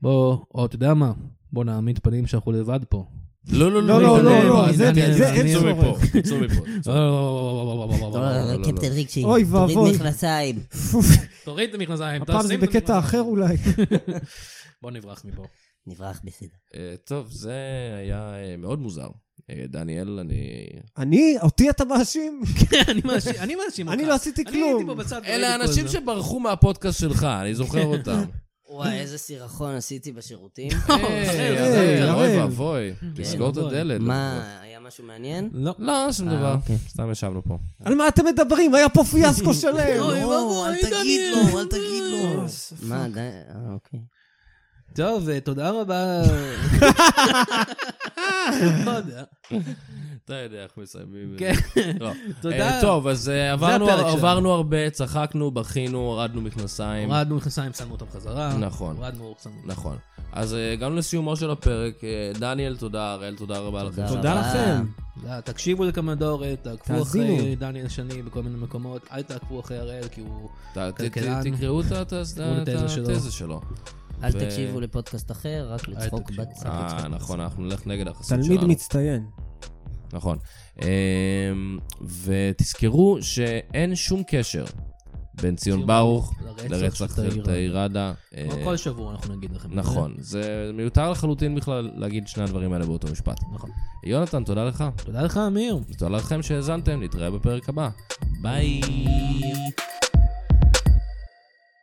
Speaker 4: בוא, או, אתה יודע מה? בוא נעמיד פנים שאנחנו לבד פה.
Speaker 3: לא, לא,
Speaker 5: לא, לא,
Speaker 4: לא,
Speaker 5: לא,
Speaker 4: אני-
Speaker 5: זה
Speaker 4: אני-
Speaker 5: זה
Speaker 4: אני-
Speaker 5: אין
Speaker 3: תצאו
Speaker 5: צורך.
Speaker 3: מפה, תצאו מפה.
Speaker 4: לא, לא, לא, לא, לא, לא, לא, לא, לא, לא.
Speaker 6: קפטן ריקשי,
Speaker 5: אוי
Speaker 6: תוריד
Speaker 5: ואבוי.
Speaker 6: מכנסיים.
Speaker 5: פוף,
Speaker 4: תוריד את המכנסיים,
Speaker 5: הפעם זה
Speaker 4: תשים את
Speaker 5: בקטע
Speaker 4: המכנסיים.
Speaker 5: אחר אולי.
Speaker 4: בוא נברח מפה.
Speaker 6: נברח בסדר.
Speaker 3: אה, טוב, זה היה אה, מאוד מוזר. אה, דניאל, אני...
Speaker 5: אני, אותי אתה מאשים?
Speaker 4: אני מאשים- אני מאשים אותך.
Speaker 5: אני לא עשיתי
Speaker 4: אני הייתי
Speaker 5: כלום.
Speaker 4: פה בצד.
Speaker 3: אלה
Speaker 4: ראיתי כל
Speaker 3: האנשים
Speaker 4: זה.
Speaker 3: שברחו מהפודקאסט שלך, אני זוכר אותם.
Speaker 6: וואי, איזה סירחון עשיתי בשירותים.
Speaker 3: היי,
Speaker 4: אה,
Speaker 3: היי,
Speaker 5: אה,
Speaker 3: אוי
Speaker 5: אה.
Speaker 3: ואבוי, תסגור את
Speaker 4: אוי.
Speaker 3: הדלת.
Speaker 6: מה, היה משהו מעניין?
Speaker 4: לא.
Speaker 3: לא, שום
Speaker 6: אה,
Speaker 3: דבר.
Speaker 6: אוקיי.
Speaker 3: סתם ישבנו פה.
Speaker 5: על מה אתם מדברים? היה פה פיאסקו שלם.
Speaker 4: אוי,
Speaker 6: לא,
Speaker 4: ואבוי,
Speaker 6: אל תגיד
Speaker 4: דניאל.
Speaker 6: לו, אל תגיד לו. מה, די, אה, אוקיי.
Speaker 4: טוב, אה, תודה רבה. לא יודע.
Speaker 3: אתה יודע איך מסיימים.
Speaker 4: כן.
Speaker 3: לא.
Speaker 4: תודה.
Speaker 3: אה, טוב, אז אה, עברנו-
Speaker 4: הפרק שלנו.
Speaker 3: עברנו הרבה, צחקנו, בכינו, הורדנו מכנסיים.
Speaker 4: הורדנו מכנסיים, שמנו אותם חזרה.
Speaker 3: נכון.
Speaker 4: הורדנו, שמנו.
Speaker 3: נכון. אז אה, הגענו לסיומו של הפרק. אה, דניאל, תודה, הראל, תודה רבה לכם.
Speaker 4: אה,
Speaker 5: תודה לכם.
Speaker 4: לא, תקשיבו לקמדורת, תעקבו
Speaker 5: תאזינו.
Speaker 4: אחרי דניאל שני בכל מיני מקומות, אל תעקבו אחרי הראל כי הוא...
Speaker 3: ת- ת- ת-
Speaker 4: כלכלן.
Speaker 3: תקראו את ה- את ה- את
Speaker 4: התזה שלו.
Speaker 3: התזה שלו.
Speaker 6: אל
Speaker 3: ו-
Speaker 6: תקשיבו לפודקאסט אחר, רק לצחוק
Speaker 4: תקשיבו.
Speaker 6: בצד.
Speaker 3: אה, נכון, אנחנו נלך נגד החסות שלנו.
Speaker 5: תלמיד מצטיין.
Speaker 3: נכון. אמ, ותזכרו שאין שום קשר בין ציון
Speaker 4: ציון
Speaker 3: ברוך
Speaker 4: ברוך
Speaker 3: לרצח
Speaker 4: לרצח של
Speaker 3: של
Speaker 4: תאיר
Speaker 3: תאיר ראדה.
Speaker 4: כמו
Speaker 3: אה,
Speaker 4: כל שבוע אנחנו נגיד לכם. את זה.
Speaker 3: נכון, זה מיותר לחלוטין בכלל להגיד שני הדברים האלה באותו משפט.
Speaker 4: נכון.
Speaker 3: יונתן, תודה לך.
Speaker 4: תודה לך, אמיר.
Speaker 3: ותודה לכם שהאזנתם, נתראה בפרק הבא. ביי.